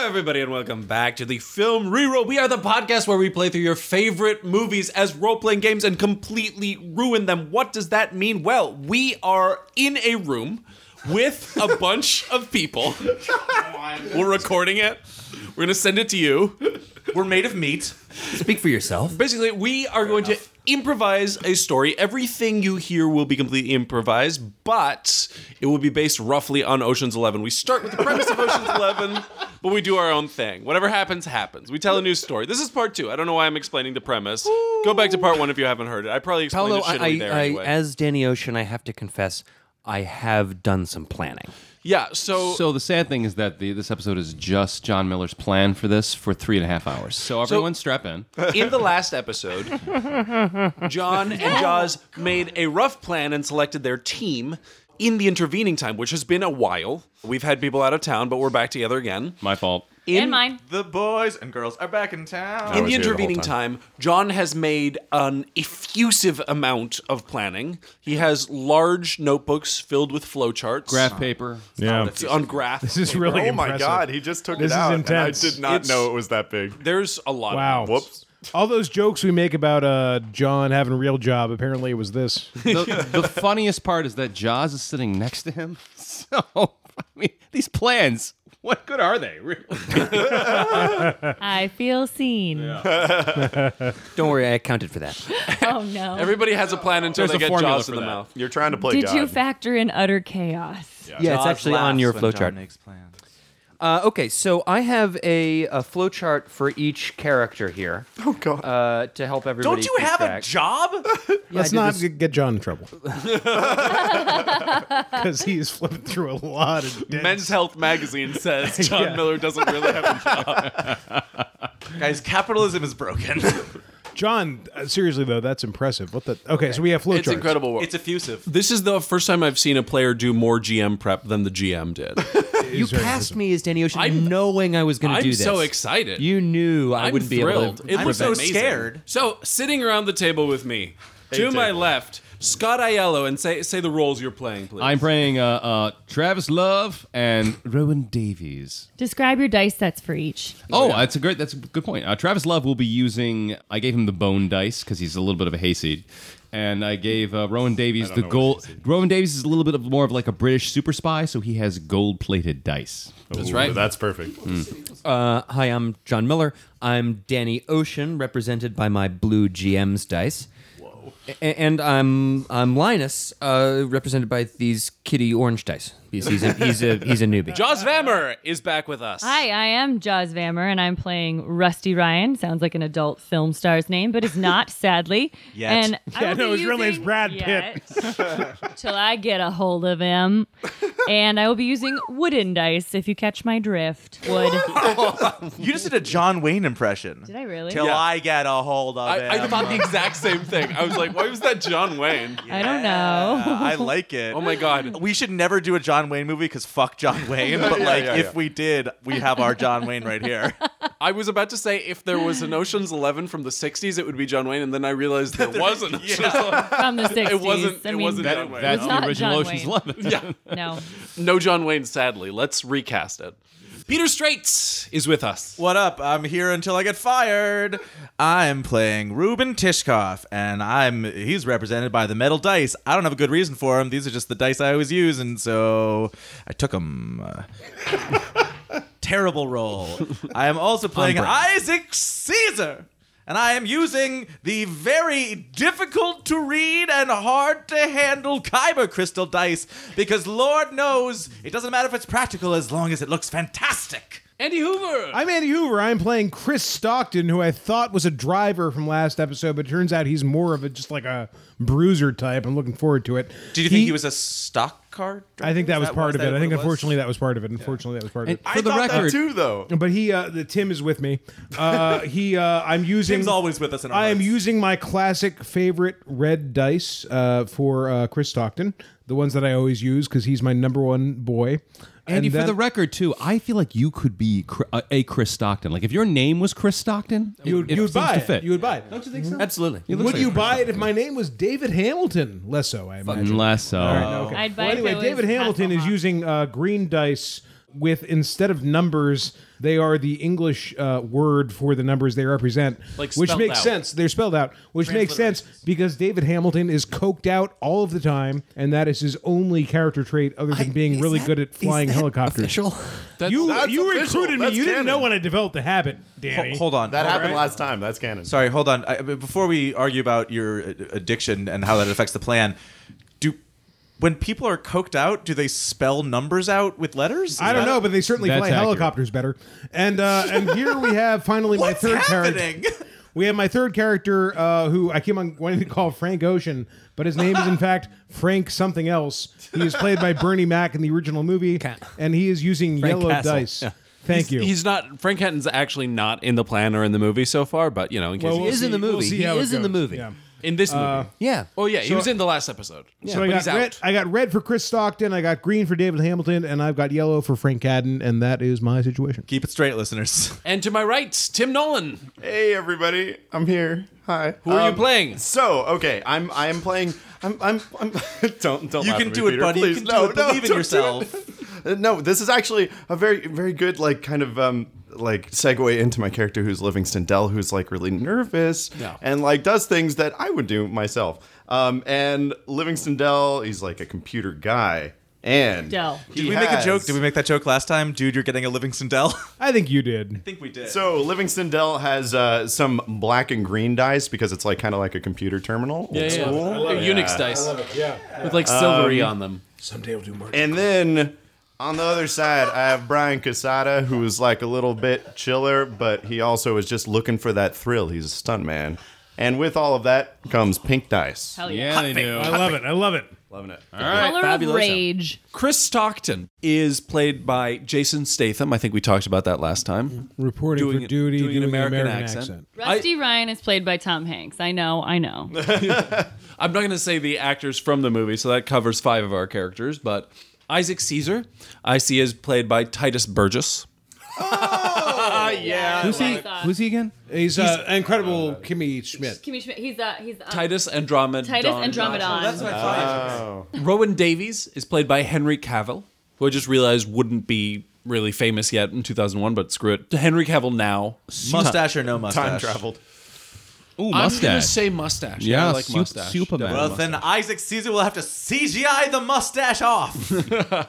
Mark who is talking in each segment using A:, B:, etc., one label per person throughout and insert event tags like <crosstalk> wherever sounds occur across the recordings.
A: everybody, and welcome back to the Film Reroll. We are the podcast where we play through your favorite movies as role playing games and completely ruin them. What does that mean? Well, we are in a room with a bunch of people. We're recording it, we're going to send it to you. We're made of meat.
B: Speak for yourself.
A: Basically, we are going to improvise a story. Everything you hear will be completely improvised, but it will be based roughly on Ocean's Eleven. We start with the premise of Ocean's
B: <laughs>
A: Eleven, but we do our own thing. Whatever happens, happens. We tell a new story. This is part two. I don't know why I'm explaining the premise. Go back to part one if you haven't heard it. I probably explained
B: Although
A: it shittily
B: I, I,
A: there
B: I-
A: anyway.
B: as Danny Ocean, I have to confess, I have done some planning.
A: yeah, so,
C: So the sad thing is that the, this episode is just John Miller's plan for this for three and a half hours. So everyone strap in.
A: in the last episode, John and Jaws made a rough plan and selected their team in the intervening time, which has been a while. We've had people out of town, but we're back together again.
C: My fault.
A: In
D: And mine.
E: The boys and girls are back in town.
A: in
E: It
A: the
E: was
A: intervening time. John has made an effusive amount of planning. He has large notebooks filled with flowcharts.
C: Graph <laughs> paper.
F: Yeah.
A: It's on graph.
F: This is really
E: Oh my
F: impressive.
E: god, he just took
F: This
E: it
F: is
E: out.
F: intense.
E: And I did not
A: It's-
E: know it was that big.
A: There's a lot.
F: Wow.
E: Whoops.
F: All those jokes we make about uh, John having a real job, apparently it was this.
C: The, the funniest part is that Jaws is sitting next to him. <laughs> So I mean, these plans. What good are they? Really?
D: <laughs> I feel seen.
B: Don't worry, I accounted for
A: <laughs>
B: that.
D: <laughs> Oh no.
A: Everybody has a plan until
C: There's
A: they get
C: a formula
A: jaws in
C: for
A: the
C: that.
A: mouth.
E: You're trying to play
D: Did
E: God.
D: you factor in utter chaos?
B: Yeah, it's actually on your flowchart. Uh, okay, so I have a, a flowchart for each character here
E: oh god.
B: uh, to help everybody.
A: Don't you
B: keep
A: have a
B: track.
A: job?
F: Let's
B: did
F: not
B: this-
F: g- get John in trouble. <laughs> Because he's flipping through a lot of dead-
A: Men's Health magazine says John
F: Yeah.
A: Miller doesn't really have a job.
E: Guys, capitalism
A: <laughs>
E: is broken.
F: John, uh, seriously though, that's impressive. What the? Okay, so we have flowcharts.
A: It's incredible. work.
E: effusive.
A: this is the first time I've seen a player do more GM prep than the GM did.
B: You passed me as Danny Ocean,
A: I'm-
B: knowing I was going to
A: I'm
B: do this.
A: so excited.
B: You knew <laughs> I
A: I'm
B: wouldn't be able
A: thrilled.
B: to.
A: It
B: I'm
A: looks
B: so
A: amazing.
E: scared.
A: So sitting around the table with me, to my left, Scott Aiello, and say say the roles you're playing, please.
C: I'm praying uh, uh, Travis Love and Rowan Davies.
D: Describe your dice sets for each.
C: Oh, that's a great. That's a good point. Uh, Travis Love will be using. I gave him the bone dice because he's a little bit of a hayseed, and I gave uh, Rowan Davies the gold. Rowan Davies is a little bit of more of like a British super spy, so he has gold plated dice.
A: That's right.
E: That's perfect.
B: Uh, hi, I'm John Miller. I'm Danny Ocean, represented by my blue GM's dice. Whoa. and I'm I'm Linus, uh, represented by these kitty orange dice. He's, he's, a, he's a he's a newbie.
A: Jaws Vammer is back with us.
D: Hi, I am Jaws Vammer, and I'm playing Rusty Ryan. Sounds like an adult film star's name, <laughs> but it's not, sadly. Yet. And I
F: Yeah,
D: will
F: no,
D: be
F: his real name's
D: using-
F: Brad Pitt.
D: Yet. <laughs> Till I get a hold of him, and I will be using wooden dice. If you catch my drift, wood. <laughs>
G: You just did a John Wayne impression.
D: Did I really?
G: Till I get a hold of
A: I,
G: it.
A: I thought the exact same thing. I was like, why was that John
B: <laughs>
A: Wayne?
D: I don't know.
G: I like it.
A: Oh my god.
G: We should never do a John Wayne movie because fuck John Wayne. But like,
A: <laughs> yeah,
G: if
A: yeah.
G: we did, we have our John Wayne right
D: <laughs>
G: here.
A: I was about to say if there was an Ocean's Eleven from the 60s, it would be John Wayne, and then I realized
B: <laughs>
A: there wasn't.
D: From the 60s.
A: It wasn't.
D: I
A: It
D: mean,
A: wasn't John Wayne.
C: That's
D: It's
C: the
D: not
C: original
D: John
C: Ocean's
D: Wayne.
C: Eleven.
D: No.
A: <laughs> No John Wayne, sadly. Let's recast it. Peter Straits is with us.
G: what up? I'm here until I get fired. I'm playing Ruben Tishkoff, and I'm he's represented by the metal dice. I don't have a good reason for him. These are just the dice I always use, and so I took them. <laughs> Terrible roll. I am also playing Isaac Caesar. And I am using the very difficult to read and hard to handle Kyber crystal dice because Lord knows it doesn't matter if it's practical as long as it looks fantastic.
A: Andy Hoover.
F: I'm Andy Hoover. I'm playing Chris Stockton, who I thought was a driver from last episode, but turns out he's more of a just like a bruiser type. I'm looking forward to it.
G: Did you think he, was a stock car? driver?
F: I think that
G: Is
F: was part
G: is
F: of it.
G: that
F: I
G: what
F: think
G: was?
F: unfortunately that was part of it. Unfortunately that was part of it.
E: I
C: For the
E: thought
C: record-
E: that too, though.
F: But he, uh, the Tim is with me.
G: <laughs>
F: Uh, he, uh, I'm using.
G: Tim's always with us in our
F: I am
G: hearts.
F: using my classic favorite red dice uh, for uh, Chris Stockton, the ones that I always use because he's my number one boy.
C: Andy,
F: And then-
C: for the record, too, I feel like you could be Cr- uh, a Chris Stockton. Like if your name was Chris Stockton,
F: you would,
C: it
F: you would
C: seems
F: buy
C: to
F: it.
C: fit.
F: You would buy it. Don't you think so?
B: Absolutely.
C: He looks
F: Would
C: like
F: you
C: Chris
F: buy it if my name was David Hamilton? Less so, I imagine.
C: Unless uh, so.
F: Oh, Okay.
D: I'd buy
F: well,
D: it if
F: anyway,
D: it was
F: David Hamilton is
D: Hasselhoff.
F: using uh, green dice with instead of numbers, They are the English uh, word for the numbers they represent,
A: Like
F: which
A: spelled
F: makes
A: out.
F: sense. They're spelled out, which makes sense because David Hamilton is coked out all of the time, and that is his only character trait other than being really good at flying helicopters. You
H: That's
F: you
H: official.
F: recruited me.
H: That's
F: you didn't
H: canon.
F: know when I developed the habit, Danny.
G: Hold on.
H: That happened last time. That's canon.
G: Sorry, hold on. I, before we argue about your uh, addiction and how that affects the plan, do when people are coked out, do they spell numbers out with letters? Is
F: I don't
G: that-
F: know, but they certainly
C: That's
F: fly
C: accurate.
F: helicopters better. And uh, and here we have finally my
G: What's
F: third
G: happening?
F: character. <laughs> We have my third character, uh, who I keep on wanting to call Frank Ocean, but his name is
G: <laughs>
F: in fact Frank something else. He is played by Bernie Mac in the original movie, and he is using
B: Frank
F: yellow
B: Castle.
F: dice. Thank you.
A: He's not. Frank Hatton's actually not in the plan or in the movie so far, but you know, in case
F: Well,
A: he
F: we'll
A: is
B: in the
F: see- we'll
B: movie.
F: see
B: He
F: how it
B: is in the
F: goes.
B: movie.
F: Yeah.
A: in this movie.
B: Yeah.
A: oh yeah, he was in the last episode. Yeah,
F: So I
A: but
F: got
A: he's out.
F: red. I got red for Chris Stockton. I got green for David Hamilton, and I've got yellow for Frank Cadden, and that is my situation.
G: Keep it straight, listeners.
A: and to my right, Tim Nolan.
H: Hey everybody, I'm here. Hi. Um,
A: Who are you playing?
H: So okay, I'm I am playing. I'm I'm. I'm <laughs> don't don't.
G: You
H: laugh
G: can
H: at
G: do
H: me,
G: it,
H: Peter,
G: buddy. You
H: Please.
G: can do
H: no,
G: it.
H: no,
G: Believe in
H: don't do
G: yourself.
H: it. no, this is actually a very very good like kind of um like segue into my character who's Livingston Dell, who's like really nervous
A: Yeah.
H: and like does things that I would do myself. Um, and Livingston Dell, he's like a computer guy. And
D: Dell.
H: he
G: Did we make a
H: has-
G: joke? Did we make that joke last time? Dude, you're getting a Livingston Dell. <laughs> I
F: I think you did.
G: think we did.
H: So Livingston Dell has uh, some black and green dice because it's like kind of like a computer terminal.
A: Yeah,
H: Old
A: yeah, yeah.
H: school.
A: They're Unix dice. With like silvery
F: Um,
A: on them.
H: And then on the other side, I have Brian Casada, who is like a little bit chiller, but he also is just looking for that thrill. He's a stuntman. And with all of that comes pink dice.
D: Hell yeah.
C: Yeah, they do.
F: I love it. I love it.
H: Loving it.
D: Color
A: Fabuloso.
D: of rage.
A: Chris Stockton is played by Jason Statham. I think we talked about that last time.
F: Reporting
A: Doing
F: for
A: it-
F: duty,
A: doing an
F: doing the
A: American accent.
D: Rusty Ryan is played by Tom Hanks. I know, I know.
A: I'm not going to say the actors from the movie, so that covers five of our characters. But Isaac Caesar, I see, is played by Titus Burgess.
C: Who's he? Who's he again?
F: He's uh, incredible Kimmy Schmidt.
D: Kimmy Schmidt, he's uh he's uh,
A: Titus Andromedon.
D: Titus Andromedon.
G: That's what I thought.
A: Rowan Davies is played by Henry Cavill, who I just realized wouldn't be really famous yet in 2001, but screw it. Henry Cavill now.
G: mustache or no mustache?
H: Time traveled.
C: Ooh,
A: I'm going to
C: mustache.
A: say mustache.
C: yeah,
A: I like
C: Sup-
A: mustache.
C: Superman.
G: Well, then Isaac Caesar will have to CGI the mustache off.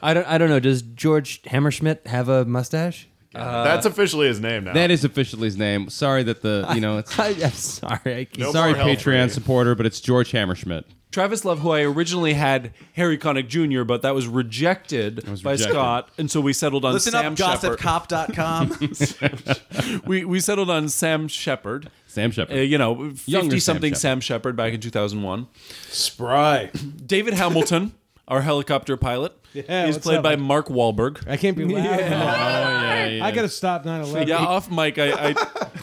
B: I don't. I don't know. Does George Hammerschmidt have a mustache?
H: That's officially his name now.
C: Uh, that is officially his name. Sorry that the you know it's
B: I, am sorry. I can't.
H: <laughs> No
C: sorry
H: more help for
C: Patreon
H: you.
C: supporter, but it's George Hammerschmidt.
A: Travis Love, who I originally had Harry Connick Jr., but that was rejected by
C: rejected.
A: Scott, and so we settled on
G: Listen
A: Sam
G: up,
A: Shepard.
G: gossipcop.com.
A: we we settled on Sam Shepard.
C: Sam
A: Uh,
C: Shepard.
A: you know,
C: Younger
A: fifty something
C: Sam
A: Sam Shepard back in two thousand one.
F: Spry.
A: David Hamilton, our helicopter pilot,
F: Yeah,
A: he's
F: what's
A: played
F: up?
A: by Mark Wahlberg.
F: I can't be loud.
C: yeah, yeah.
F: I gotta stop
A: <laughs>
F: 9/11.
A: Yeah, off mic. I, I,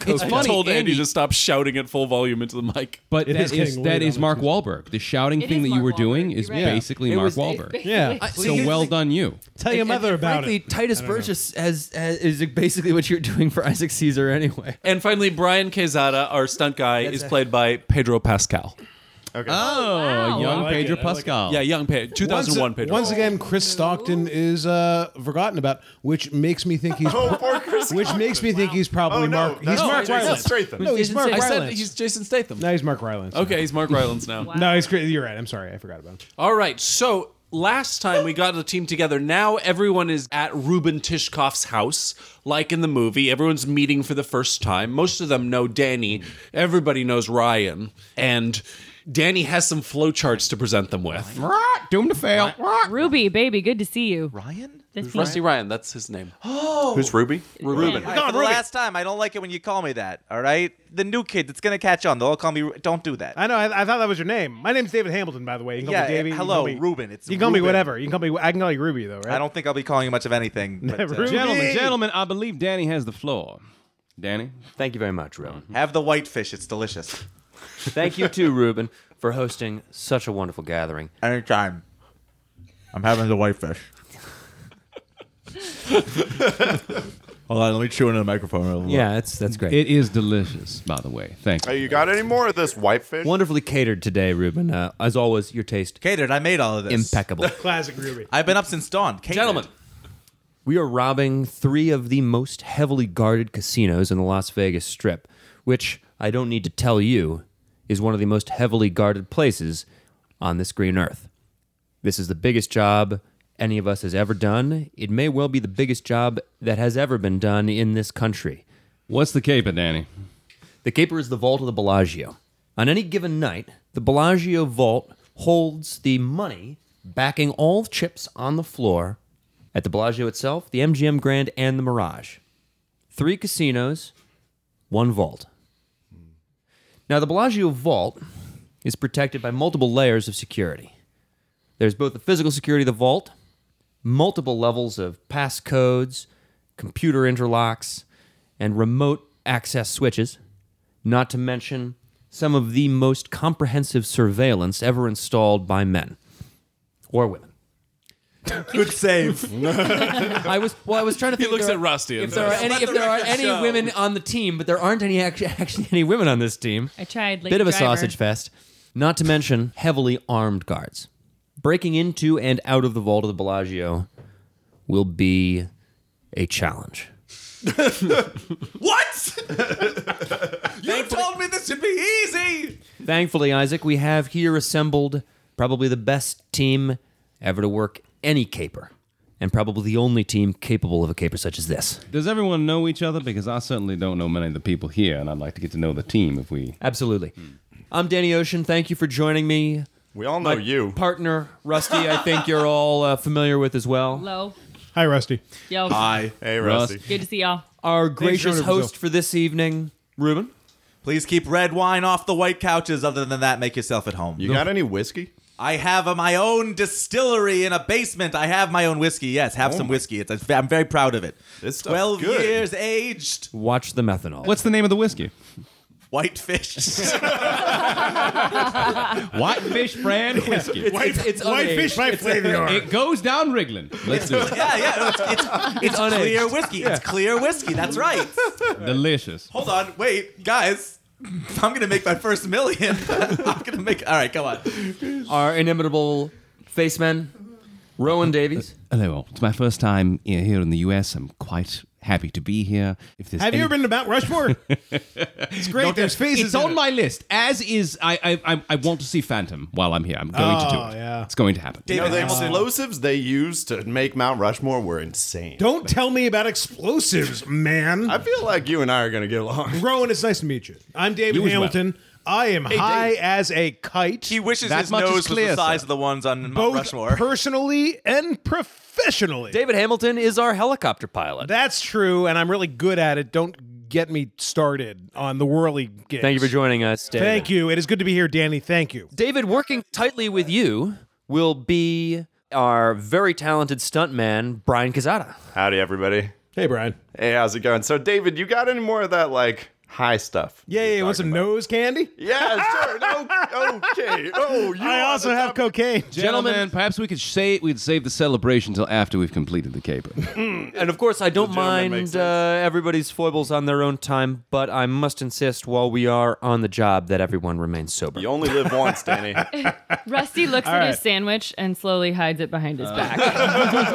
C: It's
A: I
C: funny,
A: told Andy
C: Andy-
A: to stop shouting at full volume into the mic.
C: But
F: It
C: that
F: is
C: is,
F: getting late
C: that is
F: on a
C: Mark Wahlberg. The shouting
D: It
C: thing
D: is
C: that you
D: Mark
C: were
D: Wahlberg.
C: doing is
D: You're right.
C: basically
B: It
C: Mark
B: was-
F: <laughs>
C: Wahlberg.
F: Yeah.
C: So well done, you.
F: Tell your
B: And-
F: mother
B: and
F: about
B: frankly,
F: it.
B: Titus Burgess has, has is basically what you're doing for Isaac Caesar anyway.
A: And finally, Brian Quezada, our stunt guy, is played by Pedro Pascal.
H: Okay.
C: Oh,
D: wow.
C: young
F: I like
C: Pedro
F: it, I like it.
C: Pascal.
A: Yeah, young Pedro, two thousand one Pedro.
F: Once again, Chris Stockton is uh, forgotten about, which makes me think he's
H: oh, poor Chris.
F: which makes me think he's
H: Oh,
F: probably
H: no,
F: Mark. He's
H: that's
F: Mark
H: Jason
F: Rylance.
H: Statham.
F: No, he's
B: Jason
F: Mark
A: I
B: Statham.
A: said
F: Rylance.
A: he's Jason Statham.
F: No, he's Mark Rylance.
A: Okay, he's Mark Rylance now.
F: No, he's Chris. You're right. I'm sorry. I forgot about him.
A: All right. So last time we got the team together. Now everyone is at Ruben Tishkoff's house, like in the movie. Everyone's meeting for the first time. Most of them know Danny. Everybody knows Ryan. And Danny has some flowcharts to present them with.
C: Doom to fail.
D: <laughs> Ruby, baby, good to see you.
G: Ryan?
D: This
A: Rusty Ryan, that's his name. Oh.
H: Who's Ruby?
A: Ruben.
G: All right, for the last time, I don't like it when you call me that. All right, the new kid that's gonna catch on. They'll all call me. Ru- Don't do that.
F: I know. I, I thought that was your name. My name's David Hamilton, by the way. You can
G: Yeah,
F: call me Davey.
G: yeah,
F: You can
G: hello,
F: call me,
G: Reuben. It's
F: you can call me
G: Reuben.
F: whatever. You can call me. I can call you Ruby though, right?
G: I don't think I'll be calling you much of <laughs> anything. But, uh,
F: Ruby.
C: Gentlemen, gentlemen, I believe Danny has the floor. Danny?
B: Thank you very much, Ruben.
G: have the whitefish. It's delicious.
B: Thank you too, Ruben, for hosting such a wonderful gathering.
G: Anytime. I'm having the whitefish. <laughs> Hold on, let me chew into the microphone. A little
B: Yeah, that's that's great.
C: It is delicious, by the way. Thank
H: Hey,
C: you.
H: you got any more of this whitefish?
B: Wonderfully catered today, Ruben. Uh, as always, your taste
G: Catered, I made all of this.
B: <laughs> impeccable.
F: Classic Ruby.
G: I've been up since dawn. Catered.
A: Gentlemen,
B: we are robbing three of the most heavily guarded casinos in the Las Vegas Strip, which I don't need to tell you is one of the most heavily guarded places on this green earth. This is the biggest job any of us has ever done. It may well be the biggest job that has ever been done in this country.
C: What's the caper, Danny?
B: The caper is the vault of the Bellagio. On any given night, the Bellagio vault holds the money backing all the chips on the floor at the Bellagio itself, the MGM Grand, and the Mirage. Three casinos, one vault. Now, the Bellagio vault is protected by multiple layers of security. There's both the physical security of the vault, multiple levels of passcodes, computer interlocks, and remote access switches, not to mention some of the most comprehensive surveillance ever installed by men or women.
E: Good save.
B: I was well. I was trying to.
A: <laughs>
B: Think
A: He looks
B: there
A: at
B: are-
A: Rusty.
B: If there are any, if there are any women on the team, but there aren't any <laughs> act- actually any women on this team.
D: I tried. Lady
B: Bit of a
D: Driver.
B: sausage fest. Not to mention heavily armed guards. Breaking into and out of the vault of the Bellagio will be a challenge.
G: <laughs>
E: what? you told me this should be easy.
B: Thankfully, Isaac, we have here assembled probably the best team ever to work any caper, and probably the only team capable of a caper such as this.
C: Does everyone know each other? Because I certainly don't know many of the people here, and I'd like to get to know the team if we.
B: Absolutely. I'm Danny Ocean. Thank you for joining me.
H: We all know you.
B: Partner Rusty, I think you're all uh, familiar with as
D: <laughs>
B: well.
D: Hello.
F: Hi, Rusty.
D: Yo.
E: Ah.
H: Hey, Rusty.
D: Good to see y'all.
B: Our
F: showing
B: gracious
F: up
B: host
F: yourself.
B: for this evening, Ruben.
E: Please keep red wine off the white couches. Other than that, make yourself at home.
H: You got any whiskey?
E: I have uh, my own distillery in a basement. I have my own whiskey. Yes, have some whiskey. It's, I'm very proud of it.
H: This stuff's
E: 12
H: good.
E: years aged.
B: Watch the methanol.
C: What's the name of the whiskey?
E: Whitefish.
C: Whitefish brand whiskey.
B: It's, it's unaged.
F: Whitefish by Flavior.
C: It goes down Wriglin. Let's do <laughs> it.
E: yeah, yeah. no, It's, it's, it's
B: unaged.
E: clear whiskey. It's clear whiskey. That's right.
C: Delicious.
E: Hold on. Wait, guys. I'm going to make my first million. <laughs> I'm going to make. All right, come on.
B: Our inimitable faceman, Rowan Davies.
C: Hello, all. It's my first time i- here in the U.S. I'm quite happy to be here. If there's
F: Have you
C: any-
F: ever been to
G: <laughs>
F: Mount Rushmore? it's great. There's faces.
C: It's
F: in
C: on
F: it.
C: my list. As is, I I, I I want to see Phantom while I'm here. I'm going to do
F: Oh,
C: it.
F: yeah.
C: It's going to happen.
H: You know, the explosives they used to make Mount Rushmore were insane.
F: Don't tell me about explosives, man.
H: I feel like you and I are going to get along.
F: Rowan, it's nice to meet you. I'm David
C: You as well.
F: Hamilton. I am high as a kite.
E: He wishes
C: That
E: his
C: much is
E: nose was
C: clear,
E: the size
C: sir.
E: of the ones on Mount
F: both
E: Rushmore.
F: personally and
B: <laughs>
F: professionally.
B: David Hamilton is our helicopter pilot.
F: That's true, and I'm really good at it. Don't get me started on the whirly gigs.
B: Thank you for joining us, David.
F: Thank you. It is good to be here, Danny. Thank you.
B: David, working tightly with you will be our very talented stuntman, Brian Cazada.
H: <laughs> Howdy, everybody.
F: Hey, Brian.
H: Hey, how's it going? So, David, you got any more of that like high stuff?
F: Yeah, yeah.
H: you're
F: Want some
H: talking
F: nose candy?
H: about? Yeah, sure. No, okay. Oh, you.
F: I
H: are
F: also
H: the
F: have
H: top-
F: cocaine.
C: Gentlemen, perhaps we could say we'd save the celebration till after we've completed the caper.
B: And of course, I don't
H: Legitimate makes
B: mind uh,
H: sense.
B: everybody's foibles on their own time, but I must insist while we are on the job that everyone remains sober.
H: You only live once,
A: <laughs>
H: Danny.
D: Rusty looks at his sandwich and slowly hides it behind his back.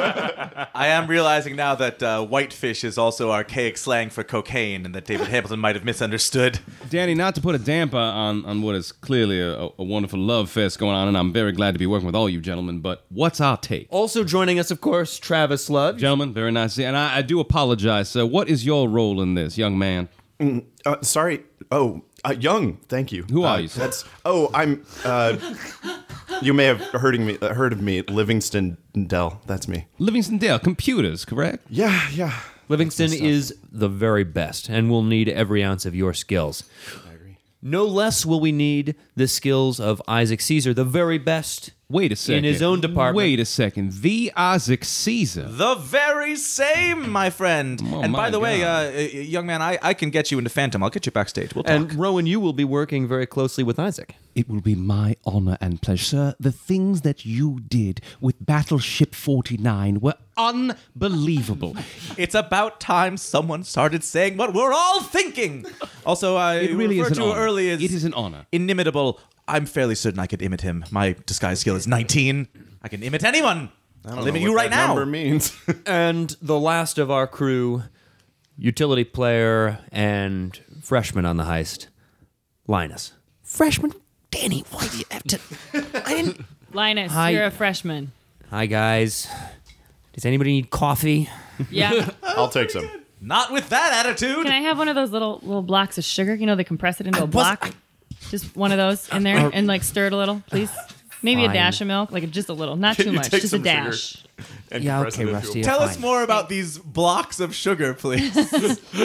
E: I am realizing now that uh, whitefish is also archaic slang for cocaine and that David Hamilton might have misunderstood.
C: <laughs> Danny, not to put a damper on, on what is clearly a, a wonderful love fest going on, and I'm very glad to be working with all you gentlemen, but what's our take?
B: Also joining us, of course, Travis Sludge.
C: Oh, Gentlemen, very nice to see you. And I, I do apologize, sir. What is your role in this, young man?
H: Uh, sorry. Oh, uh, young. Thank you.
C: Who are
H: Uh,
C: you, sir?
H: That's. Oh, I'm. Uh, you may have heard of me. Uh, heard of me, Livingston Dell. That's me.
C: Livingston Dale, computers, correct?
H: Yeah, yeah.
B: Livingston is the very best, and we'll need every ounce of your skills. No less will we need the skills of Isaac Caesar, the very best.
C: Wait a second.
B: In his own department.
C: Wait a second. The Isaac Caesar.
E: The very same, my friend.
C: Oh,
E: and by
C: my
E: the way, uh,
C: God.
E: uh, young man, I, I can get you into Phantom. I'll get you backstage. We'll talk.
B: And Rowan, you will be working very closely with Isaac.
I: It will be my honor and pleasure. Sir, the things that you did with Battleship 49 were
C: <laughs>
I: unbelievable.
E: it's about time someone started saying what we're all thinking. Also, I
C: It really is
E: referred
C: an
E: to
C: honor.
E: early as
C: It is an honor.
E: inimitable. I'm fairly certain I could imit him. My disguise skill is 19. I can imit anyone.
H: I
E: Leaving you right now.
H: Number means.
B: And the last of our crew, utility player and freshman on the heist, Linus. Freshman? Danny, why do you have to. I didn't.
D: Linus,
B: Hi.
D: you're a freshman.
B: Hi, guys. Does anybody need coffee?
D: Yeah.
H: I'll take some.
E: Not with that attitude.
D: Can I have one of those little little blocks of sugar? You know, they compress it into a block. Just one of those in there and like stir it a little, please. Maybe a
B: Fine.
D: dash of milk, like just a little, not too
H: you
D: much,
H: take
D: just a
H: some sugar?
D: dash.
H: And
B: Yeah,
H: compress
B: okay,
H: it into a-
B: Rusty.
E: Tell
B: yeah,
E: us
B: fine.
E: more about these blocks of sugar, please.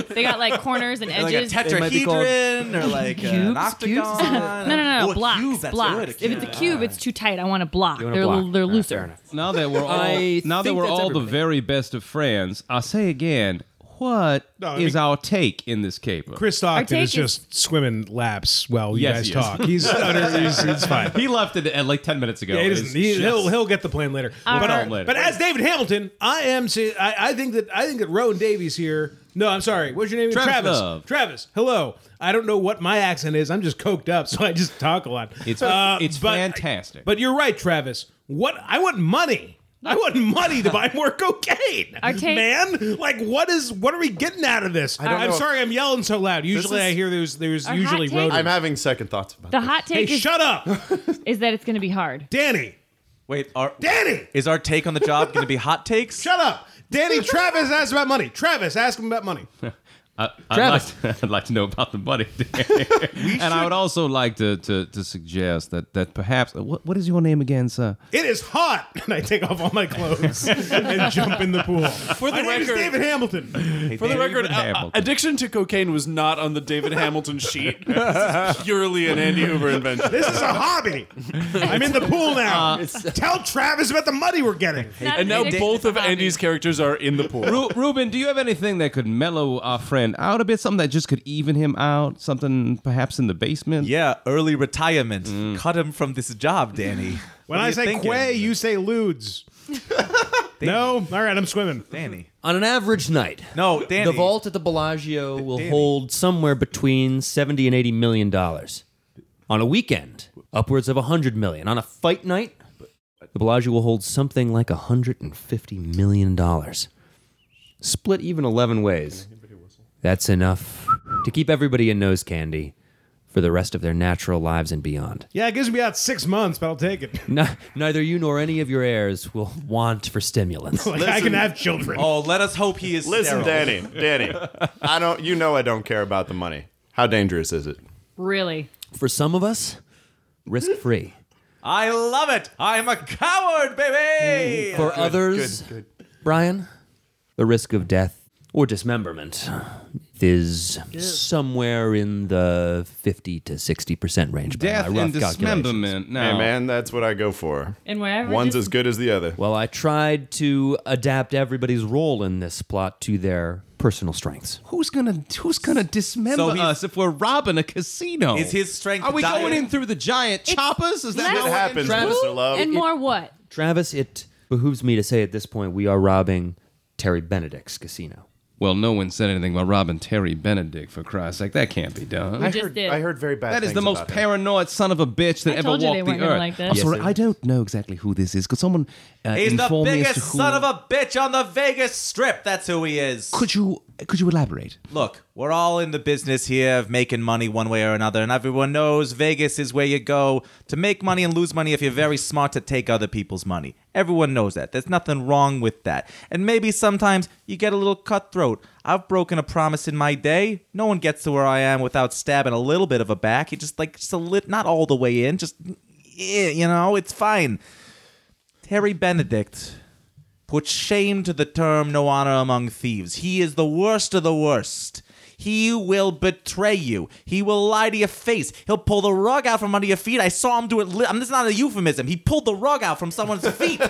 D: They got like corners and
E: like a
D: edges.
B: They might be called-
E: tetrahedron or like an
B: Cubes? Cubes?
E: octagon.
D: no, no, no,
E: Oh,
D: no,
E: a
D: blocks,
E: cube, that's
D: blocks.
E: right, a
D: if it's a cube, it's too tight. I want a block.
B: You want a
D: they're
B: block.
D: they're
B: All right,
D: looser.
B: fair enough.
C: Now that we're all,
B: I
C: now that
B: think
C: we're
B: that's
C: all the
B: everybody.
C: very best of friends, I say again, what is
F: No, I mean-
C: our take in this caper?
F: Chris Stockton
D: take
F: is just swimming laps while you
C: Yes,
F: guys
C: he is.
F: talk.
C: <laughs>
F: He's utter. He's, he's fine.
C: he left it at like ten minutes ago.
F: Yeah, he
C: It's
F: doesn't, he,
C: just-
F: will he'll get the plane later.
D: All
F: But,
D: right.
C: Later.
F: but as David Hamilton, I am. say- I, I think that I think that Rowan Davies here. No, I'm sorry. What's your name?
C: Travis Love.
F: Travis. Hello. I don't know what my accent is. I'm just coked up, <laughs> so I just talk a lot. <laughs> Uh,
C: It's- it's fantastic.
F: But you're right, Travis. What I want money. I want money to buy
D: <laughs>
F: more cocaine,
D: Our take-
F: man. Like, what is? What are we getting out of this?
H: don't
F: I'm
H: know.
F: sorry, I'm yelling so loud. Usually,
H: is-
F: I hear there's there's
D: Our
F: usually
D: hot take-
F: road.
H: I'm having second thoughts about
D: The
H: this.
D: hot
F: Hey,
D: take is,
F: shut
D: <laughs>
F: up,
D: is that it's going to be hard.
F: Danny.
E: Wait, are,
F: Danny.
E: is our take on the job going to be hot takes?
F: Shut up.
D: <laughs>
F: Danny Travis asked about money. Travis, ask him about money.
C: I,
B: Travis.
C: <laughs> I'd like, to, I'd like to know about the <laughs> money, and I would also like to, to, to suggest that that perhaps uh, what, what is your name again, sir?
F: It is hot. <laughs> And I take off all my clothes and jump in the pool. For
A: the
F: my name is
A: record-
F: David Hamilton.
A: For the record,
C: David
A: uh,
C: Hamilton.
A: addiction to cocaine was not on the <laughs> David Hamilton sheet. This is purely an Andy Hoover invention.
F: This is a hobby. I'm in the pool now. Tell Travis about the money we're getting.
A: And now both of Andy's characters are in the pool.
C: Ru- Ruben, do you have anything that could mellow our friend out a bit? Something that just could even him out? Something perhaps in the basement?
E: Yeah, early retirement. Cut him from this job, Danny.
F: When
E: What are
F: I
E: you
F: say
E: thinking?
F: quay, you say ludes. no? All right, I'm swimming.
E: Danny.
B: On an average night,
E: No, Danny.
B: the vault at the Bellagio will hold somewhere between 70 and 80 million dollars. On a weekend, upwards of 100 million. On a fight night, the Bellagio will hold something like 150 million dollars. Split even 11 ways. That's enough to keep everybody in nose candy for the rest of their natural lives and beyond.
F: Yeah, it gives me about six months, but I'll take it. <laughs>
B: Ni- neither you nor any of your heirs will want for
F: <laughs>
B: stimulants.
F: Like, I can have children.
E: Oh, let us hope he is.
H: Listen,
E: sterile.
H: Danny, Danny, <laughs> I don't. You know I don't care about the money. How dangerous is it?
D: Really?
B: For some of us, risk free.
E: I love it. I'm a coward, baby.
B: For others, Brian, the risk of death or dismemberment is somewhere in the 50 to 60% range. by my rough
C: Death and
B: calculations.
C: dismemberment. Now,
H: Hey, man, that's what I go for.
D: And wherever
H: One's
D: dis-
H: as good as the other.
B: Well, I tried to adapt everybody's role in this plot to their personal strengths.
C: who's gonna who's gonna dismember
E: So he's-
C: us if we're robbing a casino?
E: Is his strength
C: Are we
E: dire?
C: going in through the giant choppers? Is that
D: less-
C: how
H: It
C: we're
H: happens,
C: gonna-
D: Who
H: Mr. Love.
D: and more what?
B: Travis, it behooves me to say at this point we are robbing Terry Benedict's casino.
C: Well, no one said anything about robbing Terry Benedict for Christ's sake. That can't be done.
D: just
H: heard,
D: did.
H: I heard very bad.
C: that is the
H: things
C: most
H: about him.
C: paranoid son of a bitch that
D: I
C: ever
D: told you
C: walked
D: they
C: the
D: weren't
C: earth.
D: gonna like
J: I'm
D: this.
J: sorry, I don't know exactly who this is. Could someone uh,
E: He's the
J: inform me as
E: biggest
J: to who?
E: son of a bitch on the Vegas Strip. That's who he is.
J: could you could you elaborate?
E: Look, we're all in the business here of making money one way or another, and everyone knows Vegas is where you go to make money and lose money if you're very smart to take other people's money. Everyone knows that. There's nothing wrong with that. And maybe sometimes you get a little cutthroat. I've broken a promise in my day. No one gets to where I am without stabbing a little bit of a back. You just like just a lit, not all the way in, just eh, you know, it's fine. Terry Benedict put shame to the term no honor among thieves. He is the worst of the worst. He will betray you. He will lie to your face. He'll pull the rug out from under your feet. I saw him do it. Li- I'm, this is not a euphemism. He pulled the rug out from someone's <laughs> feet,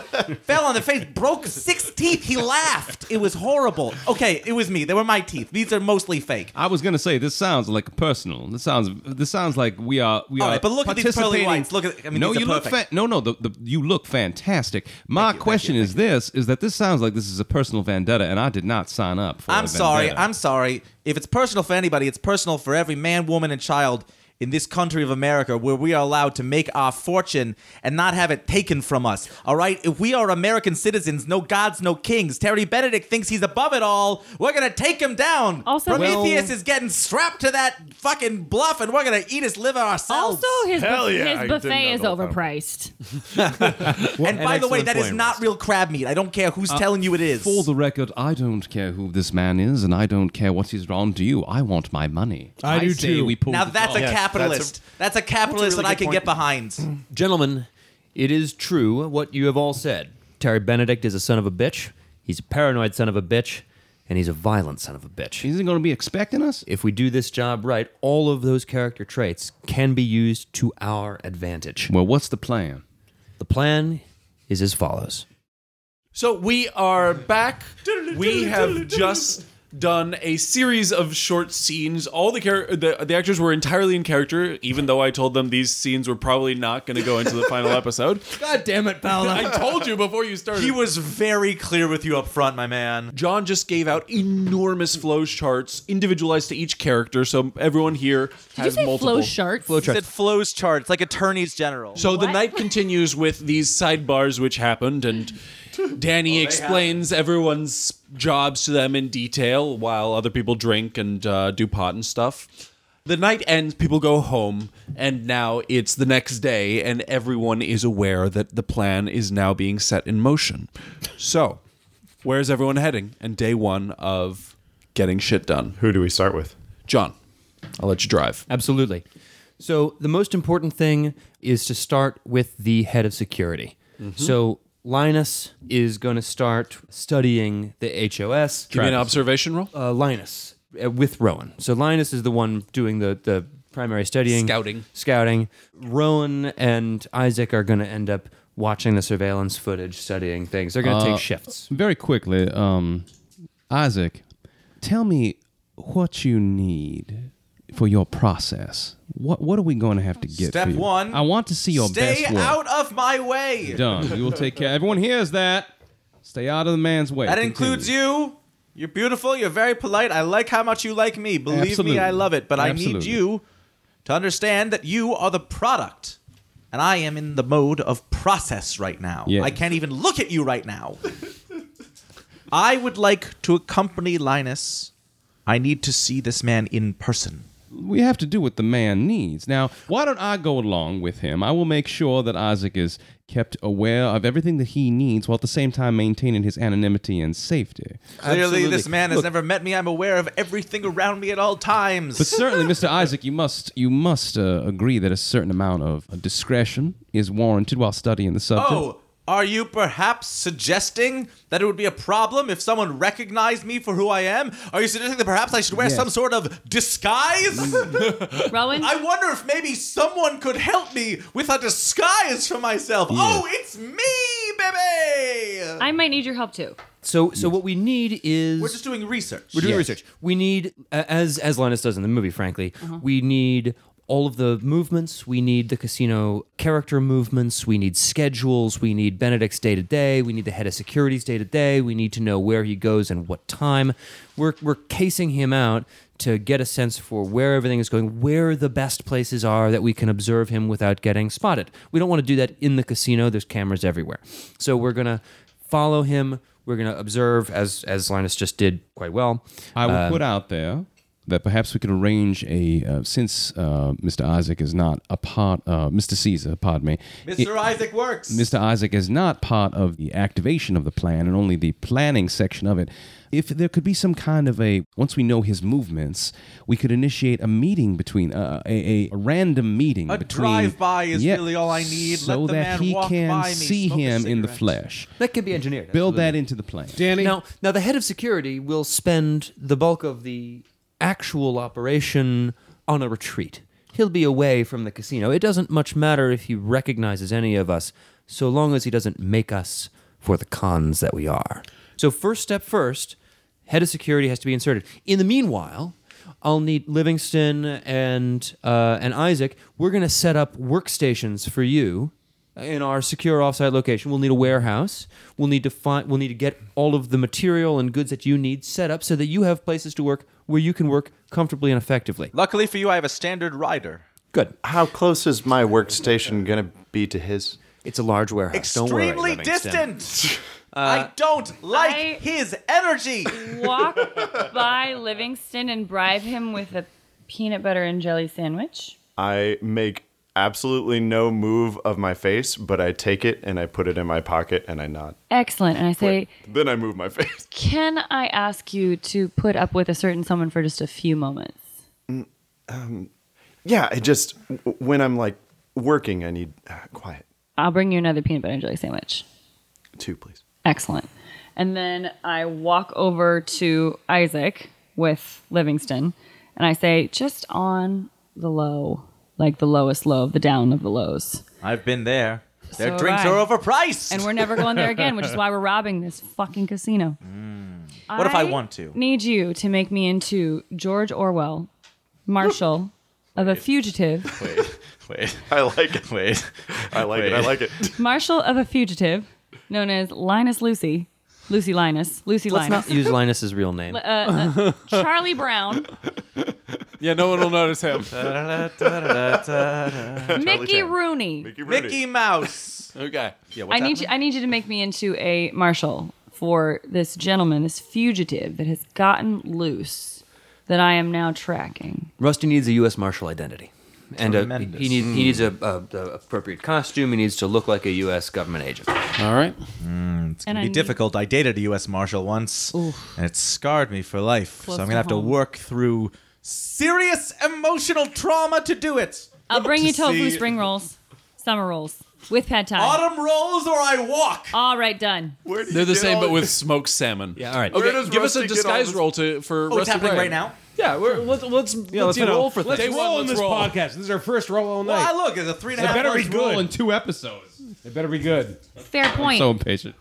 E: fell on the face, broke six teeth. He laughed. It was horrible. Okay, it was me. They were my teeth. These are mostly fake.
C: I was gonna say this sounds like personal. This sounds this sounds like we are we
E: All
C: are.
E: right, but look at these pearly
C: participating-
E: whites. Look at- I mean,
C: no,
E: these
C: you
E: are
C: look
E: perfect.
C: fa- no no the, the you look fantastic. My question is this: is that this sounds like this is a personal vendetta, and I did not sign up for. a
E: I'm sorry.
C: vendetta.
E: I'm sorry. If it's personal for anybody, it's personal for every man, woman, and child in this country of America where we are allowed to make our fortune and not have it taken from us. All right? If we are American citizens, no gods, no kings. Terry Benedict thinks he's above it all. We're going to take him down.
D: Also-
E: Prometheus is getting strapped to that fucking bluff and we're going to eat his liver ourselves.
D: Also, his,
H: Hell
D: buf-
H: yeah, I
D: his
H: didn't
D: buffet
H: know
D: is
H: that one.
D: overpriced.
E: and by the way,
B: excellent
E: that is
B: point,
E: not real crab meat. I don't care who's telling you it is.
C: For the record, I don't care who this man is, and I don't care what he's wrong to you. I want my money.
K: I do
C: say
K: too.
C: We pull
E: Now
C: the
E: that's a
C: dog.
H: Yes, that's a-
E: capitalist. That's a, capitalist that I can get behind.
B: Gentlemen, it is true what you have all said. Terry Benedict is a son of a bitch. He's a paranoid son of a bitch, and he's a violent son of a bitch.
C: Isn't going to be expecting us?
B: If we do this job right, all of those character traits can be used to our advantage.
C: Well, what's the plan?
B: The plan is as follows.
A: So we are back. We have just done a series of short scenes. All the, char- the the actors were entirely in character, even though I told them these scenes were probably not going to go into the <laughs> final episode.
B: God damn it, Paolo.
A: I told you before you started.
E: He was very clear with you up front, my man.
A: John just gave out enormous flow charts, individualized to each character, so everyone here
D: Did you
A: has
D: say
A: multiple.
D: flow sharks?
E: He said flows charts like attorneys general.
A: So the
D: What?
A: night continues with these sidebars which happened, and Danny explains everyone's jobs to them in detail while other people drink and uh, do pot and stuff. The night ends, people go home, and now it's the next day, and everyone is aware that the plan is now being set in motion. So, where's everyone heading? And day one of getting shit done.
H: Who do we start with?
A: John, I'll let you drive.
B: Absolutely. So the most important thing is to start with the head of security.
A: Mm-hmm.
B: So Linus is going to start studying the HOS.
A: Give me an observation roll.
B: uh, Linus uh, with Rowan. So Linus is the one doing the the primary studying,
A: Scouting.
B: scouting. Rowan and Isaac are going to end up watching the surveillance footage, studying things. They're going to
C: Uh,
B: take shifts.
C: Very quickly, um, Isaac, tell me what you need for your process. What What are we going to have to get?
E: Step
C: for you?
E: one,
C: I want to see your
E: Stay
C: best work.
E: out of my way.
C: Done. We will take care. Everyone hears that. Stay out of the man's way.
E: That includes you. You're beautiful. You're very polite. I like how much you like me. Believe
C: Absolutely.
E: me, I love it. But I need
C: Absolutely.
E: you to understand that you are the product. And I am in the mode of process right now.
C: Yes.
E: I can't even look at you right now. <laughs> I would like to accompany Linus. I need to see this man in person.
C: we have to do what the man needs. Now, why don't I go along with him? I will make sure that Isaac is kept aware of everything that he needs while at the same time maintaining his anonymity and safety.
E: Clearly,
B: Absolutely.
E: this man has never met me. I'm aware of everything around me at all times.
C: But certainly, Mr. Isaac, you must you must uh, agree that a certain amount of discretion is warranted while studying the subject.
E: Oh, are you perhaps suggesting that it would be a problem if someone recognized me for who I am? Are you suggesting that perhaps I should wear
C: Yes.
E: some sort of disguise?
B: Mm.
D: Rowan,
E: <laughs> I wonder if maybe someone could help me with a disguise for myself. Oh, it's me, baby!
D: I might need your help too.
B: So, so what we need is
E: We're just doing research.
B: We're doing
C: Yes.
B: research. We need, uh, as as Linus does in the movie, frankly, we need all of the movements. We need the casino character movements. We need schedules. We need Benedict's day to day. We need the head of security's day to day. We need to know where he goes and what time. We're we're casing him out to get a sense for where everything is going, where the best places are that we can observe him without getting spotted. We don't want to do that in the casino. There's cameras everywhere, so we're gonna follow him. We're gonna observe as as Linus just did quite well.
C: I will put out there that perhaps we could arrange a uh, since uh, Mr. Isaac is not a part, uh, Mr. Caesar, pardon me,
E: Mr. Isaac works.
C: Mr. Isaac is not part of the activation of the plan and only the planning section of it. If there could be some kind of a, once we know his movements, we could initiate a meeting between, uh, a, a, a random meeting.
E: A
C: between,
E: drive-by is really all I need. Let
C: So
E: the
C: that
E: man
C: he
E: walk
C: can
E: by me,
C: see
E: smoke a
C: him in the
E: cigarette.
C: flesh.
B: That can be engineered.
C: Build that into the plan.
K: Danny,
B: Now, now the head of security will spend the bulk of the actual operation on a retreat. He'll be away from the casino. It doesn't much matter if he recognizes any of us, so long as he doesn't make us for the cons that we are. So, first step first, head of security has to be inserted. In the meanwhile, I'll need Livingston and uh, and Isaac. We're gonna set up workstations for you in our secure offsite location. We'll need a warehouse. We'll need to find. We'll need to get all of the material and goods that you need set up so that you have places to work where you can work comfortably and effectively.
E: Luckily for you, I have a standard rider.
B: Good.
H: How close is my workstation going to be to his?
B: It's a large warehouse. Don't worry,
E: Extremely
B: Livingston.
E: distant. <laughs> I don't like
D: I-
E: his energy. <laughs>
D: Walk by Livingston and bribe him with a peanut butter and jelly sandwich.
H: I make absolutely no move of my face, but I take it and I put it in my pocket and I nod.
D: Excellent. And I say,
H: Then I move my <laughs> face.
D: Can I ask you to put up with a certain someone for just a few moments?
H: Yeah, it just w- when I'm like working, I need uh, quiet.
D: I'll bring you another peanut butter and jelly sandwich.
H: Two, please.
D: Excellent. And then I walk over to Isaac with Livingston and I say, just on the low, like the lowest low of the down of the lows.
E: I've been there. Their
D: So
E: drinks
D: have I.
E: are overpriced.
D: And we're never going there again, which is why we're robbing this fucking casino.
E: Mm. What if I want to?
D: Need you to make me into George Orwell, Marshall of a fugitive,
E: <laughs> Wait,
H: I <laughs> like it.
E: wait.
H: I like it. I like it.
D: Marshall of a fugitive, known as Linus Lucy, Lucy Linus, Lucy
B: Let's
D: Linus,
B: not use Linus's real name.
D: Charlie Brown,
A: <laughs> Yeah, no one will notice him.
D: Mickey Rooney. <laughs>
E: Mickey Mouse.
A: Okay. Yeah,
D: I need you, I need you to make me into a marshal for this gentleman, this fugitive that has gotten loose that I am now tracking.
B: Rusty needs a U.S. Marshal identity, and uh he,
E: Tremendous.
B: he needs he needs a, a, a appropriate costume. He needs to look like a U.S. government agent.
C: All right.
D: It's and
E: It'd
D: I
E: be
D: need-
E: difficult. I dated a U.S. Marshal once, and it scarred me for life.
D: Close
E: so I'm
D: to
E: gonna have to
D: home.
E: work through serious emotional trauma to do it.
D: I'll bring you
E: to
D: tofu
E: see-
D: spring rolls, summer rolls with pad thai.
E: Autumn rolls or I walk.
D: All right, done.
A: They're the same, but with smoked salmon.
B: Yeah, all right.
A: Okay,
B: Where
H: does
A: give us a
H: Rusty get all
A: disguise
H: this-
A: roll to for
E: Oh, it's
A: Rusty
E: happening
A: Gray.
E: right now.
A: Yeah, we're, let's let's let's,
F: you know,
A: roll for things.
F: Let's
A: Day one,
F: roll on
A: let's
F: this
A: roll.
F: podcast. This is our first roll all
E: Well,
F: night.
E: I Ah, look, it's a three and a
F: it
E: half.
F: better be
E: month
F: good.
E: roll.
C: In two episodes.
F: it better be good.
D: Fair point.
C: So impatient.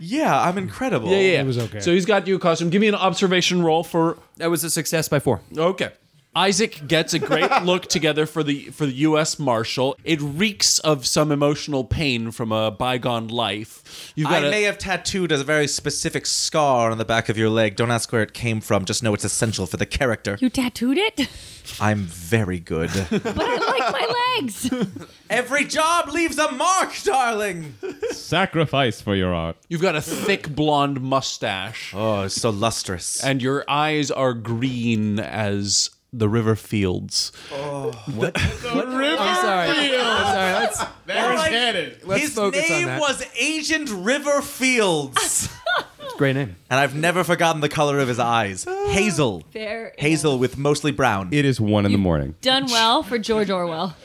E: Yeah, I'm incredible.
A: Yeah, yeah, yeah.
F: It was okay.
A: So he's got you a costume. Give me an observation roll for
B: That was a success by four.
A: Okay. Isaac gets a <laughs> great look together for the for the U.S. Marshal. It reeks of some emotional pain from a bygone life. You've
E: I
A: got a-
E: may have tattooed a very specific scar on the back of your leg. Don't ask where it came from. Just know it's essential for the character.
D: you tattooed it, <laughs>
E: I'm very good.
D: but I like my legs.
E: <laughs> Every job leaves a mark, darling.
C: Sacrifice for your art.
A: you've got a thick blonde mustache,
E: Oh, it's so lustrous.
A: and your eyes are green as the river fields.
B: <laughs> I'm sorry. I'm sorry. Let's,
E: Aaron
B: Let's
E: His
B: focus on
E: name
B: that.
E: was Agent River Fields,
B: great name.
E: and I've never forgotten the color of his eyes. Hazel.
D: Fair.
E: Hazel with mostly brown.
C: It is one in the morning.
D: Done well for George Orwell.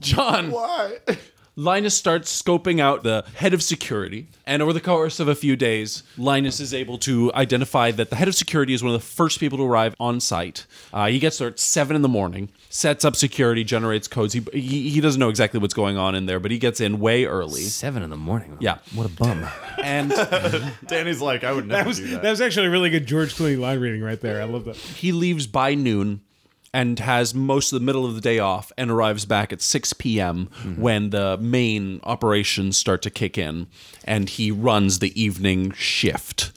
A: John. Why? Linus starts scoping out the head of security, and over the course of a few days, Linus is able to identify that the head of security is one of the first people to arrive on site. Uh, he gets there at seven in the morning, sets up security, generates codes. He, he he doesn't know exactly what's going on in there, but he gets in way early.
B: Seven in the morning.
A: Yeah.
B: What a bum.
A: And
H: Danny's like, I would never
F: That was,
H: do that.
F: that was actually a really good George Clooney line reading right there. I love that.
A: he leaves by noon and has most of the middle of the day off and arrives back at 6 p.m. when the main operations start to kick in and he runs the evening shift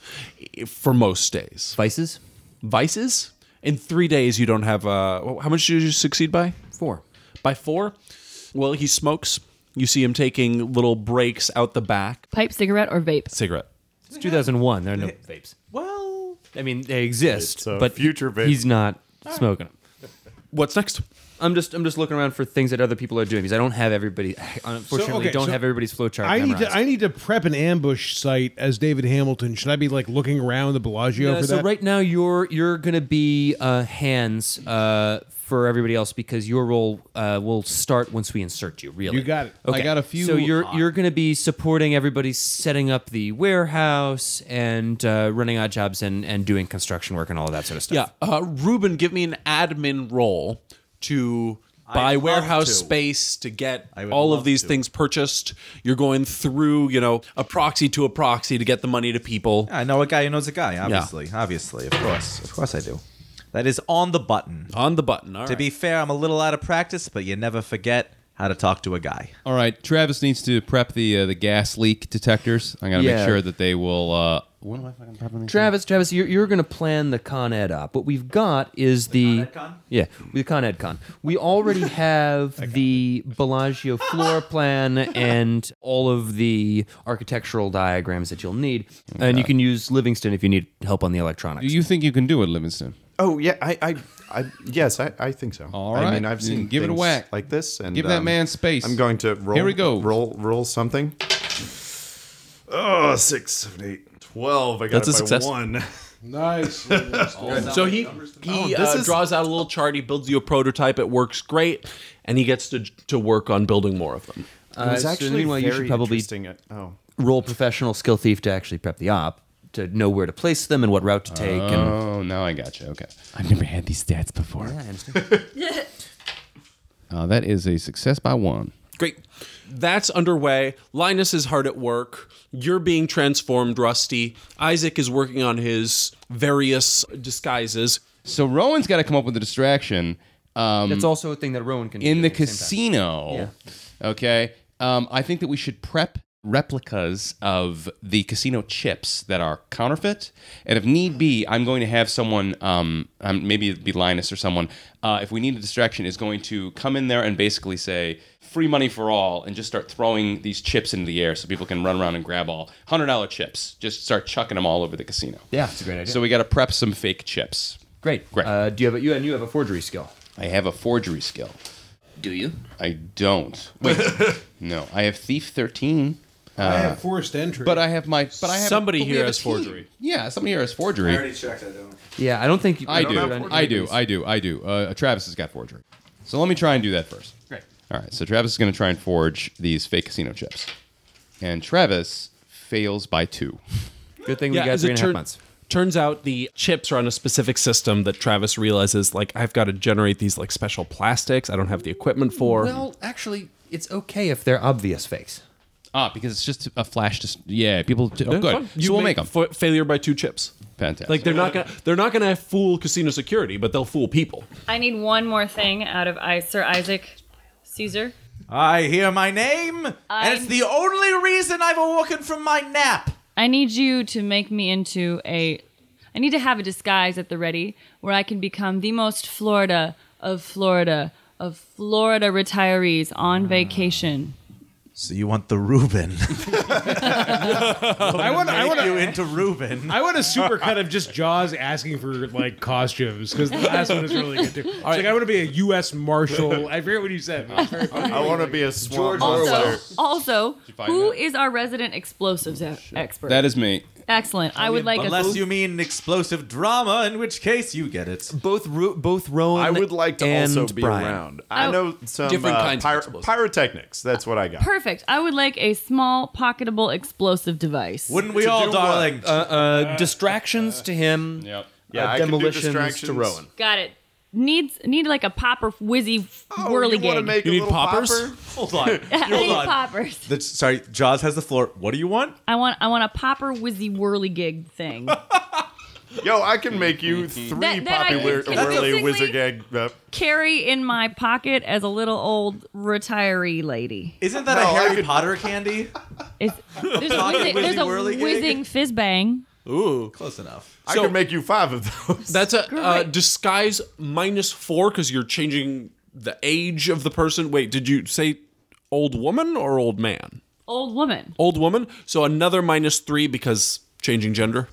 A: for most days.
B: Vices
A: Vices? In three days, you don't have Uh, how much did you succeed by?
B: four.
A: By four? Well, he smokes. You see him taking little breaks out the back.
D: Pipe, cigarette, or vape?
A: Cigarette.
B: It's 2001. There are no vapes.
E: Well,
B: I mean, they exist,
H: It's a
B: but
H: future vape.
B: He's not smoking them.
A: What's next?
B: I'm just I'm just looking around for things that other people are doing because I don't have everybody. I unfortunately
F: okay,
B: don't
F: so
B: have everybody's flowchart.
F: I need to
B: memorized.
F: I need to prep an ambush site as David Hamilton. Should I be like looking around the Bellagio
B: Uh,
F: for
B: so
F: that?
B: right now you're you're gonna be uh, hands uh, for everybody else because your role uh, will start once we insert you. Really,
F: You got it.
B: Okay.
C: I got a few-
B: So you're you're gonna be supporting everybody setting up the warehouse and uh, running odd jobs and and doing construction work and all of that sort of stuff.
A: Yeah. Uh, Ruben, give me an admin role to buy
E: love
A: warehouse
E: to.
A: space to get
E: I would
A: all of
E: love
A: these
E: to.
A: things purchased. You're going through, you know, a proxy to a proxy to get the money to people.
E: I know a guy who knows a guy. Obviously, obviously, of course, of course, I do. That is on the button.
A: On the button. All
E: To be fair, I'm a little out of practice, but you never forget how to talk to a guy.
C: All right. Travis needs to prep the uh, the gas leak detectors. I'm gonna
B: Yeah.
C: make sure that they will uh,
L: What am I fucking popping these?
B: Travis, Travis, you're, you're going to plan the Con Ed op. What we've got is the,
E: Con?
B: yeah, the Con Ed Con. We already
C: <laughs>
B: have the Bellagio floor
C: <laughs>
B: plan and all of the architectural diagrams that you'll need, and you can use Livingston if you need help on the electronics.
C: Do you think you can do it, Livingston?
H: Oh yeah, I, I, I yes, I, I think so. All
C: right.
H: I mean, I've
C: Then
H: seen
C: give it a
H: things
C: whack.
H: like this, and um,
C: Give that man space.
H: I'm going to roll.
C: Here we go.
H: Roll, roll something. Oh, six, seven, eight, twelve. I got
A: That's a
H: it by
A: success.
H: one.
F: Nice.
A: So he he
H: Oh, this
A: uh,
H: is-
A: draws out a little chart. He builds you a prototype. It works great, and he gets to to work on building more of them.
B: Uh, so meanwhile, you should probably
H: interesting. At, oh,
B: roll professional skill thief to actually prep the op to know where to place them and what route to take. and
C: Oh, now I got you. Okay.
L: I've never had these stats before.
C: Uh, that is a success by one.
A: Great. That's underway. Linus is hard at work. You're being transformed, Rusty. Isaac is working on his various disguises.
C: So Rowan's got to come up with a distraction. <laughs> Um,
B: it's also a thing that Rowan can
C: in
B: do
C: the
B: at same time.
C: casino. Okay. Um, I think that we should prep replicas of the casino chips that are counterfeit, and if need be, I'm going to have someone, um, um, maybe it'd be Linus or someone, uh, if we need a distraction, is going to come in there and basically say free money for all, and just start throwing these chips into the air so people can run around and grab all hundred dollar chips. Just start chucking them all over the casino.
B: Yeah, it's a great idea.
C: So we got to prep some fake chips.
B: Great.
C: Great.
B: Uh, do you have a, you and you have a forgery skill?
C: I have a forgery skill.
B: Do you?
C: I don't.
B: <laughs>
C: Wait, no, I have thief thirteen, uh,
F: I have forced entry.
C: but I have my. But I have
A: Somebody
C: but we
A: here
C: have a
A: has
C: team.
A: forgery.
C: Yeah, somebody here has forgery.
E: checked. I don't.
B: Yeah, I don't think you,
C: I, do.
B: don't know if
C: I do. I do. I do. Uh, Travis has got forgery. So let me try and do that first. Great. All right. So Travis is going to try and forge these fake casino chips, and Travis fails by two.
B: Good thing we got
A: as it
B: three and a half
A: turn-
B: months.
A: Turns out the chips are on a specific system that Travis realizes, like, I've got to generate these like special plastics. I don't have the equipment for.
B: Well, actually, it's okay if they're obvious fakes.
C: Ah, because it's just a flash. Just yeah, people. oh, good.
A: Fine.
C: so we'll make them.
A: fa- failure by two chips.
C: Fantastic.
A: Like they're not gonna they're not gonna fool casino security, but they'll fool people.
D: I need one more thing out of I- Sir Isaac Caesar.
G: I hear my name, and it's
D: I'm-
G: the only reason I've awoken from my nap.
D: I need you to make me into a. I need to have a disguise at the ready where I can become the most Florida of Florida of Florida retirees on vacation.
G: So you want the Reuben?
F: I want. I want.
G: <laughs> you
F: to.
G: into Reuben?
F: <laughs> I want a super cut of just Jaws asking for like costumes because the last one is really good too. It's like I want to be a U.S. <laughs> Marshal. I forget what you said. but it's very funny.
H: I want to be a swamp
D: Also,
H: monster.
D: also,
C: find
D: who
C: that?
D: is our resident explosives e- expert?
C: Oh, that is me.
D: Excellent. I would like a
G: Unless you mean explosive drama, in which case you get it.
B: Both Ro- both Rowan.
H: I would like to
B: and
H: also be
B: Brian.
H: around. I
D: Oh.
H: know some
A: Different
H: uh,
A: kinds of
H: pyro-
A: explosives.
H: pyrotechnics. That's what I got.
D: perfect. I would like a small pocketable explosive device.
G: Wouldn't we all, darling?
B: Uh, distractions to him.
C: Yep.
H: yeah,
B: uh,
H: I can do
B: demolitions
H: distractions.
B: to Rowan.
D: Got it. Needs need like a popper whizzy
H: Oh,
D: whirly
H: you want to
D: gig.
H: make
A: You
H: a
A: need
H: little
A: poppers?
H: popper?
G: <laughs> hold
D: <laughs>
G: on.
D: I
G: Hold
D: need
G: on.
D: poppers.
G: The- sorry, Jaws has the floor. What do you want?
D: I want I want a popper whizzy whirly gig
G: <laughs>
D: thing.
H: Yo, I can make you three
D: That- that I
H: poppy
D: can
H: whir- whirly
D: consistently-
H: wizard gag. Uh,
D: Carry in my pocket as a little old retiree lady.
G: Isn't that
H: No,
G: a
H: I
G: Harry
H: could-
G: Potter candy?
D: It's, there's a,
G: Pocket
D: whizzing, there's
G: whizzy whirly
D: a
G: gig?
D: whizzing fizz bang.
G: Ooh, close enough.
H: I
A: So-
H: can make you five of those. <laughs>
A: That's a uh,
D: Great.
A: disguise minus four because you're changing the age of the person. Wait, did you say old woman or old man?
D: Old woman.
A: Old woman. So another minus three because changing gender.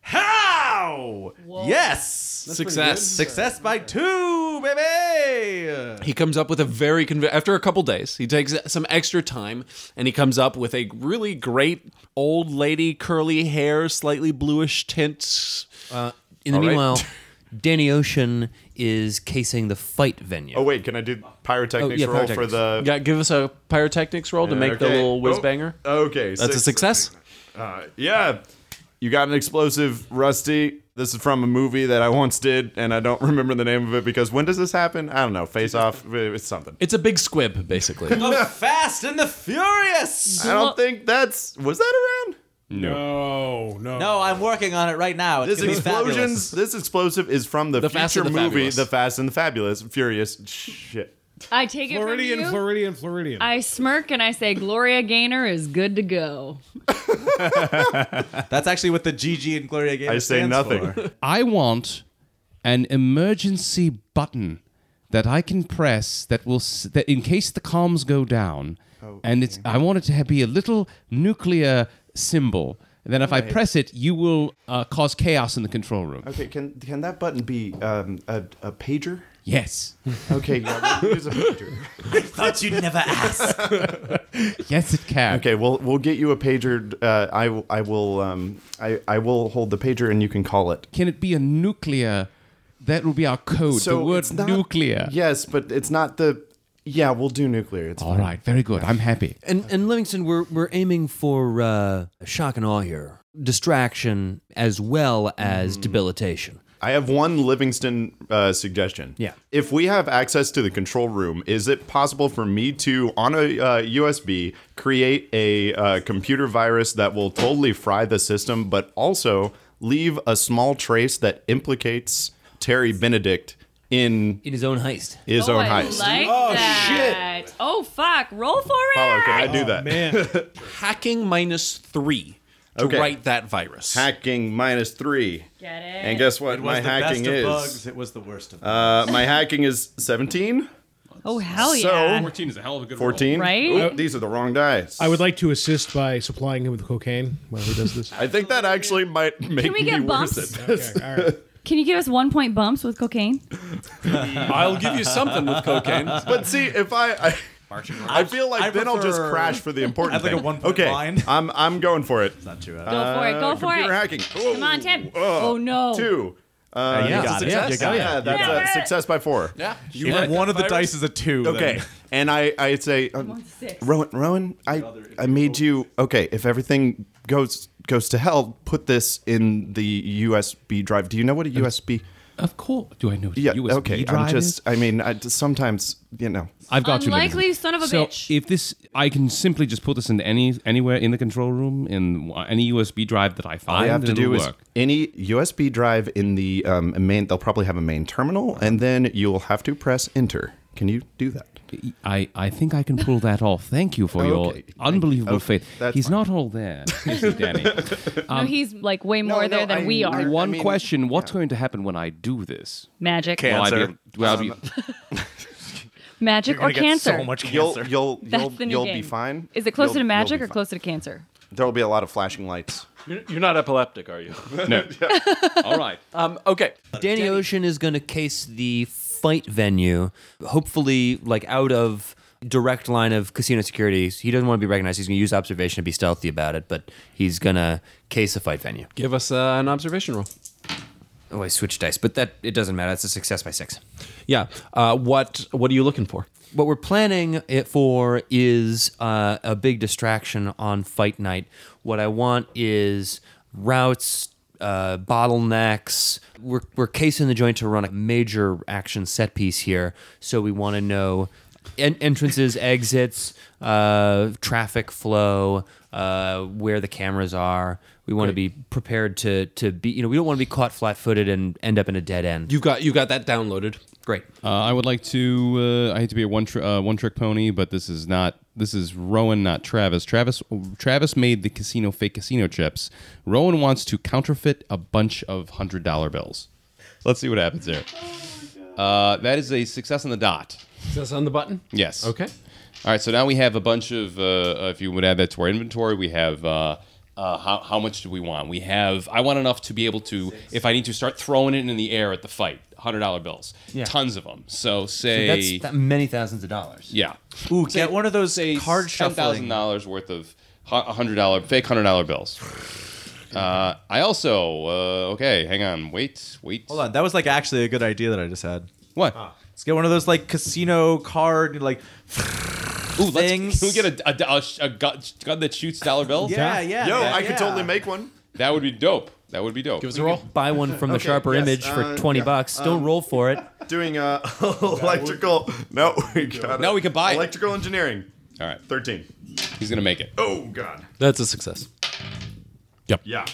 G: How? Yes.
A: Success.
G: Success by two, baby.
A: He comes up with a very conv- after a couple days. He takes some extra time and he comes up with a really great old lady, curly hair, slightly bluish tint.
B: In
A: All
B: the
A: right.
B: meanwhile,
H: <laughs>
B: Danny Ocean is casing the fight venue.
H: Oh wait, can I do pyrotechnics
B: Oh, yeah,
H: roll for
B: pyrotechnics.
H: the
A: Yeah, give us a pyrotechnics roll to make the
H: Okay.
A: little whiz
H: Oh,
A: banger.
H: Okay,
A: That's a
H: six.
A: success.
H: Uh, yeah, you got an explosive, Rusty. This is from a movie that I once did, and I don't <laughs> remember the name of it because when does this happen? I don't know. Face Off. uh, It's something.
A: It's a big squib, basically.
G: The Fast and the Furious.
H: I don't think that's was that around.
F: no, Oh, no.
G: No, I'm working on it right now. It's
H: This
G: gonna be fabulous.
H: explosions. This explosive is from the,
A: The Fast
H: future
A: and the
H: movie,
A: Fabulous.
H: The Fast and the Fabulous, Furious. Shit.
D: I take it
F: Floridian,
D: from you.
F: Floridian, Floridian.
D: I smirk and I say, Gloria Gaynor is good to go.
E: That's actually what the GG and Gloria Gaynor
H: I say
E: stands
H: nothing. <laughs>
E: for.
C: I want an emergency button that I can press that will s- that in case the comms go down,
H: Oh,
C: and it's I want it to ha- be a little nuclear symbol. And then if I press it, you will uh, cause chaos in the control room.
H: Okay, can can that button be um, a, a pager?
C: Yes, <laughs>
H: Okay, yeah, we'll use a pager.
E: Thought you'd never ask.
C: yes, it can.
H: <laughs> Okay, we'll we'll get you a pager. Uh, I w- I will um I, I will hold the pager and you can call it.
C: Can it be a nuclear? That will be our code. the word
H: it's not-
C: nuclear.
H: Yes, but it's not the. Yeah, we'll do nuclear. It's
C: All right. Very good. I'm happy.
B: And and Livingston, we're we're aiming for uh, shock and awe here, distraction as well as
H: Mm.
B: debilitation.
H: I have one Livingston uh, suggestion.
B: Yeah.
H: If we have access to the control room, is it possible for me to, on a uh, USB, create a uh, computer virus that will totally fry the system, but also leave a small trace that implicates Terry Benedict in
B: In his own heist.
H: his
D: oh,
H: own
D: I
H: heist?
D: like that. Shit. Oh, fuck. Roll for it.
H: Paulo, can I do
F: <laughs>
H: that?
F: Man,
A: Hacking minus three to
H: Okay.
A: write that virus.
H: Hacking minus three.
D: Get it.
H: And guess what?
E: It
H: My
E: was the
H: hacking
E: best of
H: is.
E: bugs. It was the worst of bugs.
H: Uh, my hacking is 17,
D: oh, hell
H: So-
D: yeah.
M: 14 is a hell of a good
H: 14.
D: Right?
H: Oop, these are the wrong dice.
F: I would like to assist by supplying him with cocaine while he does <laughs> this.
H: I think that actually might make
D: we
H: me
D: get
H: worse
D: bumps?
H: at
F: Okay, all right.
D: Can you give us one point bumps with cocaine?
A: I'll give you something with cocaine.
H: But see, if I, I, I feel like
E: I
H: then I'll just
E: prefer-
H: crash for the important
E: I have like a
H: thing.
E: one-point
H: okay,
E: line.
H: <laughs> I'm I'm going for it.
E: Not true.
D: Go for it. Go
H: Uh,
D: for it.
H: Computer hacking.
D: Come on, Tim.
H: Oh,
D: Oh, no.
H: Two. Uh,
E: you got it.
H: success.
E: You got
H: yeah,
E: it.
H: that's
D: You got
H: a
D: it.
H: success by four.
A: <laughs> yeah. You
E: If
A: write
E: one
A: that
E: of the
A: virus.
E: dice is a two. then-
H: Okay, and I I say, um,
D: One's six.
H: Rowan, Rowan, I I made you okay. If everything goes goes to hell, put this in the USB drive. Do you know what a USB?
C: Of course. Do I know? what
H: Yeah.
C: USB
H: okay.
C: drive
H: I'm
C: is?
H: just. I mean, I, sometimes you know.
C: I've got you.
D: Unlikely
C: Livingston.
D: son of a
C: so
D: bitch.
C: If this, I can simply just put this into any anywhere in the control room in any USB drive that I
H: All
C: find.
H: you have to
C: and it'll
H: do is
C: work.
H: any USB drive in the um, main. They'll probably have a main terminal, and then you'll have to press enter. Can you do that?
C: I, I think I can pull that off. Thank you for your
H: Okay.
C: unbelievable faith.
H: That's
C: He's
H: fine.
C: not all there, is he,
H: <laughs>
C: Danny? um,
D: no, he's like way more
H: no,
D: there than
H: I-
D: we are.
C: One
H: mean,
C: question: What's going to happen when I do this?
D: Magic.
N: Can't.
C: Will I be-
N: Cancer.
C: will I
H: Um,
C: be-
D: Magic or cancer.
N: So much
H: You'll
N: cancer.
H: you'll
D: <laughs> That's
H: you'll,
D: the new
H: you'll
D: game.
H: be fine.
D: Is it closer
H: You'll-
D: to magic
H: you'll
D: or
H: be fine.
D: closer to cancer?
H: There will be a lot of flashing lights.
A: You're- You're not epileptic, are you?
C: no. <laughs> all right.
A: Um, okay.
B: Danny Ocean is going to case the fight venue, hopefully, like out of direct line of casino security. He doesn't want to be recognized. He's going to use observation and be stealthy about it, but he's going to case a fight venue.
A: Give us uh, an observation roll.
B: Oh, I switched dice, but that it doesn't matter. It's a success by six.
A: Yeah. Uh, what What are you looking for?
B: What we're planning it for is uh, a big distraction on fight night. What I want is routes, uh, bottlenecks. We're, we're casing the joint to run a major action set piece here, so we want to know en- entrances, exits, uh, traffic flow, uh, where the cameras are. We want to be prepared to to be. You know, we don't want to be caught flat-footed and end up in a dead end.
A: You got You got that downloaded.
B: Great.
C: Uh, I would like to. Uh, I hate to be a one tri- uh, one trick pony, but this is not. This is Rowan, not Travis. Travis Travis made the casino fake casino chips. Rowan wants to counterfeit a bunch of hundred dollar bills. Let's see what happens there. Uh, that is a success on the dot.
A: That's on the button.
C: Yes.
A: Okay.
C: All right. So now we have a bunch of. Uh, uh, if you would add that to our inventory, we have. Uh, uh, how, how much do we want? We have. I want enough to be able to, if I need to start throwing it in the air at the fight, hundred dollar bills, tons of them. So say
B: That's that many thousands of dolards.
C: yeah.
E: Ooh, get one of those card
C: Ten thousand
E: shuffling.
C: dollars worth of hu- hundred dollar fake hundred dollar bills. Uh, I also uh, okay. Hang on. Wait. Wait.
E: Hold on, that was like actually a good idea that I just had.
C: What?
E: Let's get one of those like casino card like
C: Ooh, let's, can
E: things.
C: we get a, a, a, a gun, gun that shoots dollar bills?
E: yeah, yeah.
H: Yo,
E: yeah,
H: I could
E: yeah.
H: totally make one.
C: That would be dope. That would be dope.
A: Give us a roll.
B: buy one from the sharper
H: yes,
B: image for
H: uh,
B: 20
H: yeah,
B: bucks don't roll for it
H: Doing uh, <laughs> electrical. No, we got it.
C: No, we could buy it.
H: electrical engineering.
C: All right.
H: Thirteen.
C: He's gonna make it.
H: Oh God.
A: That's a success.
H: Yeah.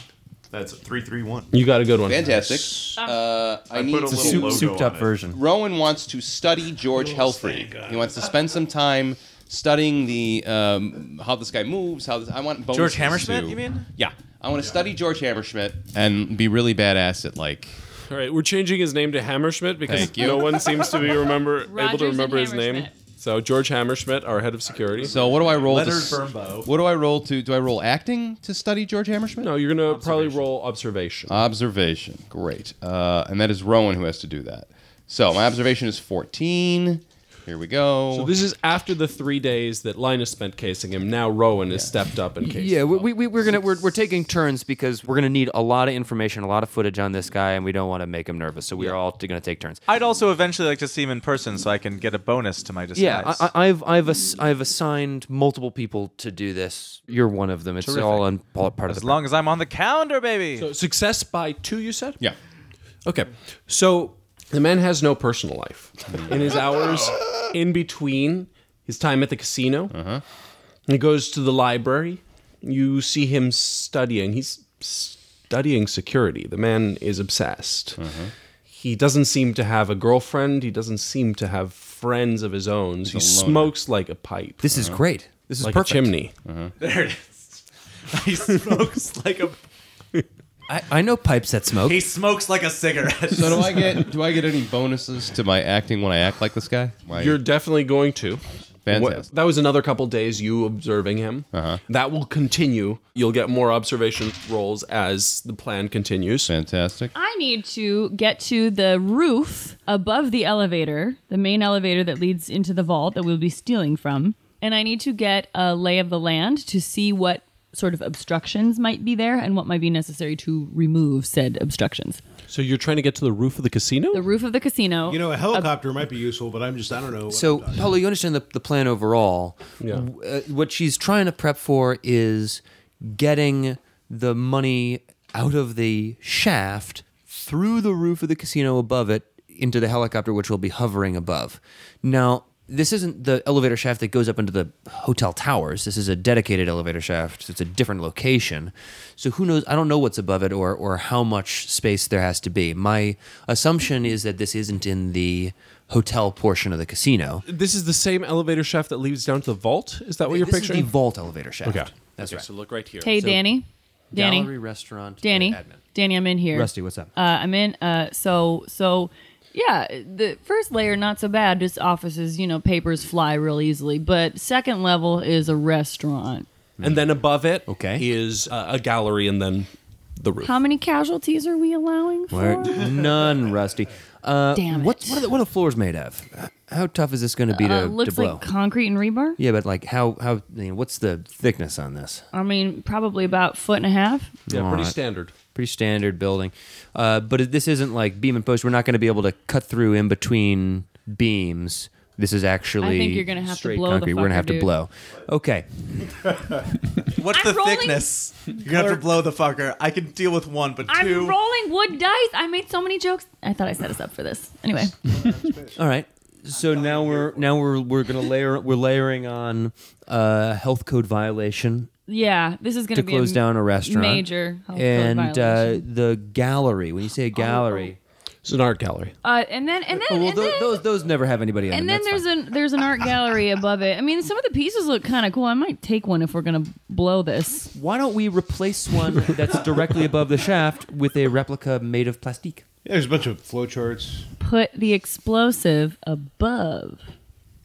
H: That's a three three one.
L: You got a good one.
C: Fantastic. Uh, I,
H: I
C: need
H: put a
C: to
H: little logo
B: souped up
H: on it.
B: version.
C: Rowan wants to study George Helfrey. He wants to spend some time studying the um, how this guy moves. How this, I want
O: George
C: bonuses
O: Hammerschmidt,
C: to-
O: you mean?
C: Yeah, I want to study George Hammerschmidt and be really badass at like.
L: All right, we're changing his name to Hammerschmidt because
C: Thank you.
L: no one seems
D: <laughs>
L: to be remember able
D: Rogers
L: to
D: and
L: remember his name.
D: Hammerschmidt.
L: So George Hammerschmidt, our head of security.
C: So what do I roll?
O: Leonard
C: to, s-
O: Birnbaum.
C: What do I roll to? Do I roll acting to study George Hammerschmidt?
L: no, you're gonna probably roll observation.
C: Uh, Observation. Great. Uh, and that is Rowan who has to do that. So my observation is 14. Here we go.
L: so this is after the three days that Linus spent casing him. Now Rowan has stepped up and cased.
B: Yeah,
L: him.
B: we, we- we, we're gonna we're, we're taking turns because we're gonna need a lot of information, a lot of footage on this guy, and we don't want to make him nervous. So we are all t- gonna take turns.
O: I'd also eventually like to see him in person so I can get a bonus to my disguise.
B: Yeah, I, I, I've I've ass- I've assigned multiple people to do this. You're one of them. It's all on pa- part of
O: as
B: the.
O: long as I'm on the calendar, baby.
E: <laughs>
L: So success by two, you said?
C: yeah.
L: Okay. So the man has no personal life. In
B: <laughs>
L: his hours in between his time at the casino,
B: Uh-huh.
L: he goes to the library. You see him studying. He's studying security. The man is obsessed.
B: Uh-huh.
L: He doesn't seem to have a girlfriend. He doesn't seem to have friends of his own. he smokes like a pipe,
B: this is great. This is
L: like
B: perfect.
L: a chimney.
E: There it is. <laughs> He smokes like a
B: I, I know pipes that smoke.
E: he smokes like a cigarette. <laughs>
C: So do I get do I get any bonuses to my acting when I act like this guy? My-
L: You're definitely going to.
C: Fantastic. Uh-huh.
L: That was another couple days you observing him. That will continue. You'll get more observation rolls as the plan continues.
C: Fantastic.
D: I need to get to the roof above the elevator, the main elevator that leads into the vault that we'll be stealing from. And I need to get a lay of the land to see what sort of obstructions might be there and what might be necessary to remove said obstructions.
L: So you're trying to get to the roof of the casino?
D: The roof of the casino.
F: You know, a helicopter might be useful, but I'm just I don't know. what
B: So,
F: I'm done.
B: Paulo, you understand the, the plan overall. Yeah. Uh, what she's trying to prep for is getting the money out of the shaft through the roof of the casino above it into the helicopter, which will be hovering above. Now, this isn't the elevator shaft that goes up into the hotel towers. This is a dedicated elevator shaft. It's a different location. So who knows? I don't know what's above it or, or how much space there has to be. My assumption is that this isn't in the hotel portion of the casino.
L: this is the same elevator shaft that leads down to the vault? Is that what you're
B: this
L: picturing?
B: is the vault elevator shaft.
L: Okay.
B: That's right.
L: So look right here.
D: hey,
B: So-
D: Danny. Danny.
B: Gallery restaurant.
D: Danny.
B: uh, Admin.
D: Danny, I'm in here.
B: Rusty, what's up?
D: Uh, I'm in. Uh, so so yeah, the first layer not so bad. Just offices, you know, papers fly real easily. But second level is a restaurant.
L: And then above it
B: Okay.
L: is uh, a gallery and then the roof.
D: How many casualties are we allowing for?
B: None, Rusty. Uh,
D: Damn
B: What,
D: it.
B: what, are the, what are the floors made of? How tough is this going to be
D: Uh,
B: to, to
D: looks
B: blow?
D: like concrete and rebar.
B: yeah, but like how how you know, what's the thickness on this?
D: I mean, probably about foot and a half.
L: yeah, pretty
B: Alright.
L: standard.
B: Pretty standard building, uh, but it- this isn't like beam and post. We're not going to be able to cut through in between beams. This is actually
D: I think you're gonna have to
B: straight
D: blow the
B: concrete. We're gonna
D: fucker,
B: have to
D: dude.
B: blow. Okay,
E: What's
D: I'm
E: the
D: rolling-
E: thickness? You're gonna have to blow the fucker. I can deal with one, but
D: I'm
E: 2
D: rolling wood dice. I made so many jokes. I thought I set us up for this. Anyway,
B: <laughs> All right. So now we're now we're we're gonna layer we're layering on uh, health code violation
D: yeah, this is gonna
B: to
D: be
B: close
D: a
B: down a restaurant
D: major health code
B: and uh,
D: violation.
B: the gallery. When you say gallery,
L: It's an art gallery.
D: Uh, and then and then
B: well,
D: and
B: tho-
D: then,
B: those those never have anybody. in
D: and
B: them.
D: then
B: That's
D: there's an there's an art gallery above it. I mean, some of the pieces look kind of cool. I might take one if we're gonna blow this.
B: fine. why don't we replace one that's directly above the shaft with a replica made of plastique?
F: yeah, there's a bunch of flowcharts.
D: Put the explosive above,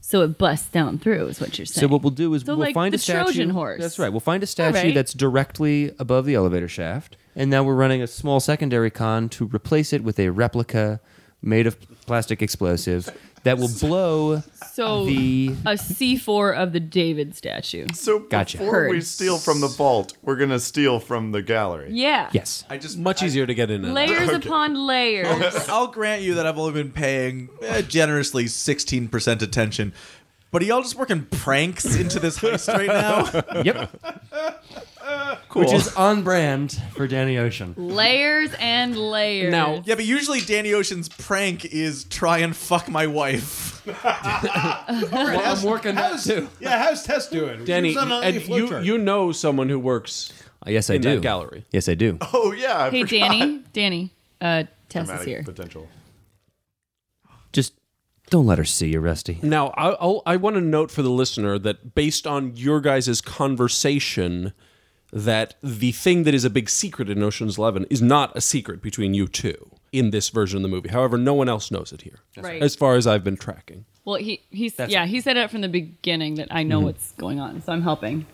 D: so it busts down through. Is what you're
B: So
D: saying.
B: what we'll do is
D: So,
B: we'll
D: like,
B: find
D: the
B: a statue.
D: Trojan horse.
B: That's right. We'll find a statue
D: right.
B: that's directly above the elevator shaft, and now we're running a small secondary con to replace it with a replica made of plastic explosive that will blow
D: So
B: the.
D: a C4 of the David statue.
H: So
B: Gotcha.
H: before we
D: Heard.
H: steal from the vault, we're gonna steal from the gallery.
D: Yeah.
B: Yes.
E: I just
L: Much easier to get in. and out.
D: Layers upon
E: <laughs>
D: layers.
E: I'll grant you that I've only been paying eh, generously 16% attention. But are y'all just working pranks into this <laughs> heist right
B: <laughs>
E: now?
B: Yep. cool. Which is on brand for Danny Ocean.
D: layers and layers.
L: Now-
E: yeah, but usually Danny Ocean's prank is try and fuck my wife.
B: I'm working that too.
F: Yeah, how's Tess doing?
A: Danny,
F: She was on a
A: and
F: flow
A: you,
F: chart.
A: you know someone who works.
B: Uh, yes, I
A: In that
B: do.
A: gallery.
B: Yes, I do.
L: Oh yeah. I
D: Hey,
L: forgot.
D: Danny. Danny. Uh, Tess is
L: Dramatic
D: here.
L: Potential.
B: Just don't let her see you, Rusty.
A: Now, I, I'll, I want to note for the listener that based on your guys' conversation, that the thing that is a big secret in Ocean's Eleven is not a secret between you two in this version of the movie. However, no one else knows it here,
D: right.
A: as far as I've been tracking.
D: Well, he he's yeah he said it from the beginning that I know what's going on, so I'm helping.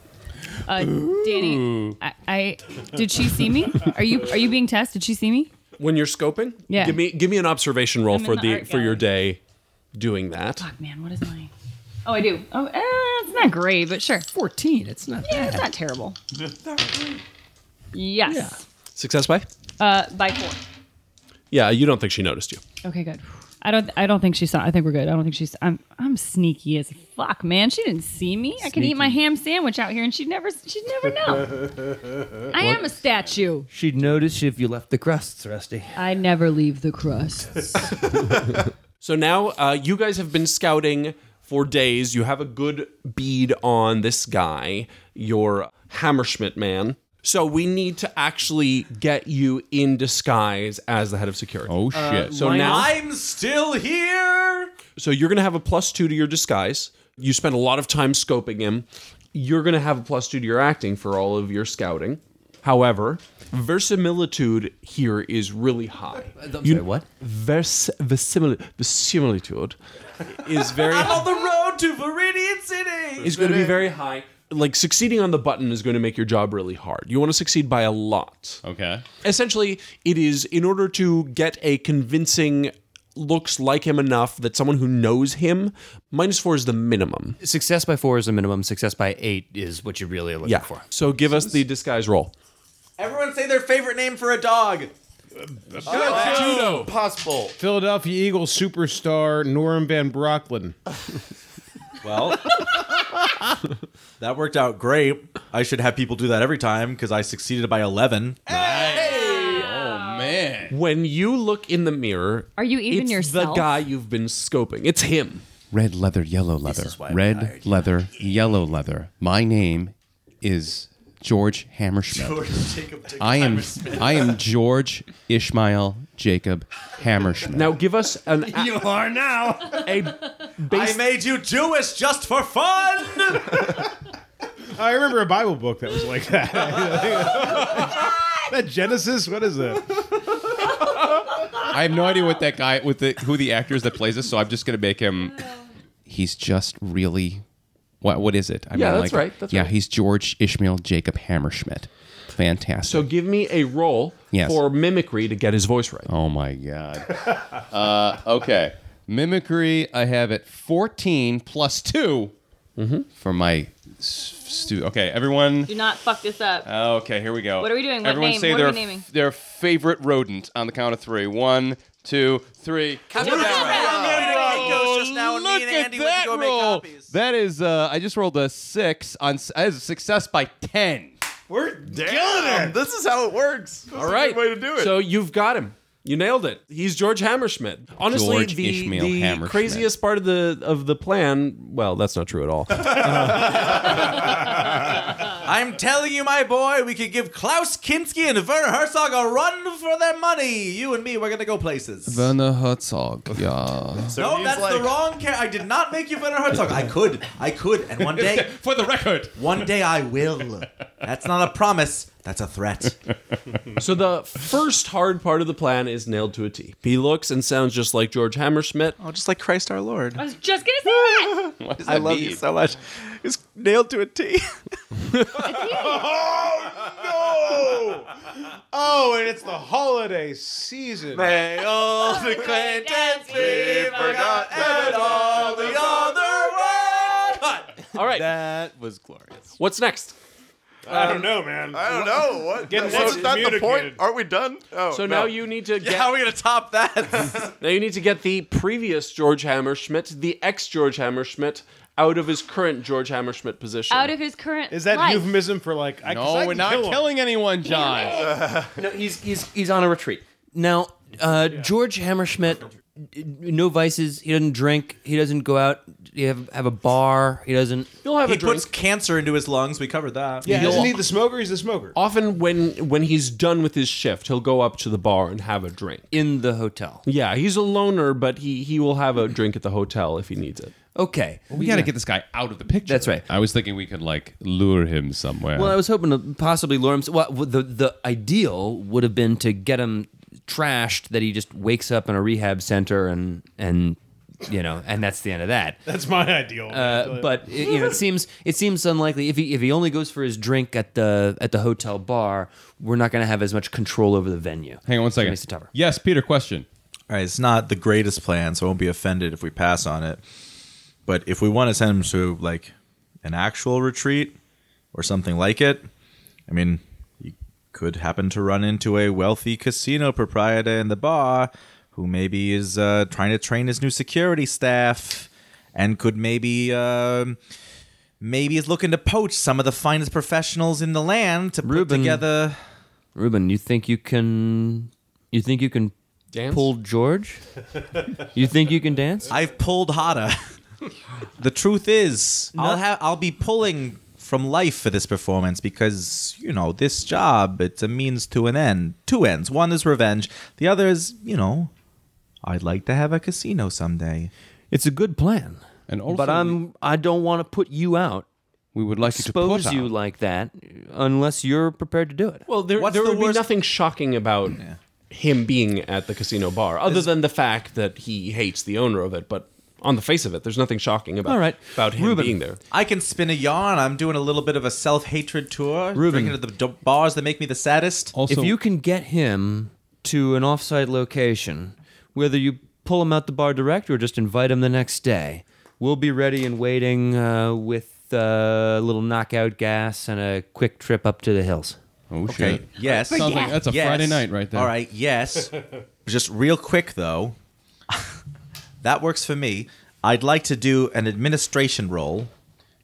D: Uh, Danny, I, I did she see me? Are you are you being tested? Did she see me?
A: When you're scoping,
D: Yeah.
A: give me give me an observation roll
D: I'm in
A: for
D: the
A: the,
D: art
A: for your day doing that.
D: Fuck, man, what is my? Oh, I do. Oh, eh, it's not great, but sure.
B: Fourteen. It's not
D: Yeah, it's not terrible. Yes,
A: Success by?
D: uh, by four.
A: Yeah, you don't think she noticed you.
D: Okay, good. I don't. I don't think she saw. I think we're good. I don't think she's. I'm. I'm sneaky as fuck, man. She didn't see me. I could eat my ham sandwich out here, and she'd never. She'd never know.
A: <laughs>
D: I am a statue.
B: She'd notice if you left the crusts, Rusty.
D: I never leave the crusts.
A: So now uh, you guys have been scouting for days. You have a good bead on this guy, your Hammerschmidt man. So we need to actually get you in disguise as the head of security.
C: Oh shit!
A: so now,
E: I'm still here.
A: so you're gonna have a plus two to your disguise. You spent a lot of time scoping him. You're gonna have a plus two to your acting for all of your scouting. However, verisimilitude here is really high. You-
B: Sorry, what?
A: Vers verisimili- verisimilitude is very
E: On the road to Viridian City.
A: is going to be very high. Like succeeding on the button is going to make your job really hard. You want to succeed by a lot.
C: okay.
A: Essentially, it is in order to get a convincing looks like him enough that someone who knows him minus 4 is the minimum.
B: Success by four is a minimum. Success by eight is what you're really looking
A: Yeah.
B: for.
A: So give us the disguise roll.
E: Everyone say their favorite name for a dog.
L: Possible.
F: Philadelphia Eagles superstar Norm Van Brocklin.
E: <laughs>
P: Well,
E: That worked out great. I should have people do that every time because I succeeded by 11.
C: Man,
A: When you look in the mirror,
D: Are you even
A: it's
D: yourself?
A: the guy you've been scoping. It's him.
C: red leather, yellow leather, red leather, yellow leather. My name is George Hammerschmidt. I am I am George Ishmael Jacob Hammerschmidt.
A: Now give us an You are now a
E: I made you Jewish just for fun.
F: I remember a Bible book that was like that. that Genesis? What is that?
C: I have no idea what that guy with the who the actor is that plays this, so I'm just gonna make him. He's just really, what what is it? I
A: Yeah, that's right, that's
C: yeah,
A: right.
C: he's George Ishmael Jacob Hammerschmidt. Fantastic.
A: So give me a roll
C: Yes.
A: for mimicry to get his voice right.
C: oh my god. <laughs> uh, okay, mimicry. I have it 14 plus 2 for my s- stu. Okay, everyone.
D: Do not fuck this up.
A: Uh,
C: Okay, here we go.
D: What are we doing? What
C: Everyone
D: name?
C: say
D: What are
C: their
D: we naming?
C: their favorite rodent on the count of three. One, two, three. look at that roll. That is, uh, I just rolled a six on. s- That is a success by ten.
L: We're damn. This is how it works. That's
A: All right.
L: A good way to do it.
A: So you've got him. You nailed it. He's George Hammerschmidt. Honestly,
C: George
A: the,
C: Ishmael
A: the
C: Hammerschmidt.
A: craziest part of the of the plan. Well, that's not true at all.
E: I'm telling you, my boy, we could give Klaus Kinski and Werner Herzog a run for their money. You and me, we're gonna go places.
C: Werner Herzog. Yeah.
L: So
E: no,
L: he's
E: that's the
L: like-
E: wrong character. I did not make you Werner Herzog. I could, I could, and one day,
C: For the record,
E: one day I will. That's not a promise. That's a threat.
A: so the first hard part of the plan is nailed to a T. He looks and sounds just like George Hammerschmidt.
P: oh, just like Christ our Lord.
D: I was just gonna say that.
P: I love you so much. It's nailed to a T.
F: Oh, and it's the holiday season.
P: May all the acquaintance be forgotten and all the other world.
A: All right.
P: That was glorious.
A: What's next?
F: I don't know, man.
L: Um, I don't know. What?
F: Getting
L: Wasn't that the point?
F: excommunicated.
L: Aren't we done? Oh,
A: So
L: no.
A: now you need to get
E: Oh,
P: How are we gonna top that?
A: now you need to get the previous George Hammerschmidt, the ex George Hammerschmidt, out of his current George Hammerschmidt position.
D: Out of his current
F: Is that
D: life.
F: euphemism for like? I, 'cause
C: no,
F: I
C: we're
F: can
C: not
F: kill him.
C: killing anyone, John.
B: No, he's he's he's on a retreat now. Uh, George Hammerschmidt no vices. He doesn't drink. He doesn't go out. He have have a bar. He doesn't.
Q: He'll have
E: He
Q: a drink.
E: puts cancer into his lungs. We covered that.
F: Yeah,
Q: He'll-
F: isn't he the smoker? He's the smoker.
Q: Often when when he's done with his shift, he'll go up to the bar and have a drink.
B: in the hotel.
Q: Yeah, he's a loner, but he he will have a drink at the hotel if he needs it.
B: Okay.
L: We got to get this guy out of the picture.
B: That's right.
L: I was thinking we could like lure him somewhere.
B: Well, I was hoping to possibly lure him. Well, the the ideal would have been to get him trashed that he just wakes up in a rehab center and and you know and that's the end of that.
F: That's my ideal.
B: Uh, but it, you know, it seems it seems unlikely if he if he only goes for his drink at the at the hotel bar, we're not going to have as much control over the venue.
L: Hang on one
B: So it
L: second.
B: makes it tougher.
L: Yes, Peter. Question.
E: All right, it's not the greatest plan, so I won't be offended if we pass on it. But if we want to send him to like an actual retreat or something like it, I mean, you could happen to run into a wealthy casino proprietor in the bar who maybe is uh, trying to train his new security staff and could maybe. um Maybe is looking to poach some of the finest professionals in the land to put
B: Ruben.
E: together.
B: Ruben, you think you can you think you can
Q: Dance?
B: pull George? you think you can dance?
E: I've pulled harder. <laughs> the truth is, I'll have I'll be pulling from life for this performance because you know this job it's a means to an end, two ends. One is revenge. The other is you know, I'd like to have a casino someday.
B: It's a good plan.
L: And also,
B: but I'm I don't want to put you out,
L: we would like you to put
B: expose you
L: out-
B: like that, unless you're prepared to do it.
Q: Well, there
E: What's
Q: there
E: the
Q: would
E: worst-
Q: be nothing shocking about him being at the casino bar, other than the fact that he hates the owner of it. But on the face of it, there's nothing shocking about
B: All right.
Q: about him
B: Ruben.
Q: being there.
E: I can spin a yarn. I'm doing a little bit of a self hatred tour,
B: Ruben.
E: drinking at the d- bars that make me the saddest.
L: Also,
B: if you can get him to an offsite location, whether you pull him out the bar direct or just invite him the next day, we'll be ready and waiting uh, with uh, a little knockout gas and a quick trip up to the hills.
L: oh
E: Okay.
L: shit.
E: Yes.
L: Sounds like that's a
E: Yes.
L: Friday night right there.
E: All right, yes. Just real quick though. that works for me. I'd like to do an administration role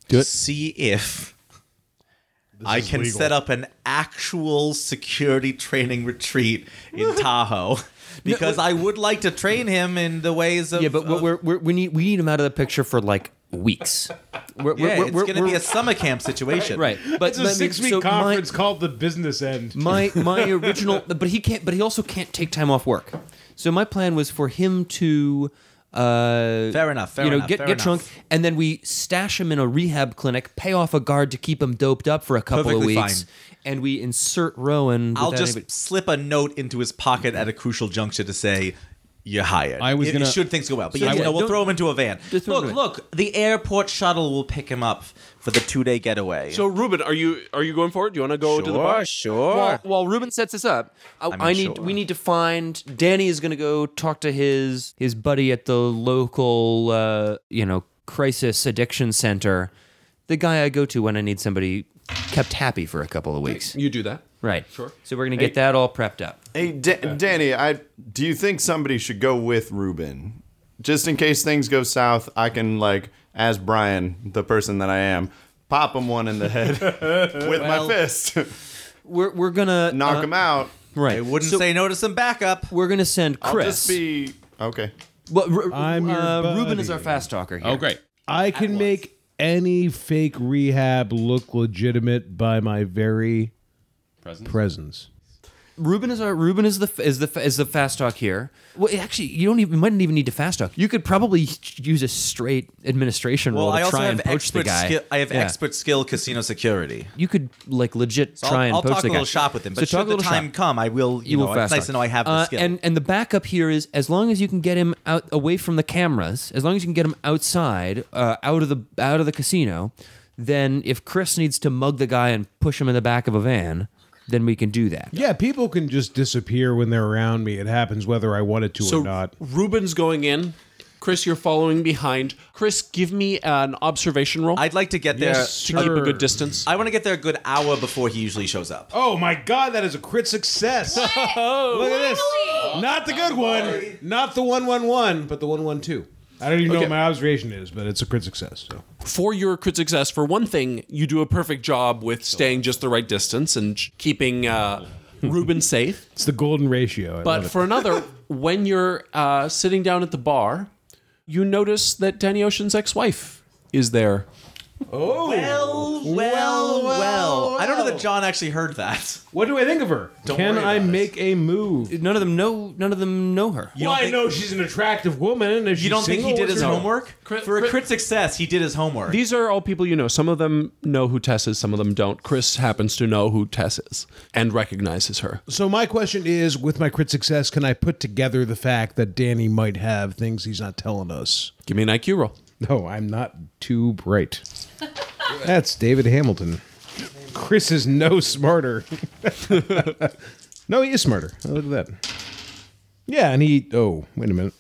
E: to see if I can set up an actual security training retreat in Tahoe. Because I would like to train him in the ways of
B: Yeah, but
E: of-
B: we're, we're, we need we need him out of the picture for like weeks. We're,
E: yeah, it's going to be a summer camp situation,
B: right. But
F: it's
B: but I
F: a
B: mean,
F: six week
B: so my-
F: conference called the Business
B: <laughs>
F: End.
B: my my original but he can't but he also can't take time off work so my plan was for him to uh
E: Fair enough, fair
B: you know
E: enough,
B: get
E: fair
B: get
E: enough.
B: drunk and then we stash him in a rehab clinic pay off a guard to keep him doped up for a couple
E: Perfectly
B: of weeks
E: fine.
B: and we insert rowan
E: I'll
B: without
E: just
B: anybody-
E: slip a note into his pocket at a crucial juncture to say you're hired.
L: I was
E: If-
L: gonna-
E: should things go well, but
B: So
E: yeah,
B: yeah,
E: you know, we'll
B: don't-
E: throw him into a van.
B: Just throw him
E: Look,
B: in a van.
E: look, the airport shuttle will pick him up for the two day getaway.
Q: So, Ruben, are you are you going for it? Do you want to go to the bar?
E: sure, sure.
B: while, while Ruben sets us up, I, I,
E: mean,
B: need
E: sure.
B: we need to find Danny is going to go talk to his his buddy at the local uh, you know crisis addiction center, the guy I go to when I need somebody kept happy for a couple of weeks.
Q: You do that.
B: Right. Sure. So we're going to get that all prepped up.
H: Hey, Da- Danny, I do you think somebody should go with Ruben? Just in case things go south, I can like as Brian, the person that I am, pop him one in
F: <laughs>
H: the head with my fist, <laughs>
B: We're we're gonna
H: knock
B: uh,
H: him out.
B: Right.
E: I wouldn't
B: So
E: say no to some backup.
B: We're gonna send
H: I'll
B: Chris.
H: just be okay.
B: well, Ru-
F: I'm your
B: uh, Ruben is our
F: buddy.
B: fast talker here.
L: Oh great.
F: I can make any fake rehab look legitimate by my very
L: Present.
F: presence.
B: Ruben is our Ruben is the is the is the fast talk here. Well, actually, you don't even you mightn't even need to fast talk. You could probably use a straight administration
E: Well,
B: role to
E: I also
B: try
E: have
B: and poach the
E: expert
B: guy.
E: skill. I have
B: Yeah.
E: expert skill casino security.
B: You could like legit
E: So I'll-
B: try
E: I'll,
B: and poach
E: talk
B: the
E: a
B: guy.
E: little shop with him.
B: So
E: But
B: talk a
E: should the
B: little
E: time
B: shop.
E: come, I will. You,
B: you
E: know,
B: will
E: it's
B: fast
E: nice
B: talk.
E: to know I have the
B: Uh,
E: skill.
B: And and the backup here is as long as you can get him out away from the cameras, as long as you can get him outside, uh, out of the out of the casino, then if Chris needs to mug the guy and push him in the back of a van, then we can do that.
F: Yeah, people can just disappear when they're around me. It happens whether I want it to
Q: So
F: or not.
Q: Ruben's going in. Chris, you're following behind. Chris, give me an observation roll.
E: I'd like to get there. uh,
F: Yes,
Q: to keep a
F: sir.
Q: good distance.
E: I want to get there a good hour before he usually shows up.
F: Oh my god, that is a crit success. <laughs> Look at this. Not the good one. Not the 111, but the 112. I don't even know what my observation is, but it's a crit success. So.
Q: for your crit success, for one thing, you do a perfect job with staying just the right distance and sh- keeping uh, Ruben safe.
F: <laughs> It's the golden ratio. I
Q: But
F: love it.
Q: for another,
A: when you're uh, sitting down at the bar, you notice that Danny Ocean's ex-wife is there.
G: Well, well. I don't know that John actually heard that.
F: What do I think of her? Can I make a move?
B: None of them know. None of them know her.
F: well, I know she's an attractive woman. And if
G: You don't think he did his homework?
A: Crit-
G: For a
A: crit-
G: crit success, he did his homework.
A: These are all people you know. Some of them know who Tess is, some of them don't. Chris happens to know who Tess is and recognizes her.
F: So my question is, with my crit success, can I put together the fact that Danny might have things he's not telling us?
A: Give me an IQ roll.
F: No, I'm not too bright. That's David Hamilton. Chris is no smarter. <laughs> no, he is smarter. Oh, Look at that. Yeah, and he. Oh, wait a minute.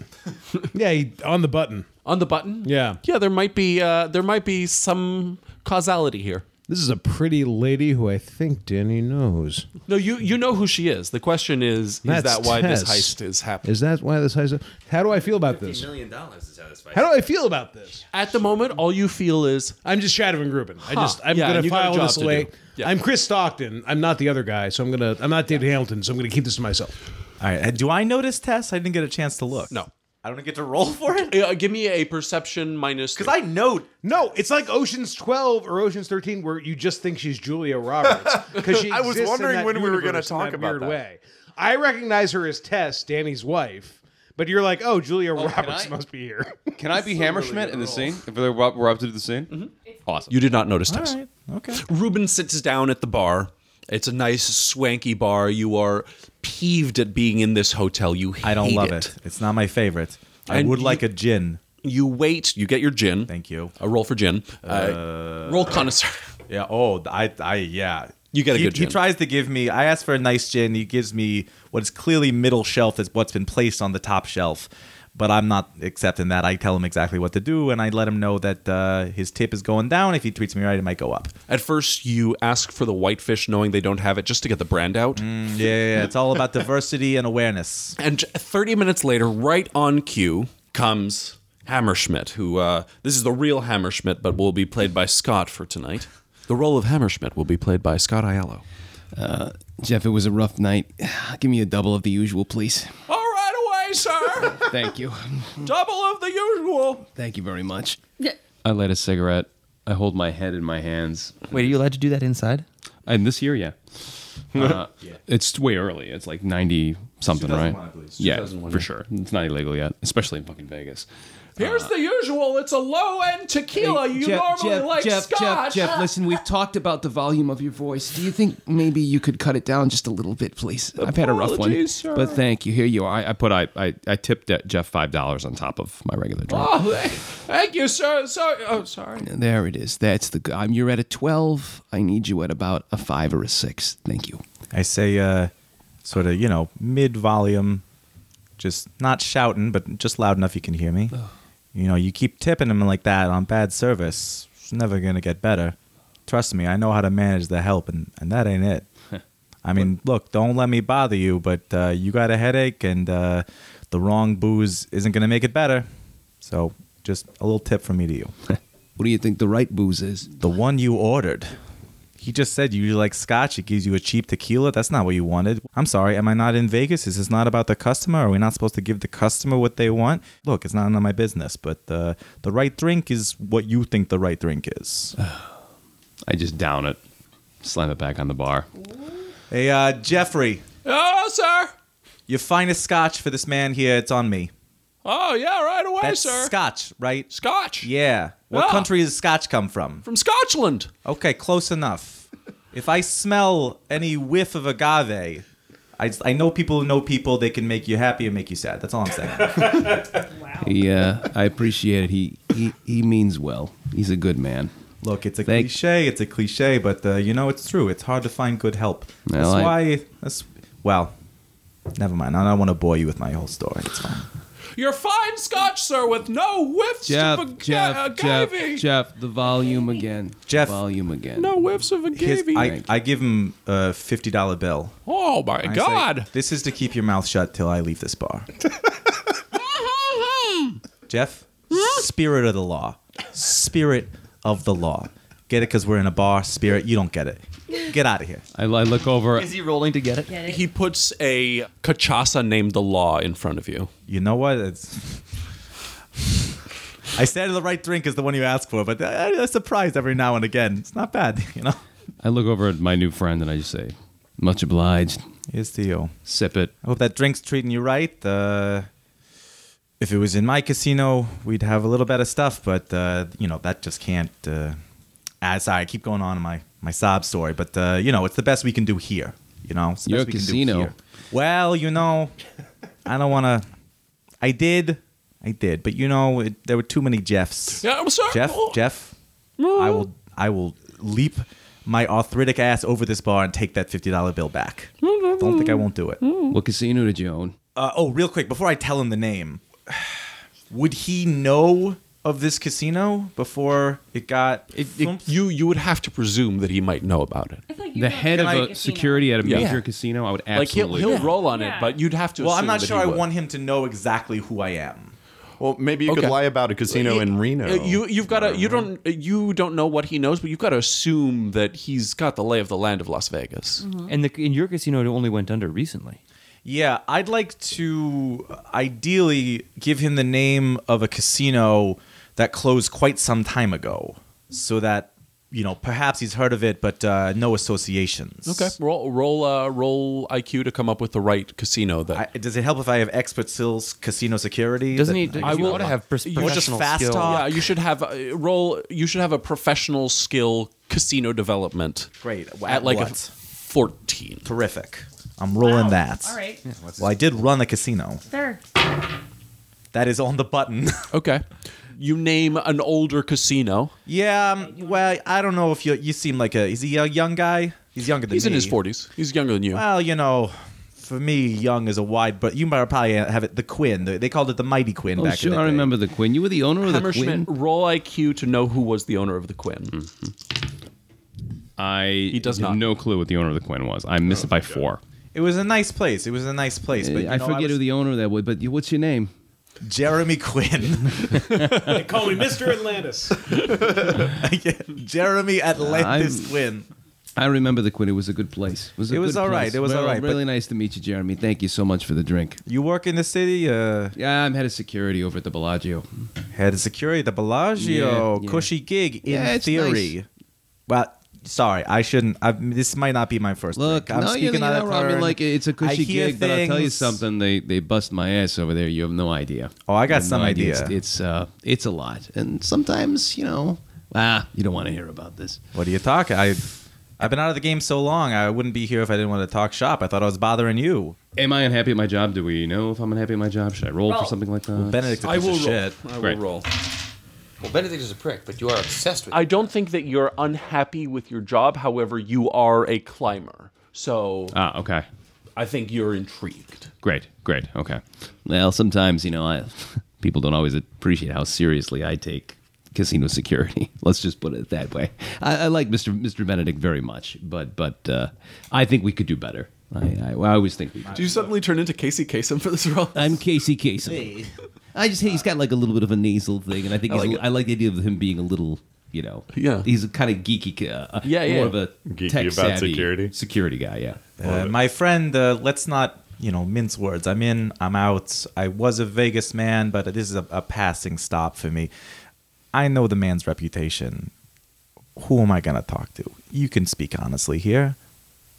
F: Yeah, he on the button.
A: On the button?
F: Yeah.
A: Yeah, there might be uh, there might be some causality here.
F: This is a pretty lady who I think Danny knows.
A: No, you you know who she is. The question is is
F: That's
A: that why this
F: Tess.
A: heist is happening?
F: Is that why this heist? How do I feel about this?
B: Million dollars is how this fight.
F: How do I feel about this?
A: At the moment, all you feel is
F: I'm just shadowing Rubin. I just I'm
A: Yeah, and
F: gonna
A: you got a
F: file
A: job
F: this
A: to
F: away.
A: do. Yeah.
F: I'm Chris Stockton. I'm not the other guy, so I'm gonna. I'm not David Hamilton, so I'm gonna keep this to myself.
E: All right. Do I notice Tess? I didn't get a chance to look.
A: no.
G: I don't get to roll for it?
A: Uh, give me a perception minus.
G: Because I know
F: No, it's like Ocean's Twelve or Ocean's Thirteen, where you just think she's Julia Roberts because she.
H: <laughs> I was
F: exists in
H: wondering
F: that
H: when we were gonna
F: universe in
H: talk about
F: weird
H: that.
F: Way. I recognize her as Tess, Danny's wife, but you're like, oh, Julia Roberts
L: I-
F: must be <laughs> here.
L: Can I be Hammerschmidt in the scene? If we're, we're up to the scene?
B: Mm-hmm.
L: Awesome.
A: you did not notice Tess.
E: Okay.
A: Ruben sits down at the bar. It's a nice swanky bar. You are peeved at being in this hotel. You hate
E: I don't love it. It's not my favorite. I
A: And
E: would
A: you-
E: like a gin.
A: You wait. You get your gin.
E: Thank you.
A: A roll for gin. Uh, roll connoisseur. <laughs>
E: Yeah. Oh, I, I, yeah.
A: You get a
E: he,
A: good
E: He
A: gin.
E: tries to give me. I asked for a nice gin. He gives me what is clearly middle shelf. Is what's been placed on the top shelf. But I'm not accepting that. I tell him exactly what to do, and I let him know that uh, his tip is going down. If he treats me right, it might go up.
A: At first, you ask for the whitefish, knowing they don't have it, just to get the brand out.
E: Yeah, yeah, yeah. it's all about diversity and awareness.
A: And 30 minutes later, right on cue, comes Hammerschmidt, who uh, this is the real Hammerschmidt, but will be played by Scott for tonight. The role of Hammerschmidt will be played by Scott Ayello.
L: Jeff, it was a rough night. <sighs> Give me a double of the usual,
B: <laughs>
L: please.
A: All Oh, right away, <laughs> sir.
L: Thank you. <laughs>
A: Double of the usual.
L: Thank you very much.
D: Yeah.
L: I light a cigarette. I hold my head in my hands.
B: Wait, are you allowed to do that inside?
L: And this year, yeah. Uh, It's way early. It's like 90 something, right? yeah, for sure. It's not illegal yet, especially in fucking Vegas. Uh,
A: Here's the usual. It's a low end tequila. you normally like scotch.
R: listen, we've talked about the volume of your voice. Do you think maybe you could cut it down just a little bit, please? I've had a rough one,
A: Apologies, sir.
R: but thank you. Here you are.
L: I, I put I, I I tipped Jeff five dollars on top of my regular drink.
A: Oh, thank, thank you, sir. So, oh, sorry.
R: There it is. That's the. g- I'm. You're at a twelve. I need you at about a five or a six. Thank you.
E: I say, uh, sort of, you know, mid volume, just not shouting, but just loud enough you can hear me. You know, you keep tipping him like that on bad service, it's never gonna get better. Trust me, I know how to manage the help, and, and that ain't it. I mean, look, don't let me bother you, but uh, you got a headache, and uh, the wrong booze isn't gonna make it better. So, just a little tip from me to you.
R: What do you think the right booze is?
E: The one you ordered. He just said you like scotch. It gives you a cheap tequila. That's not what you wanted. I'm sorry. Am I not in Vegas? Is this not about the customer? Are we not supposed to give the customer what they want? Look, it's not none of my business. But uh, the right drink is what you think the right drink is.
L: <sighs> I just down it, slam it back on the bar.
E: hey, uh, Jeffrey,
A: Oh, sir.
E: your finest scotch for this man here. It's on me.
A: Oh, yeah, right away,
E: That's
A: sir.
E: scotch, right?
A: Scotch.
E: Yeah. What
A: Ah.
E: country does scotch come from?
A: From Scotland.
E: Okay, close enough. If I smell any whiff of agave, I, I know people who know people. They can make you happy and make you sad. That's all
R: <laughs>
E: I'm saying.
R: Yeah, uh, I appreciate it. He he he means well. He's a good man.
E: Look, it's a
R: Thank-
E: cliche. It's a cliche, but uh, you know it's true. It's hard to find good help.
R: No,
E: that's
R: I-
E: why. That's well. Never mind. I don't want to bore you with my whole story. It's fine.
A: Your fine scotch, sir, with no whiffs uh, of
R: Jeff,
A: aga-
R: Jeff, Jeff,
A: agave.
R: Jeff, the volume again.
E: Jeff.
R: volume again.
A: No whiffs of
E: His,
A: agave.
E: I, I give him a fifty dollar bill.
A: oh, my
E: I say,
A: God.
E: this is to keep your mouth shut till I leave this bar. Jeff, spirit of the law, spirit of the law. Get it? Because we're in a bar. Spirit, you don't get it. Get out of here.
C: I, I look over.
B: Is he rolling to get it?
A: He puts a cachaça named the law in front of you.
E: You know what? It's. <laughs> I said the right drink is the one you asked for, but I- I'm surprised every now and again. It's not bad, you know.
C: I look over at my new friend and I just say, "Much obliged."
E: Here's to you.
C: Sip it.
E: I hope that drink's treating you right. Uh, if it was in my casino, we'd have a little better stuff, but uh, you know that just can't. Uh, ah, sorry, I keep going on in my my sob story, but uh, you know it's the best we can do here. You know, it's the
C: Your
E: best we can do
C: casino.
E: here. Well, you know, I don't want to. I did, I did, but you know it, there were too many Jeffs.
A: Yeah, I'm sorry.
E: Jeff,
A: Oh.
E: Jeff, I will, I will leap my arthritic ass over this bar and take that fifty dollar bill back.
A: Mm-hmm.
E: Don't think I won't do it.
C: What casino did you own?
E: Uh, oh, real quick, before I tell him the name, would he know of this casino before it got?
A: It, it, you you would have to presume that he might know about it.
D: It's like you
C: The
D: don't
C: head
D: know
C: of
D: the
C: a
D: casino.
C: security at a
A: Yeah.
C: major casino. I would
A: Like he'll
C: absolutely.
A: he'll roll on
D: Yeah.
A: it, but you'd have to.
E: well, I'm
A: assume
E: not
A: that
E: sure
A: he
E: I
A: would.
E: want him to know exactly who I am.
H: Well, maybe you
A: Okay.
H: could lie about a casino in Reno.
A: Uh, You you've got to you don't uh, you don't know what he knows, but you've got to assume that he's got the lay of the land of Las Vegas.
B: Mm-hmm. And the in your casino it only went under recently.
E: Yeah, I'd like to ideally give him the name of a casino that closed quite some time ago, so that you know perhaps he's heard of it, but uh, no associations.
A: Okay, roll roll uh, roll IQ to come up with the right casino
E: I,
A: that.
E: does it help if I have expert skills casino security?
B: Doesn't
E: That-
B: he?
A: I will-
B: ought to have pers-
A: you just
B: professional
E: fast
B: skill.
E: talk.
A: yeah, you should have a, roll. You should have a professional skill casino development.
E: Great. At
A: At like a
E: what?
A: fourteen.
E: terrific. I'm rolling
D: Wow.
E: that.
D: All right.
E: Well, I did run a casino.
D: There.
E: That is on the button. <laughs>
A: Okay, you name an older casino.
E: yeah. um, Well, I don't know if you you seem like a is he a young guy? He's younger than
A: He's
E: me.
A: in his forties. He's younger than you.
E: Well, you know, for me, young is a wide. But you might probably have it. The Quinn. They they called it the Mighty Quinn
C: Oh,
E: back
C: sure,
E: in the
C: I
E: day.
C: remember the Quinn. You were the owner of the Quinn.
A: Hammerschmidt, roll IQ to know who was the owner of the Quinn.
C: I he Oh
A: does
C: have
A: not.
C: no clue what the owner of the Quinn was. I missed it by four.
E: It was a nice place. It was a nice place. But you
C: I
E: know,
C: forget
E: was-
C: who the owner of that was, but you- what's your name?
E: Jeremy
C: <laughs>
E: Quinn. <laughs>
F: They call me Mr. <laughs> Atlantis.
E: Jeremy Atlantis
C: I'm-
E: Quinn.
C: I remember the Quinn. It was a good place. It was, a
E: It was
C: good
E: all right,
C: place.
E: it was
C: well,
E: all right, but-
C: Really nice to meet you, Jeremy. Thank you so much for the drink.
E: You work in the city. Uh,
C: Yeah, I'm head of security over at the Bellagio.
E: Head of security, the Bellagio,
C: Yeah, yeah.
E: cushy gig in
C: Yeah, it's
E: theory.
C: nice.
E: Well, sorry, I shouldn't. i this might not be my first.
C: Look,
E: drink. I'm
C: no, you're,
E: speaking
C: you're
E: out
C: not
E: of
C: wrong. I mean,
E: turn.
C: like it's a
E: I
C: cushy
E: hear
C: gig, but I'll tell you
E: things.
C: something. They they bust my ass over there. You have no idea.
E: Oh, I got
C: You have
E: some idea.
C: It's it's, uh, it's a lot, and sometimes you know, ah, you don't want to hear about this.
E: What are you talking? I, I've been out of the game so long. I wouldn't be here if I didn't want to talk shop. I thought I was bothering you,
C: Am I unhappy at my job? Do we know if I'm unhappy at my job? Should I roll, for
D: Roll.
C: something like that?
E: Benedict. I will
A: I
E: shit.
A: will
C: Great.
A: roll.
S: Well, Benedict is a prick, but you are obsessed with.
A: I don't think that you're unhappy with your job. However, you are a climber, so
C: ah, okay.
A: Uh, I think you're <laughs> intrigued.
C: Great, great. Okay. Well, sometimes you know, I, <laughs> people don't always appreciate how seriously I take casino security. <laughs> Let's just put it that way. I, I like Mister Mister Benedict very much, but but uh, I think we could do better. I, I, well, I always think we. Could.
A: Do you suddenly turn into Casey Kasem for this role?
C: I'm Casey Kasem. I just hate he's got like a little bit of a nasal thing, and I think he's, I, like I like the idea of him being a little, you know,
A: Yeah.
C: he's a kind of geeky, uh,
A: Yeah,
C: more
A: yeah.
C: of a
H: Geeky
C: tech
H: about
C: savvy
H: security.
C: security guy, yeah.
E: Uh, my friend, uh, let's not you know mince words. I'm in. I'm out. I was a Vegas man, but this is a, a passing stop for me. I know the man's reputation. Who am I gonna talk to? You can speak honestly here.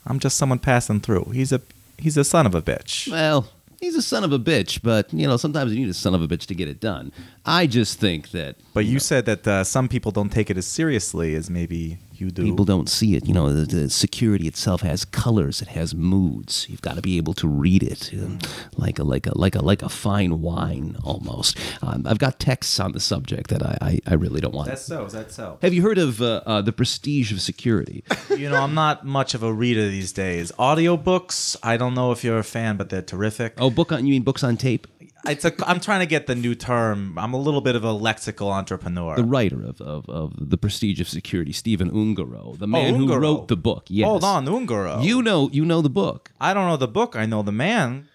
E: I'm just someone passing through. He's a he's a son of a bitch.
C: Well, he's a son of a bitch, but you know, sometimes you need a son of a bitch to get it done. I just think that
E: But you said that uh, some people don't take it as seriously as maybe you do.
C: people don't see it. You know, the, the security itself has colors, it has moods. You've got to be able to read it, um, like a like a like a like a fine wine almost. Um, I've got texts on the subject that I I, I really don't want.
E: That's so. That's so.
C: Have you heard of uh, uh, the prestige of security? <laughs>
E: you know, I'm not much of a reader these days. Audiobooks, I don't know if you're a fan, but they're terrific.
C: oh, book on you mean books on tape?
E: It's a, I'm trying to get the new term. I'm a little bit of a lexical entrepreneur.
C: The writer of, of, of the prestige of security, Stephen Ungaro, the man who
E: Ungaro.
C: wrote the book. Yes.
E: Hold on, Ungaro.
C: You know, you know the book.
E: I don't know the book. I know the man.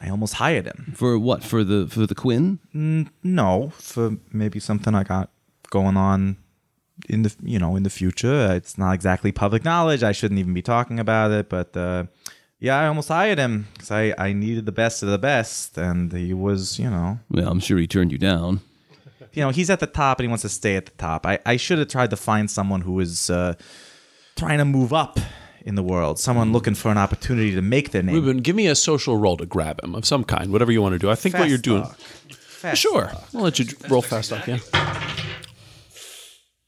E: I almost hired him.
C: For what? For the for the Quinn?
E: No, for maybe something I got going on in the you know in the future. It's not exactly public knowledge. I shouldn't even be talking about it, but uh, yeah, I almost hired him because I I needed the best of the best, and he was you know
C: Well, I'm sure he turned you down.
E: you know he's at the top and he wants to stay at the top. I I should have tried to find someone who is uh, trying to move up in the world, someone looking for an opportunity to make their name.
A: Mm. Ruben, give me a social roll to grab him of some kind, whatever you want to do. I think what
E: Fast
A: you're doing.
E: talk. Fast
A: sure, I'll let you roll fast talk. Yeah.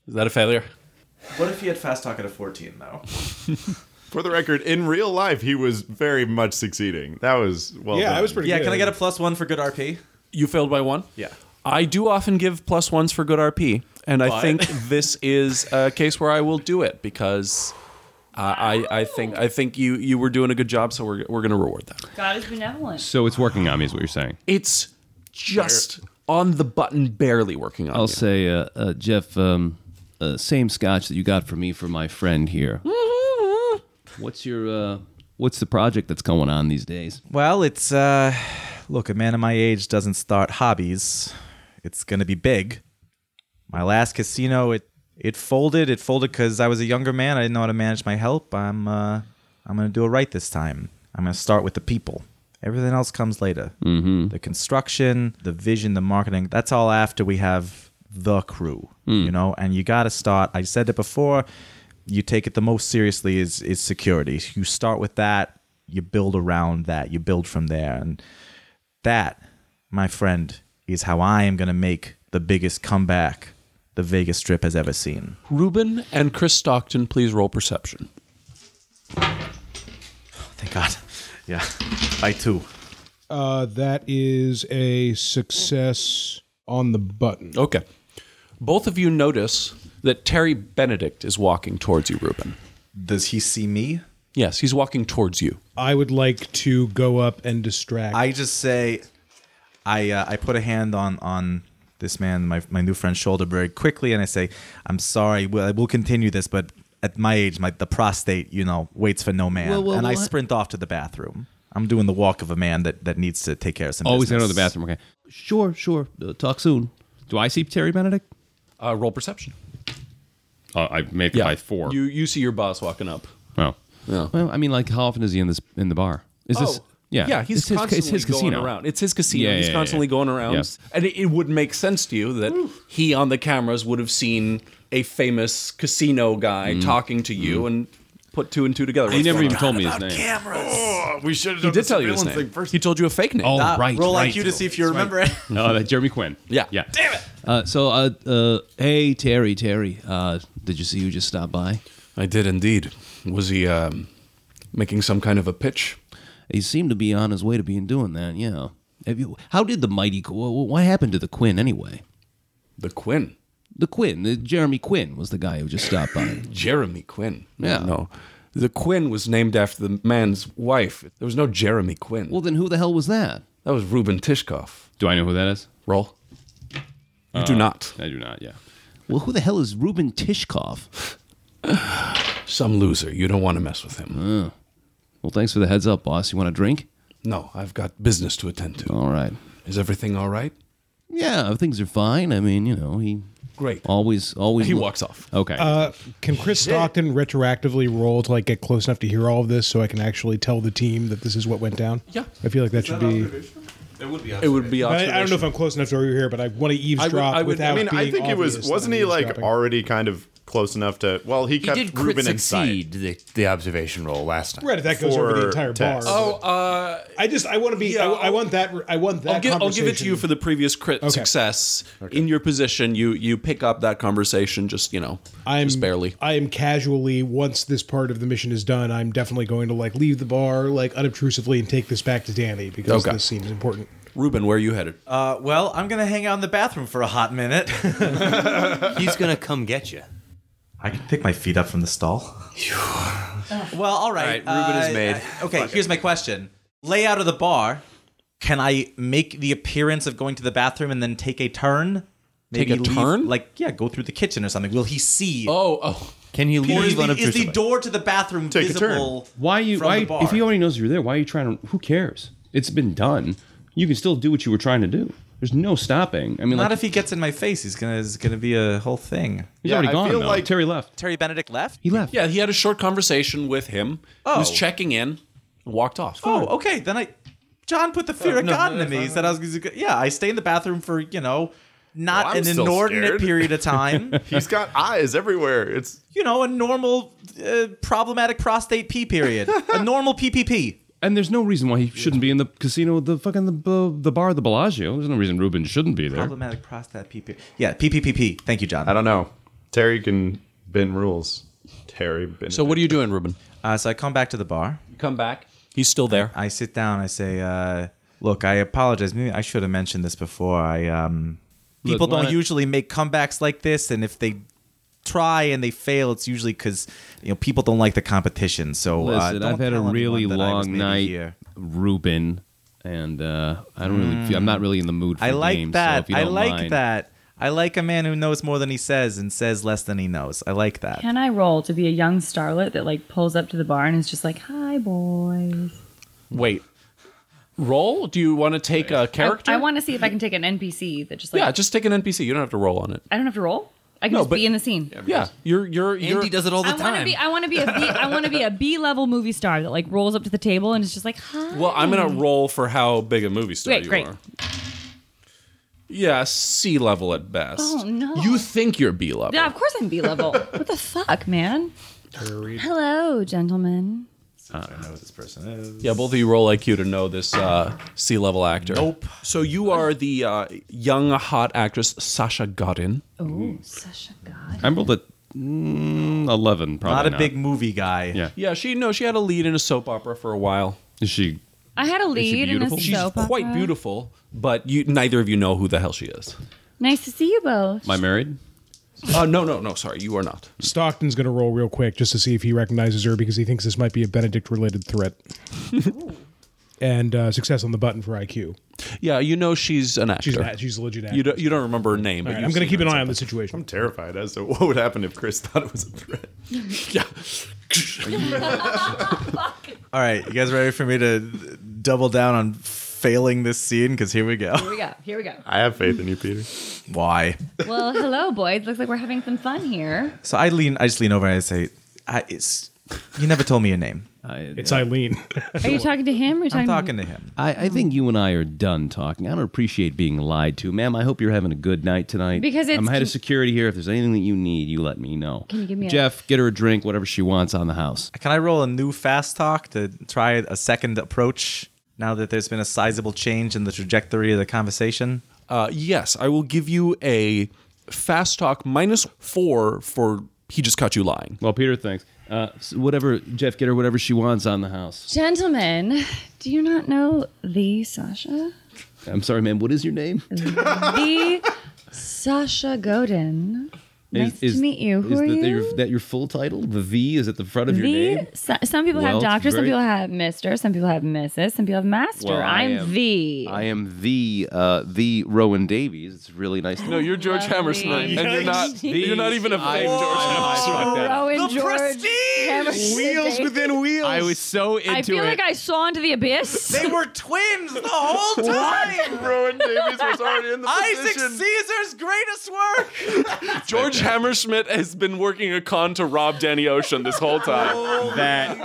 A: Is that a failure?
E: What if he had fast talk at a fourteen though?
H: For the record, in real life, he was very much succeeding. That was well. done.
E: Yeah, can I get a plus one for good RP?
A: You failed by one.
E: Yeah.
A: I do often give plus ones for good RP, and I
E: But-
A: <laughs> think this is a case where I will do it because uh, I I think I think you you were doing a good job, so we're we're gonna reward that.
D: God is benevolent.
C: So it's working on me, is what you're saying.
A: It's just on the button, barely working on.
C: I'll
A: you.
C: say, uh, uh, Jeff, um, uh, same scotch that you got for me from my friend here.
L: Mm-hmm.
C: What's your uh, What's the project that's going on these days?
E: Well, it's uh look, a man of my age doesn't start hobbies. It's going to be big. My last casino it it folded. It folded cuz I was a younger man. I didn't know how to manage my help. I'm uh I'm going to do it right this time. I'm going to start with the people. Everything else comes later. Mm-hmm. The construction, the vision, the marketing, that's all after we have the crew, you know? And you got to start. I said it before, you take it the most seriously is is security. You start with that, you build around that, you build from there. And that, my friend, is how I am going to make the biggest comeback the Vegas Strip has ever seen.
A: Ruben and Chris Stockton, please roll perception.
E: Thank God. Yeah. I too.
F: Uh, that is a success on the button.
A: Okay. Both of you notice that Terry Benedict is walking towards you, Ruben.
E: Does he see me?
A: Yes, he's walking towards you.
F: I would like to go up and distract.
E: I just say, I uh, I put a hand on on this man, my my new friend's shoulder, very quickly, and I say, I'm sorry. We'll, we'll continue this, but at my age, my the prostate, you know, waits for no man,
C: Whoa, whoa,
E: and I
C: what?
E: sprint off to the bathroom. I'm doing the walk of a man that, that needs to take care of some.
C: Always
E: business.
C: gotta go to the bathroom. Okay. Sure, sure. Uh, talk soon. Do I see Terry Benedict?
A: Uh, roll perception.
C: Uh, I make it by four.
A: You you see your boss walking up.
C: oh.
A: Yeah.
C: Well, I mean, like, how often is he in this in the bar? Is this?
A: Oh,
C: Yeah.
A: yeah, he's
C: It's his-
A: constantly
C: it's his
A: going <laughs>
C: casino.
A: around. It's his casino.
C: Yeah,
A: he's
C: yeah, yeah,
A: constantly
C: yeah.
A: going around,
C: Yeah.
A: and it, it would make sense to you that he on the cameras would have seen a famous casino guy talking to you and put two and two together.
C: He
A: What's
C: never
A: going
C: even
A: on?
C: told me his name.
H: Oh, we should have
A: He
H: done
A: did
H: the
A: tell you his
H: surveillance
A: name
H: thing first.
A: He told you a fake name.
C: Oh,
E: Ah,
C: right.
E: roll
C: right.
E: IQ to see if you remember it.
C: Oh, that Jeremy Quinn.
A: Yeah.
C: Yeah. Damn it. Uh, so, uh, uh, hey, Terry, Terry, uh, did you see who just stopped by?
A: I did indeed. Was he um, making some kind of a pitch?
C: He seemed to be on his way to being doing that. Yeah. Have you? How did the mighty? Qu- wh- What happened to the Quinn anyway?
A: The Quinn,
C: The Quinn, the Jeremy Quinn, was the guy who just stopped
L: <coughs>
C: by.
A: Jeremy Quinn.
C: Yeah.
A: No, the Quinn was named after the man's wife. There was no Jeremy Quinn.
C: well, then who the hell was that?
A: that was Ruben Tishkoff.
L: Do I know who that is?
A: Roll. You
F: Uh,
A: do not.
L: I do not. Yeah.
C: Well, who the hell is Ruben Tishkov?
A: Some loser. You don't want to mess with him.
C: Well, thanks for the heads up, boss. You want a drink?
A: No, I've got business to attend to.
L: Oh.
C: All right.
A: Is everything all right?
C: Yeah, things are fine. I mean, you know, he
A: Great.
L: Oh.
C: always, always.
A: He
C: lo-
A: walks off.
C: Okay.
F: Uh, can Chris Stockton retroactively roll to like get close enough to hear all of this so I can actually tell the team that this is what went down?
A: Yeah.
F: I feel like that should be.
A: It would be.
F: I, I don't know if I'm close enough to hear, but I want to eavesdrop
A: I would- I that
F: without.
H: I mean, I
F: being
H: think he was.
F: obvious that
H: Wasn't
F: I'm
H: he like
F: eavesdropping.
H: already kind of close enough to? Well, he
S: He
H: kept
S: did crit
H: Ruben
S: succeed the, the observation roll last time.
F: Right, if that goes over the
H: for
F: entire
H: text.
F: bar.
A: Oh, uh,
F: I just I want to be.
A: Yeah,
F: I, I
A: I'll-
F: want that. I want that.
A: I'll give, I'll give it to you
F: conversation.
A: for the previous crit
F: Okay.
A: success. In your position, you you pick up that conversation just you know
F: I'm
A: just barely.
F: I am casually once this part of the mission is done. I'm definitely going to like leave the bar like unobtrusively and take this back to Danny because
A: Okay.
F: this seems important.
A: Ruben, where are you headed?
E: Uh, well, I'm gonna hang out in the bathroom for a hot minute.
S: <laughs> He's gonna come get you.
E: I can pick my feet up from the stall. <sighs> well, all right.
A: All right, Reuben is made.
E: I- okay, here's my question: layout of the bar. Can I make the appearance of going to the bathroom and then take a turn?
A: Take a
E: leave-
A: turn?
E: Like, yeah, go through the kitchen or something. Will he see?
A: Oh, oh,
B: Can he
E: Or is
B: leave
E: the, is the
B: unobtrusively?
E: door to the bathroom
H: Take a turn.
E: visible?
L: Why you?
E: From
L: Why?
E: the bar.
L: If he already knows you're there, why are you trying to? Who cares? It's been done. You can still do what you were trying to do. There's no stopping. I mean,
E: Not
L: like,
E: if he gets in my face. He's gonna it's gonna be a whole thing.
L: He's already gone. though.
E: Terry Benedict left.
L: He left.
A: Yeah, he had a short conversation with him. He was
E: Oh.
A: checking in, and walked off.
E: Oh, okay. Then I, John put the fear
A: Oh,
E: of
A: no,
E: God
A: no,
E: into
A: no,
E: me. He
A: no.
E: said I was. gonna- Yeah, I stay in the bathroom for you know, not
H: Oh, I'm
E: an
H: still
E: inordinate
H: scared.
E: period of time.
H: <laughs> He's got eyes everywhere. It's
E: you know, a normal uh, problematic prostate pee period, a normal PPP.
L: And there's no reason why he shouldn't be in the casino, the fucking the, the bar, the Bellagio. There's no reason Ruben shouldn't be there.
E: Problematic prostate pee period. Yeah, PPPP. Thank you, John.
H: I don't know. Terry can bend rules. Terry. Bend
A: So what are you doing, Ruben?
E: Uh, so I come back to the bar.
A: You come back. He's still there.
E: I sit down. I say, uh, "Look, I apologize. Maybe I should have mentioned this before. I um,
G: Look,
E: people
G: why
E: don't
G: not-
E: usually make comebacks like this, and if they try and they fail, it's usually because you know people don't like the competition. So uh,
L: Listen,
E: don't
L: I've had a
E: tell anyone
L: really
E: that I was
L: long
E: maybe
L: night,
E: here.
L: Ruben, and uh, I don't really. Feel, I'm not really in the mood. for
E: I like
L: games, so
E: that.
L: if you
E: I
L: don't
E: like
L: mind-
E: that. I like a man who knows more than he says and says less than he knows. I like that.
D: Can I roll to be a young starlet that like pulls up to the bar and is just like, "Hi, boys."
A: Wait. Roll? Do you want to take a character?
D: I, want to see if I can take an NPC that just like.
A: yeah, just take an NPC. You don't have to roll on it.
D: I don't have to roll. I can
A: No,
D: just
A: but-
D: be in the scene. Yeah,
A: Yeah, you're you're you're.
D: Andy
A: does it all
D: I want to be. I want to be a. B, I want to
A: <laughs>
D: be a B level movie star that like rolls up to the table and is just like, "Hi."
A: well, I'm gonna roll for how big a movie star
D: Great,
A: you
D: great.
A: are. Yeah, C level at best.
D: Oh, no.
A: You think you're B level?
D: Yeah, of course I'm B
A: <laughs>
D: level. what the fuck, man? Hello, gentlemen.
H: I know what this person is.
A: Yeah, both of you roll IQ to know this uh, C level actor. Nope. So you are the uh, young hot actress Sasha Godin.
D: Oh, Sasha God.
L: I rolled a mm, eleven. Probably
E: Not a big movie guy.
L: Yeah.
A: Yeah, she no, she had a lead in a soap opera for a while.
L: Is she?
D: I had a
A: Is she
D: lead in a
A: beautiful?
D: soap
A: She's quite
D: opera.
A: beautiful, but you neither of you know who the hell she <laughs> is.
D: Nice to see you both.
L: Am I married?
A: Uh, no, no, no. Sorry, you are not.
F: Stockton's going to roll real quick just to see if he recognizes her because he thinks this might be a Benedict related <laughs> threat. and uh, success on the button for IQ.
A: Yeah, you know she's an actor.
F: She's an act- she's a legit
A: You
F: actress.
A: don't, you don't remember her name,
F: All
A: but
F: right,
A: you've
F: I'm going to
A: seen
F: keep
A: her
F: an
A: in
F: eye on the situation.
H: I'm terrified as to what would happen if Chris thought it was a threat.
E: All right, you guys ready for me to double down on failing this scene? Because here we
D: Here
E: go.
D: we go. Here we go.
H: I have faith in you, Peter.
E: <laughs> Why?
D: Well, hello, boys. Looks like we're having some fun here.
E: So I lean. I just lean over and I say, I, "It's you never told me your name.
F: It's Eileen.
D: Are you talking to him? Or are you
E: I'm
D: talking,
E: talking to him." "Uh,
L: I, I think you and I are done talking. I don't appreciate being lied to, ma'am. I hope you're having a good night tonight.
D: Because it's-
L: I'm head of security here. If there's anything that you need, you let me know.
D: Can you give me a-
L: Jeff? Get her a drink, whatever she wants on the house.
E: Can I roll a new fast talk to try a second approach now that there's been a sizable change in the trajectory of the conversation?
A: Uh, yes, I will give you a fast talk minus four for he just caught you lying.
L: Well, Peter, thanks. Uh, s- whatever, Jeff. Get her whatever she wants on the house.
D: Gentlemen, do you not know the Sasha?
L: I'm sorry, ma'am. What is your name? <laughs>
D: The Sasha Godin. Nice
L: is,
D: to meet you. Who
L: is
D: are
L: that,
D: you?
L: Your, that your full title? The V is at the front of your name.
D: the so- some people
L: Well,
D: have
L: it's
D: doctor, some
L: very-
D: people have mister, some people have Mrs., some people have master.
L: Well, I
D: I'm
L: am-
D: the.
L: I am the uh, the Rowan Davies. It's really nice. To
A: No, you're George Hammerstein, and you're not. You're not even a fake George <laughs> Hammerstein.
D: Rowan George Hammerstein.
L: within wheels. I was so into
D: I feel
L: it.
D: like I saw into the abyss.
E: They were twins the whole time.
H: Rowan Davies was already in the
E: Isaac
H: position.
E: Caesar's greatest work.
A: George Hammerschmidt has been working a con to rob Danny Ocean this whole <laughs> time.
H: <laughs>
L: that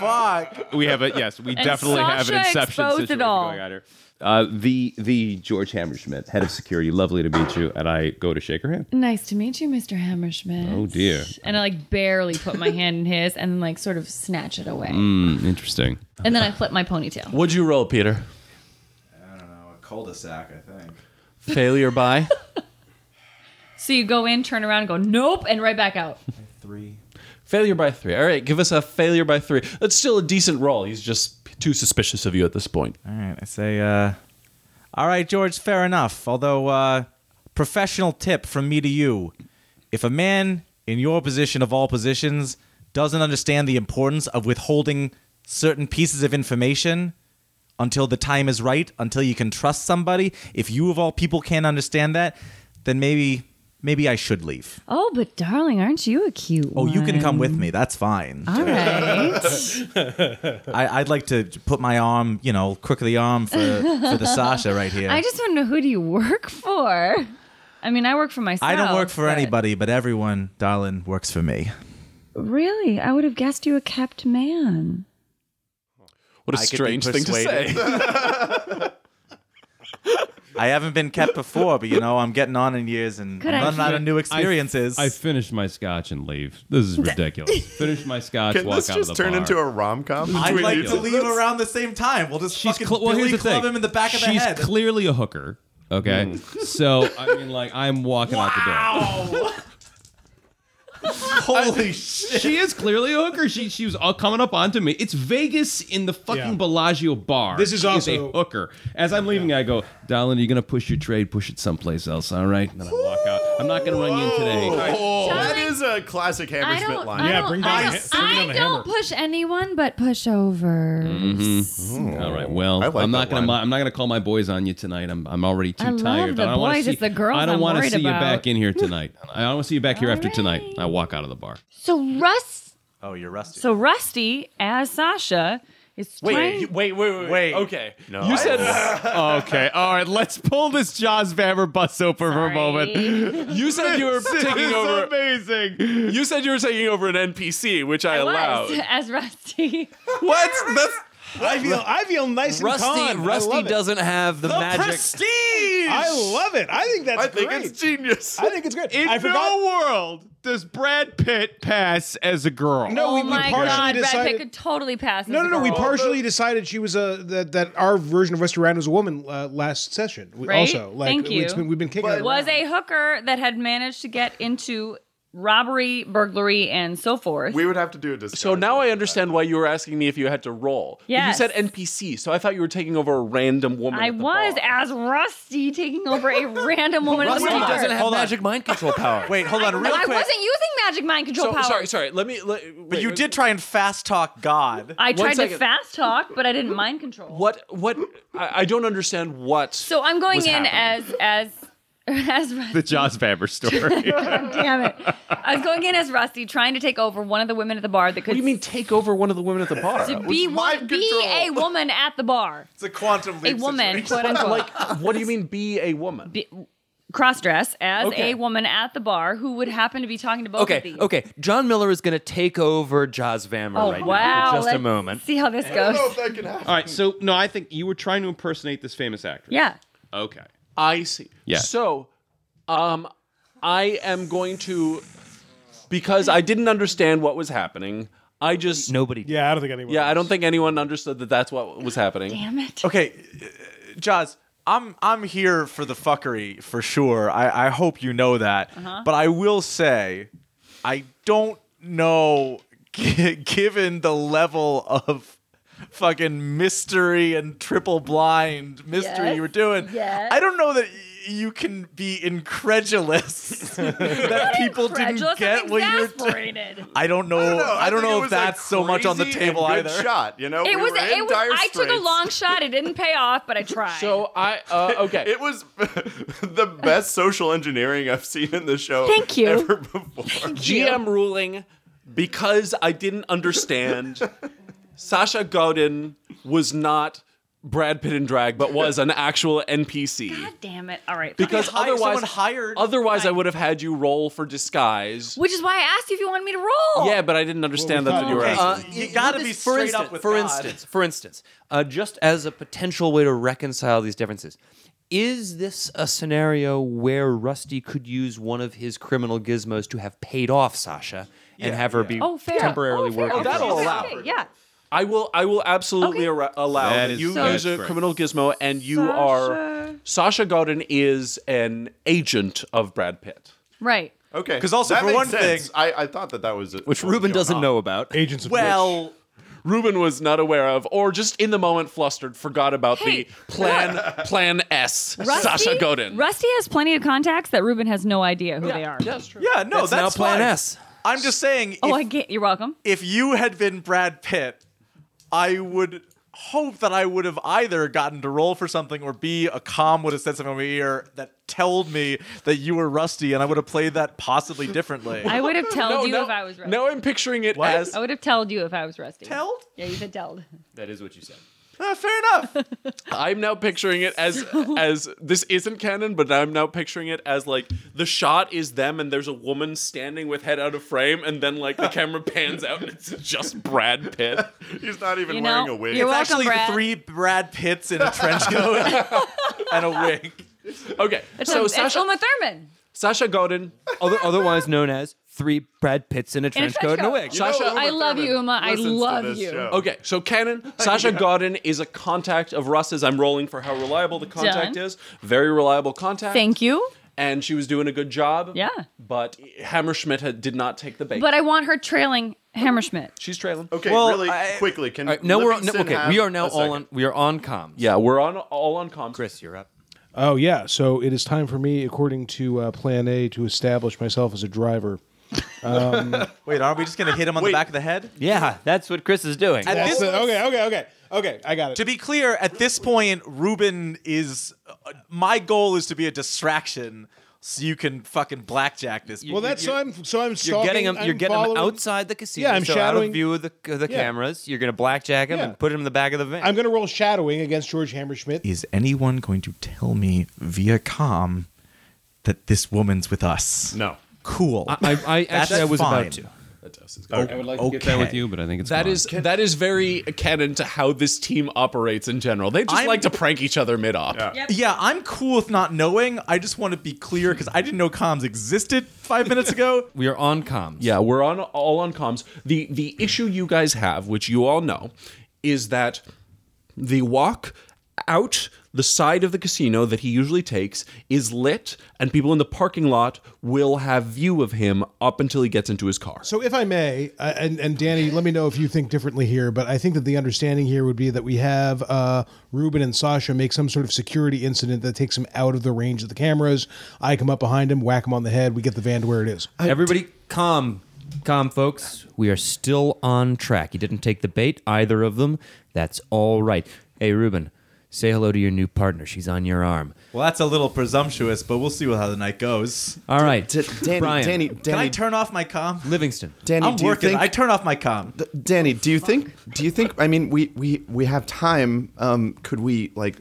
E: Fuck.
L: we have a yes. We
D: And
L: definitely have an
D: Sasha
L: inception
D: exposed it
L: situation
D: all.
L: going on here. Uh, the the George Hammerschmidt, head of security. Lovely to meet you. And I go to shake her hand.
D: Nice to meet you, Mr. Hammerschmidt.
L: Oh dear.
D: And I like barely put my hand in his and like sort of snatch it away.
L: Mm, interesting.
D: And then I flip my ponytail.
A: What'd you roll, Peter?
E: Cul-de-sac, I think.
A: Failure by.
D: So you go in, turn around, and go nope, and right back out.
E: Three.
A: Failure by three. All right, give us a failure by three. That's still a decent roll. He's just too suspicious of you at this point.
E: All right, I say, uh, all right, George, fair enough. Although, uh, professional tip from me to you if a man in your position of all positions doesn't understand the importance of withholding certain pieces of information until the time is right, until you can trust somebody, if you of all people can't understand that, then maybe maybe I should leave.
D: Oh, but darling, aren't you a cute
E: Oh,
D: one?
E: you can come with me. That's fine.
D: All right.
E: I, I'd like to put my arm, you know, crook of the arm for,
D: <laughs>
E: for the Sasha right here.
D: I just want to know who do you work for? I mean, I work for myself.
E: I don't work for
D: but-
E: anybody, but everyone, darling, works for me.
D: Really? I would have guessed you a kept man.
A: What a
E: I could be
A: strange thing to
E: persuaded.
A: say.
E: I haven't been kept before, but you know, I'm getting on in years and
D: Could
E: I'm
D: I-
E: running out of new experiences.
L: I, I finished my scotch and leave. This
E: <laughs>
L: is ridiculous. Finish my scotch,
H: Can
L: walk
H: this
L: out
H: just
L: of the
H: turn
L: bar.
H: into a rom com?
E: I'd like to leave around the same time. We'll just fucking
L: Cl- well,
E: Billy
L: here's the
E: club
L: thing.
E: him in the back of the
L: She's
E: head. Mm.
L: clearly a hooker. Okay, so I mean, like, I'm walking out <laughs>
E: Holy
L: the door. She is clearly a hooker. She she was all coming up onto me. It's Vegas in the fucking
F: Yeah.
L: Bellagio bar.
F: This is
L: She
F: also-
L: a hooker. As I'm leaving, I go, darling, you're gonna push your trade, push it someplace else, all right? And then I walk out. I'm not gonna run you in today.
H: Oh, that is a classic
D: I
H: Hammersmith
D: don't.
H: line.
D: I
F: Yeah,
D: don't-
F: bring
D: I
F: back
D: don't-
F: the ha- bring
D: I
F: down the
D: don't
F: hammer.
D: push anyone but pushovers.
L: All right. Well,
H: I like
L: I'm
H: that
L: not gonna.
H: line.
L: mi- I'm not gonna call my boys on you tonight. I'm. I'm already too
D: I love
L: tired.
D: the
L: but I don't wanna
D: boys.
L: See,
D: It's the girls
L: I don't
D: I'm
L: wanna
D: worried
L: see you
D: about.
L: back
D: <laughs>
L: in here tonight. I don't want to see you back here after
D: All
L: tonight.
D: right.
L: I walk out of the bar.
D: So Rust.
E: Oh, you're rusty.
D: So Rusty, as Sasha, is trying.
A: wait, wait, wait,
E: Wait.
A: Okay.
Q: No,
A: you
Q: I-
A: said
L: okay. All right. Let's pull this Jaws Vammer bus open for
D: a <laughs> moment. Sorry.
A: you said you were taking over.
L: amazing.
A: You said you were taking over an NPC, which I,
D: I
A: <laughs> allowed.
D: was <laughs> as Rusty.
A: What? That's
F: I feel I feel nice and
B: Rusty,
F: calm. I
B: Rusty
F: love it.
B: doesn't have the, magic.
H: Prestige!
F: I love it. I think that's
H: I think
F: great.
H: it's genius.
F: I think it's great. I forgot.
L: no world does Brad Pitt pass as a girl.
F: No,
D: oh
F: we, we
D: my
F: partially
D: God, Brad
F: decided.
D: Pitt could totally pass.
F: no,
D: as a
F: no, no. We
D: girl.
F: partially decided she was a that, that our version of Rusty Rand was a woman uh, last session. We
D: Right?
F: Also, like
D: Thank you.
F: It's been, we've been kicking. it
D: was
F: around.
D: a hooker that had managed to get into robbery, burglary, and so forth.
H: We would have to do a discussion.
A: So now I understand why you were asking me if you had to roll. But
D: Yes.
A: You said NPC, so I thought you were taking over a random woman.
D: I
A: at the
D: was
A: bar.
D: as Rusty taking
A: <laughs>
D: over a random woman at the
B: Rusty
D: bar.
B: doesn't have magic mind control power.
E: Wait, hold on, real
D: I
E: quick.
D: wasn't using magic mind control
A: So,
D: power.
A: sorry, sorry. Let me. Let,
E: But you did try and fast talk God.
D: I tried to
A: second.
D: fast talk, but I didn't mind control.
A: What? What? I, I don't understand what.
D: So I'm going
A: was
D: in
A: happening.
D: as as <laughs> as Rusty.
L: The Jaws Vammer story.
D: <laughs> Damn it! I was going in as Rusty, trying to take over one of the women at the bar that could.
A: What do you mean take over one of the women at the bar?
D: To be one, be a woman at the bar,
E: It's a quantum
D: a woman, quote unquote.
A: like, what do you mean be a woman?
D: cross dress as
A: Okay.
D: a woman at the bar who would happen to be talking to both of
B: Okay,
D: these.
B: okay. John Miller is going to take over Jaws Vammer
D: Oh
B: right now
D: wow!
B: for just a
D: Let's
B: moment.
D: See how this goes.
H: that can happen.
L: All right. So no, I think you were trying to impersonate this famous actress.
D: Yeah.
L: Okay.
A: I see.
L: Yeah.
A: So, um, I am going to because I didn't understand what was happening. I just
B: Nobody.
F: Yeah, I don't think anyone.
A: Yeah, I don't think anyone understood that that's what was happening.
D: Damn it!
E: Okay, Jaws, I'm I'm here for the fuckery for sure. I, I hope you know that.
D: Uh-huh.
E: But I will say, I don't know, <laughs> g- given the level of fucking mystery and triple blind mystery
D: Yes,
E: you were doing,
D: yes.
E: I don't know that. y- You can
D: <laughs>
E: be incredulous <laughs> that people
D: Incredulous,
E: didn't get
D: I'm
E: what you were doing.
D: exasperated.
E: I don't know. I don't know,
H: think it
E: if
H: was a
E: that's so much on the
H: crazy
E: table
H: and good
E: either.
H: Shot, you know,
D: It
H: We
D: was.
H: were in
D: It was.
H: dire
D: I took a
H: straits. oh,
D: long shot. It didn't pay off,
H: <laughs>
D: but I tried.
A: So I uh, okay.
H: It was the best social engineering I've seen in the show.
D: Thank you.
H: Ever before.
A: GM ruling because I didn't
H: <laughs>
A: understand. Sasha Godin was not Brad Pitt in drag, but was an actual NPC.
D: God <laughs> damn it! All right. fine.
A: Because
E: Hi-
A: otherwise,
E: someone hired-
A: otherwise I would have had you roll for disguise.
D: Which is why I asked you if you wanted me to roll.
A: Yeah, but I didn't understand
F: Well,
A: that
F: we
A: you were
F: thought-
A: asking.
B: Uh,
E: You gotta be
B: for
E: straight
B: instance,
E: up with
B: for
E: God.
B: instance, for instance, uh, just as a potential way to reconcile these differences, is this a scenario where Rusty could use one of his criminal gizmos to have paid off Sasha and have her be
D: Oh, fair.
B: temporarily
D: oh, fair.
B: working?
D: Okay,
A: that'll
D: okay,
A: allow.
D: okay, Yeah.
A: I will. I will absolutely
D: Okay.
A: ar- allow
L: That
A: that
L: is
A: you
L: so-
A: use a
L: correct.
A: criminal gizmo, and you are Sasha Godin is an agent of Brad Pitt.
D: Right.
H: Okay.
E: <laughs> 'Cause also,
H: that
E: for
H: makes
E: one
H: sense.
E: thing-
H: I, I thought that that was a-
B: Which Ruben doesn't know about.
F: Agents of
E: Well.
A: Ruben was not aware of, or just in the moment flustered, forgot about
D: Hey,
A: the plan Plan S.
D: Rusty,
A: Sasha Godin.
D: Rusty has plenty of contacts that Ruben has no idea who they are.
A: That's true.
E: Yeah, no, that's,
B: That's now Plan
E: fine.
B: S.
E: I'm just saying,
D: Oh, I
E: if,
H: <laughs>
D: get. You're welcome.
E: if you had been Brad Pitt, I would
G: hope that I would have either gotten to roll for something or B, a comm would have said something in my ear that told me that you were rusty and I would have played that possibly differently.
D: I would have told you if I was rusty.
A: Now I'm picturing it
G: What?
A: as
D: I would have told you if I was rusty.
G: <laughs> Telled?
D: Yeah, you said
H: <laughs>
D: telled.
A: that is what you said.
G: Ah, fair enough.
A: I'm now picturing it as
D: <laughs>
A: as this isn't canon, but I'm now picturing it as like the shot is them and there's a woman standing with head out of frame, and then
D: <laughs>
A: like the camera pans out and it's just Brad Pitt.
H: <laughs> He's not even
D: You
H: wearing
D: know,
H: a
D: <laughs>
H: wig.
D: you're
G: it's actually
D: welcome, Brad.
G: three Brad Pitts in a trench coat and a wig.
A: Okay,
D: <laughs> It's,
A: so
D: a, it's
A: Sasha
D: Uma Thurman.
A: Sasha Godin,
B: <laughs> Other, otherwise known as three Brad Pitts in a
D: In a
B: trench coat and a wig.
A: Sasha-
D: I love you, Uma. I
H: listens to
D: love
H: this
D: you.
H: show.
A: Okay, so
H: <laughs>
A: canon. Sasha Godin is a contact of Russ's. I'm rolling for how reliable the contact
D: Done.
A: is. Very reliable contact.
D: Thank you.
A: And she was doing a good job.
D: Yeah.
A: But Hammerschmidt had, did not take the bait.
D: But I want her trailing Hammerschmidt.
A: She's trailing.
H: Okay,
B: Well,
H: really
B: I-
H: quickly. Can
B: All right, now we're on, no,
H: Livingston
B: okay.
H: have
B: We are now
H: a
B: all
H: second?
B: on. We are on comms.
A: Yeah, we're on all on comms.
S: Chris, you're up.
F: Oh yeah, so it is time for me, according to uh, Plan A, to establish myself as a driver.
E: Wait, aren't we just gonna hit him on the back of the head?
B: yeah, that's what Chris is doing.
G: At this,
F: okay, okay, okay, okay. I got it.
G: to be clear, at this point, Ruben is. uh, my goal is to be a distraction so you can fucking blackjack this.
F: well, that's so I'm so I'm
B: You're
F: stalking.
B: getting him. You're
F: I'm
B: getting
F: following-
B: him outside the casino.
F: Yeah, I'm
B: so out
F: shadowing-
B: of view of the, of the
F: Yeah.
B: cameras. You're gonna blackjack him
F: Yeah.
B: and put him in the back of the van.
F: I'm going to roll shadowing against George Hammerschmidt.
E: Is anyone going to tell me via com that this woman's with us?
H: No.
E: Cool.
B: I, I
E: That's
B: actually I was
E: fine.
B: about to.
L: I would like to get that with you, but I think it's
A: That
L: gone.
A: is that is very canon to how this team operates in general. They just
E: I'm-
A: like to prank each other mid op.
E: Yeah, I'm cool with not knowing. I just want to be clear because I didn't know comms existed five minutes ago.
B: We are on comms.
A: Yeah, we're on all on comms. The the issue you guys have, which you all know, is that the walk out the side of the casino that he usually takes is lit and people in the parking lot will have view of him up until he gets into his car.
F: So, if I may, uh, and, and Danny, let me know if you think differently here, but I think that the understanding here would be that we have uh, Ruben and Sasha make some sort of security incident that takes him out of the range of the cameras. I come up behind him, whack him on the head, we get the van to where it is.
B: Everybody, calm, calm, folks. We are still on track. You didn't take the bait, either of them. That's all right. Hey, Ruben, say hello to your new partner. She's on your arm.
E: <laughs> Well, that's a little presumptuous, but we'll see how the night goes.
B: All right,
S: D- Danny,
B: Brian
S: Danny,
E: Can I
S: Danny,
E: turn off my com?
B: Livingston.
S: Danny,
E: I'm
S: do you
E: working.
S: think?
E: I turn off my com.
S: D-
H: Danny, do you think? Do you think? I mean, we we we have time. Um, could we like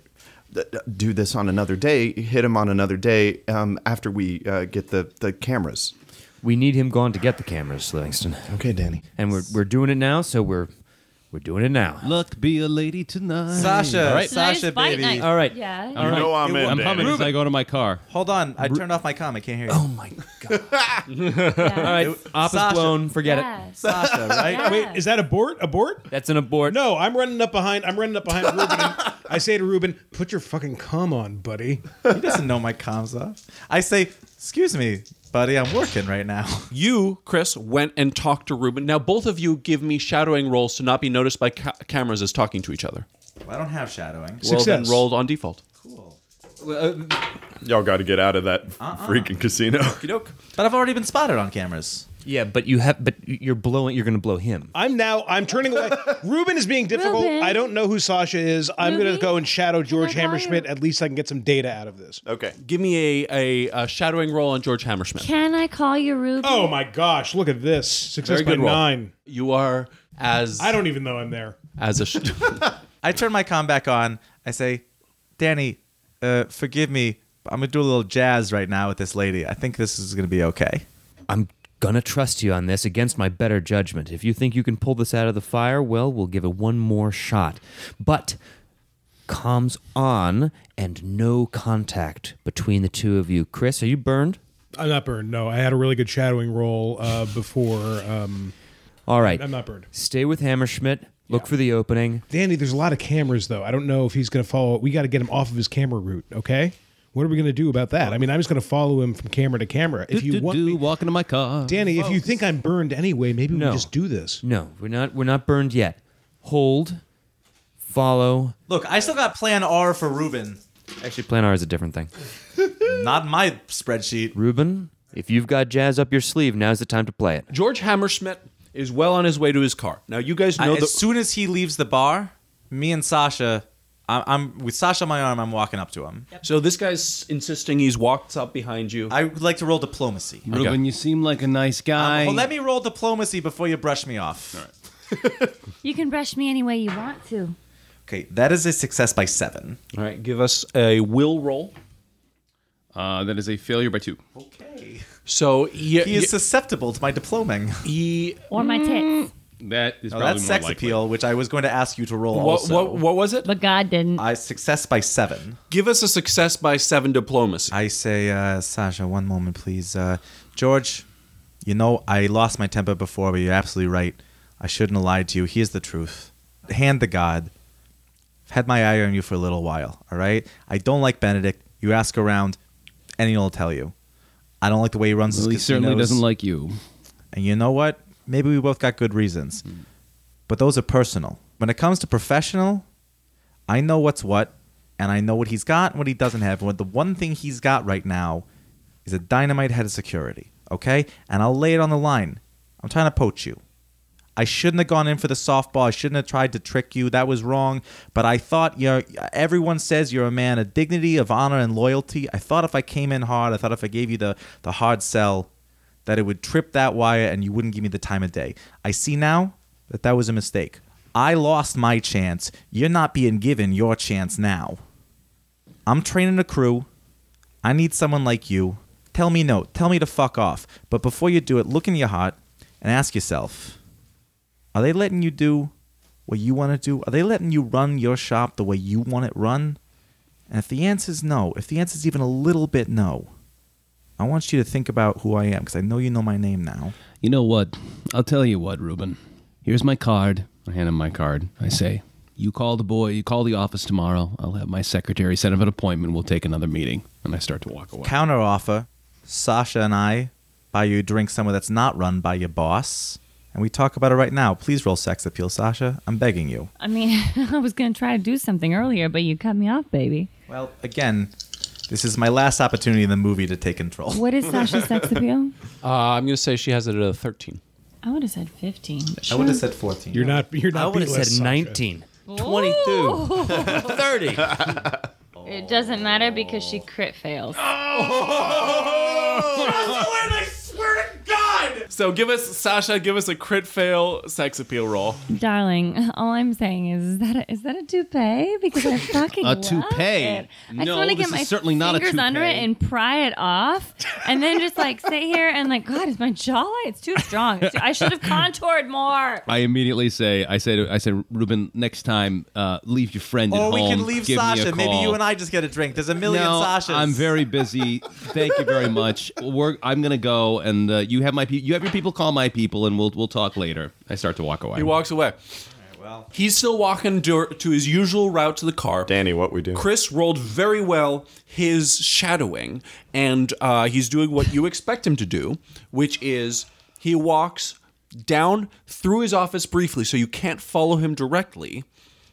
H: th- th- do this on another day? Hit him on another day um, after we uh, get the the cameras.
B: We need him gone to get the cameras, Livingston.
H: Okay, Danny.
B: And we're we're doing it now. So we're we're doing it now.
F: Oh
L: Luck be a lady tonight.
E: Sasha,
L: All right.
D: Tonight's
E: Sasha,
D: fight
E: baby.
D: night.
B: All right.
D: Yeah.
L: All right.
H: No, I'm in.
L: I'm
H: Danny.
L: humming as I go to my car.
E: Hold on, I turned off my com. I can't hear you. Oh my
B: All right. Op is
E: Sasha.
B: blown. Forget it.
D: Yes.
E: Sasha, right?
D: Yeah.
F: Wait, is that abort? Abort?
B: That's an abort.
F: No, I'm running up behind. I'm running up behind Ruben. and I say to Ruben, "Put your fucking com on, buddy."
E: He doesn't know my comms off. I say, excuse me, buddy, I'm working right now.
A: You, Chris, went and talked to Ruben. Now both of you give me shadowing rolls to not be noticed by ca- cameras as talking to each other.
E: Well, I don't have shadowing.
A: Well, then
F: Success.
A: rolled on default.
H: Y'all got to get out of that freaking casino.
E: But I've already been spotted on cameras.
B: Yeah, but you have. But you're blowing. You're going to blow him.
F: I'm now. I'm turning away. Ruben is being difficult.
D: Ruben.
F: I don't know who Sasha is. I'm going to
D: Ruby?
F: go and shadow George
D: I call
F: Hammerschmidt.
D: you?
F: At least I can get some data out of this.
H: Okay.
A: Give me a, a, a shadowing roll on George Hammerschmidt.
D: Can I call you Ruby?
F: Oh my gosh! Look at this success
A: Very good
F: by
A: roll.
F: nine.
A: You are as
F: I don't even know I'm there.
A: as a sh- <laughs>
E: I turn my com back on. I say, Danny, uh, forgive me. but I'm gonna do a little jazz right now with this lady. I think this is gonna be okay.
B: I'm gonna trust you on this against my better judgment. If you think you can pull this out of the fire, well, we'll give it one more shot. But comms on and no contact between the two of you. Chris, are you burned?
F: I'm not burned. No, I had a really good shadowing roll uh, before. Um,
B: All right.
F: I'm not burned.
B: Stay with Hammerschmidt. Look for the opening.
F: Danny, there's a lot of cameras though. I don't know if he's going to follow. We got to get him off of his camera route. Okay. What are we going to do about that? I mean, I'm just going to follow him from camera to camera. If you
L: Do,
F: want,
L: do,
F: me-
L: walking to my car.
F: Danny, if you think I'm burned anyway, maybe
B: No.
F: we just do this.
B: No, we're not. We're not burned yet. Hold. Follow.
E: Look, I still got plan R for Ruben.
B: Actually, Plan R is a different thing.
E: Not in my spreadsheet.
B: Ruben, if you've got jazz up your sleeve, now's the time to play it.
A: George Hammerschmidt is well on his way to his car. Now you guys
E: I-
A: know
E: as
A: the
E: soon as he leaves the bar, me and Sasha, I'm, I'm with Sasha on my arm. I'm walking up to him.
A: So this guy's insisting he's walked up behind you.
E: I would like to roll diplomacy. Um,
C: Ruben, you seem like a nice guy.
E: Well, let me roll diplomacy before you brush me off.
T: You can brush me any way you want to.
E: Okay, that is a success by seven.
A: All right, give us a will roll.
C: Uh, that is a failure by two.
A: So he,
E: he is susceptible to my diploming.
A: He
T: Or my
B: Mm.
T: tits.
C: that is
E: Oh,
C: probably
E: that's
C: more
E: sex
C: likely.
E: appeal, which I was going to ask you to roll
A: What,
E: also.
A: what, what was it?
T: But God didn't.
E: I success by seven.
A: Give us a success by seven diplomacy.
E: I say, uh, Sasha, one moment, please. Uh, George, you know I lost my temper before, but you're absolutely right. I shouldn't have lied to you. Here's the truth. Hand to God. I've had my eye on you for a little while. All right. I don't like Benedict. You ask around, and he'll tell you. I don't like the way he runs his
C: Well, he certainly
E: casinos.
C: doesn't like you.
E: And you know what? Maybe we both got good reasons. But those are personal. When it comes to professional, I know what's what, and I know what he's got and what he doesn't have. And what the one thing he's got right now is a dynamite head of security, okay? And I'll lay it on the line. I'm trying to poach you. I shouldn't have gone in for the softball. I shouldn't have tried to trick you. That was wrong. But I thought, you know, everyone says you're a man of dignity, of honor, and loyalty. I thought if I came in hard, I thought if I gave you the, the hard sell, that it would trip that wire and you wouldn't give me the time of day. I see now that that was a mistake. I lost my chance. You're not being given your chance now. I'm training a crew. I need someone like you. Tell me no. Tell me to fuck off. But before you do it, look in your heart and ask yourself are they letting you do what you want to do? Are they letting you run your shop the way you want it run? And if the answer is no, if the answer is even a little bit no, I want you to think about who I am because I know you know my name now.
C: You know what? I'll tell you what, Ruben. Here's my card. I hand him my card. I say, You call the boy, you call the office tomorrow. I'll have my secretary set up an appointment. We'll take another meeting. And I start to walk away.
E: Counter offer Sasha and I buy you a drink somewhere that's not run by your boss. And we talk about it right now. Please roll sex appeal, Sasha. I'm begging you.
T: I mean, <laughs> I was going to try to do something earlier, but you cut me off, baby.
E: Well, again, this is my last opportunity in the movie to take control.
T: What is Sasha's
A: <laughs>
T: sex appeal?
A: Uh, I'm going to say she has it at a 13.
T: I would have said 15.
E: I would have said 14.
F: You're not. You're not.
B: I would have
F: beatless,
B: said
F: Sasha.
B: 19.
T: Ooh.
B: 22. 30.
T: It doesn't matter because she crit fails.
A: So give us, Sasha, give us a crit fail sex appeal roll.
T: Darling, <laughs> all I'm saying is, is that a, is that a toupee? Because I fucking
C: <laughs> A
T: love
C: toupee?
T: it. I
C: No,
T: just want to
C: this
T: get my
C: is certainly not a
T: fingers under it
C: toupee.
T: and pry it off, and then just like sit here and like, God, is my jawline? It's too strong. It's too- I should have contoured more.
C: I immediately say, I say, to, I say, Ruben, next time, uh, leave your friend at
E: Or we
C: home.
E: can leave
C: Give me a
E: Sasha. Maybe
C: call."
E: you and I just get a drink. There's a million
C: no,
E: Sashas.
C: I'm very busy. Thank you very much. We're, I'm gonna go, and uh, you have my pe- you have your people call my people, and we'll we'll talk later. I start to walk away.
A: He walks away. He's still walking to, to his usual route to the car.
H: Danny, what we do?
A: Chris rolled very well his shadowing, and uh, he's doing what you expect him to do, which is he walks down through his office briefly, so you can't follow him directly.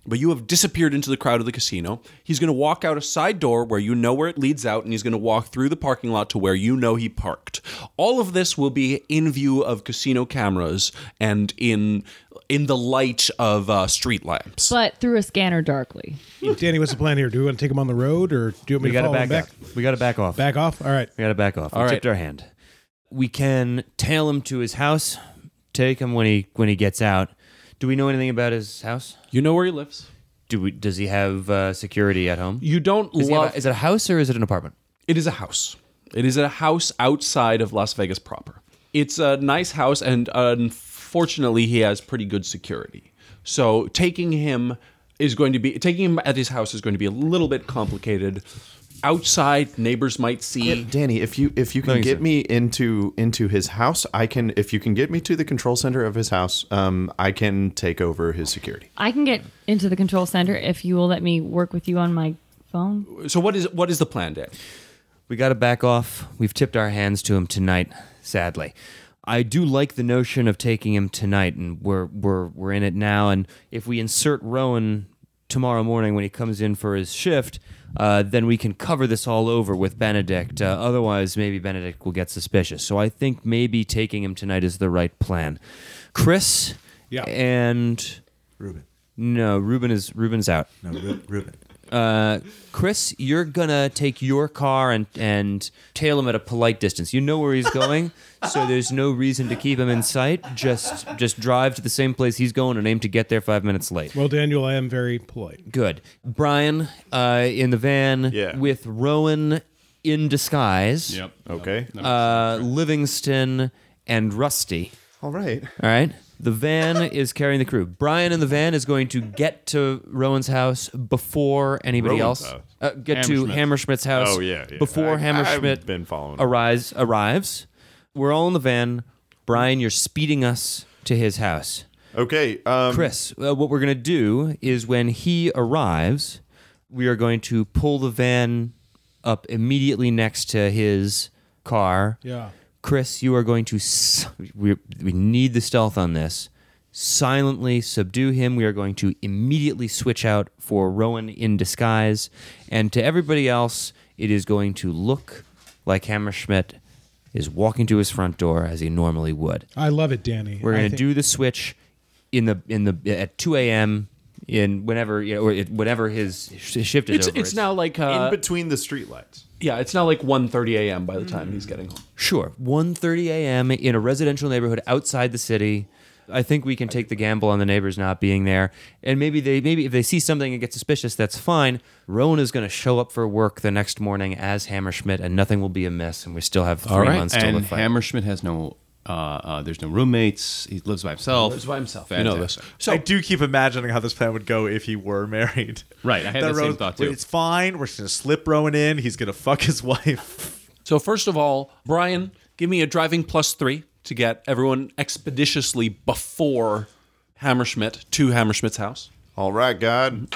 A: But you have disappeared into the crowd of the casino. He's going to walk out a side door where you know where it leads out, and he's going to walk through the parking lot to where you know he parked. All of this will be in view of casino cameras and in in the light of uh, street lamps.
D: But through a scanner darkly.
F: <laughs> Danny, what's the plan here? Do we want to take him on the road, or do you want me
S: We
F: to
S: gotta
F: follow
S: back,
F: him back?
S: up. We gotta back off.
F: Back off. All right.
S: We gotta back off. We
B: All
S: tipped
B: right.
S: our hand.
B: We can tail him to his house, take him when he when he gets out. Do we know anything about his house?
A: you know where he lives.
B: Do we, does he have uh, security at home?
A: You don't
B: Does he have a-
A: love.
B: is it a house or is it an apartment?
A: It is a house. It is a house outside of Las Vegas proper. It's a nice house, and unfortunately, he has pretty good security. So taking him is going to be taking him at his house is going to be a little bit complicated. Outside, neighbors might see.
H: Danny, if you if you can get me into into his house, I can. If you can get me to the control center of his house, um, I can take over his security.
D: I can get
T: Into the control center if you will let me work with you on my phone.
A: So what is what is the plan, Dan?
B: We got to back off. We've tipped our hands to him tonight, sadly. I do like the notion of taking him tonight, and we're we're we're in it now. And if we insert Rowan tomorrow morning when he comes in for his shift, uh, then we can cover this all over with Benedict. Uh, otherwise, maybe Benedict will get suspicious. So I think maybe taking him tonight is the right plan. Chris,
F: Yeah.
B: and
E: Ruben.
B: No, Ruben is Ruben's out.
E: No, Ru- Ruben.
B: Uh, Chris, you're gonna take your car and and tail him at a polite distance. You know where he's going, so there's no reason to keep him in sight. Just just drive to the same place he's going and aim to get there five minutes late.
F: Well, Daniel, I am very polite.
B: Good. Brian uh, in the van with Rowan in disguise.
H: Yep. Okay.
B: Uh, Livingston and Rusty.
H: All right.
B: All right. The van is carrying the crew. Brian in the van is going to get to Rowan's house before anybody
H: Rowan's
B: else.
H: house.
B: Uh, get to
H: Hammerschmidt's.
B: Hammerschmidt's house.
H: Oh, yeah, yeah. I-
B: Before
H: I've
B: Hammerschmidt
H: been following him.
B: arrives. Arrives. We're all in the van. Brian, you're speeding us to his house.
H: Okay. Um,
B: Chris, uh, what we're going to do is when he arrives, we are going to pull the van up immediately next to his car.
F: Yeah.
B: Chris, you are going to. s- We, we need the stealth on this. Silently subdue him. We are going to immediately switch out for Rowan in disguise. And to everybody else, it is going to look like Hammerschmidt is walking to his front door as he normally would.
F: I love it, Danny.
B: We're
F: I
B: going to
F: think-
B: do the switch in the in the at 2 a.m. in whenever you know, or it, whenever his sh- shift is
Q: It's,
B: over.
Q: it's now like uh,
B: in
Q: between
H: the streetlights.
Q: Yeah, it's now like 1.30 a.m. by the time he's getting home.
B: Sure, 1:30 a.m. in a residential neighborhood outside the city. I think we can take the gamble on the neighbors not being there, and maybe they maybe if they see something and get suspicious, that's fine. Rowan is going to show up for work the next morning as Hammerschmidt, and nothing will be amiss, and we still have three
C: All right.
B: months till
C: and
B: the fight.
C: Hammerschmidt has no. Uh, uh, there's no roommates. He lives by himself.
Q: Lives by himself.
C: Fantastic.
Q: You know this.
C: So
E: I do keep imagining how this plan would go if he were married.
C: Right, I had
E: That
C: the same
E: Rowan-
C: thought, too.
E: It's fine. We're just gonna slip Rowan in. He's gonna fuck his wife.
A: So first of all, Brian, give me a driving plus three to get everyone expeditiously before Hammerschmidt to Hammerschmidt's house.
H: All right, God.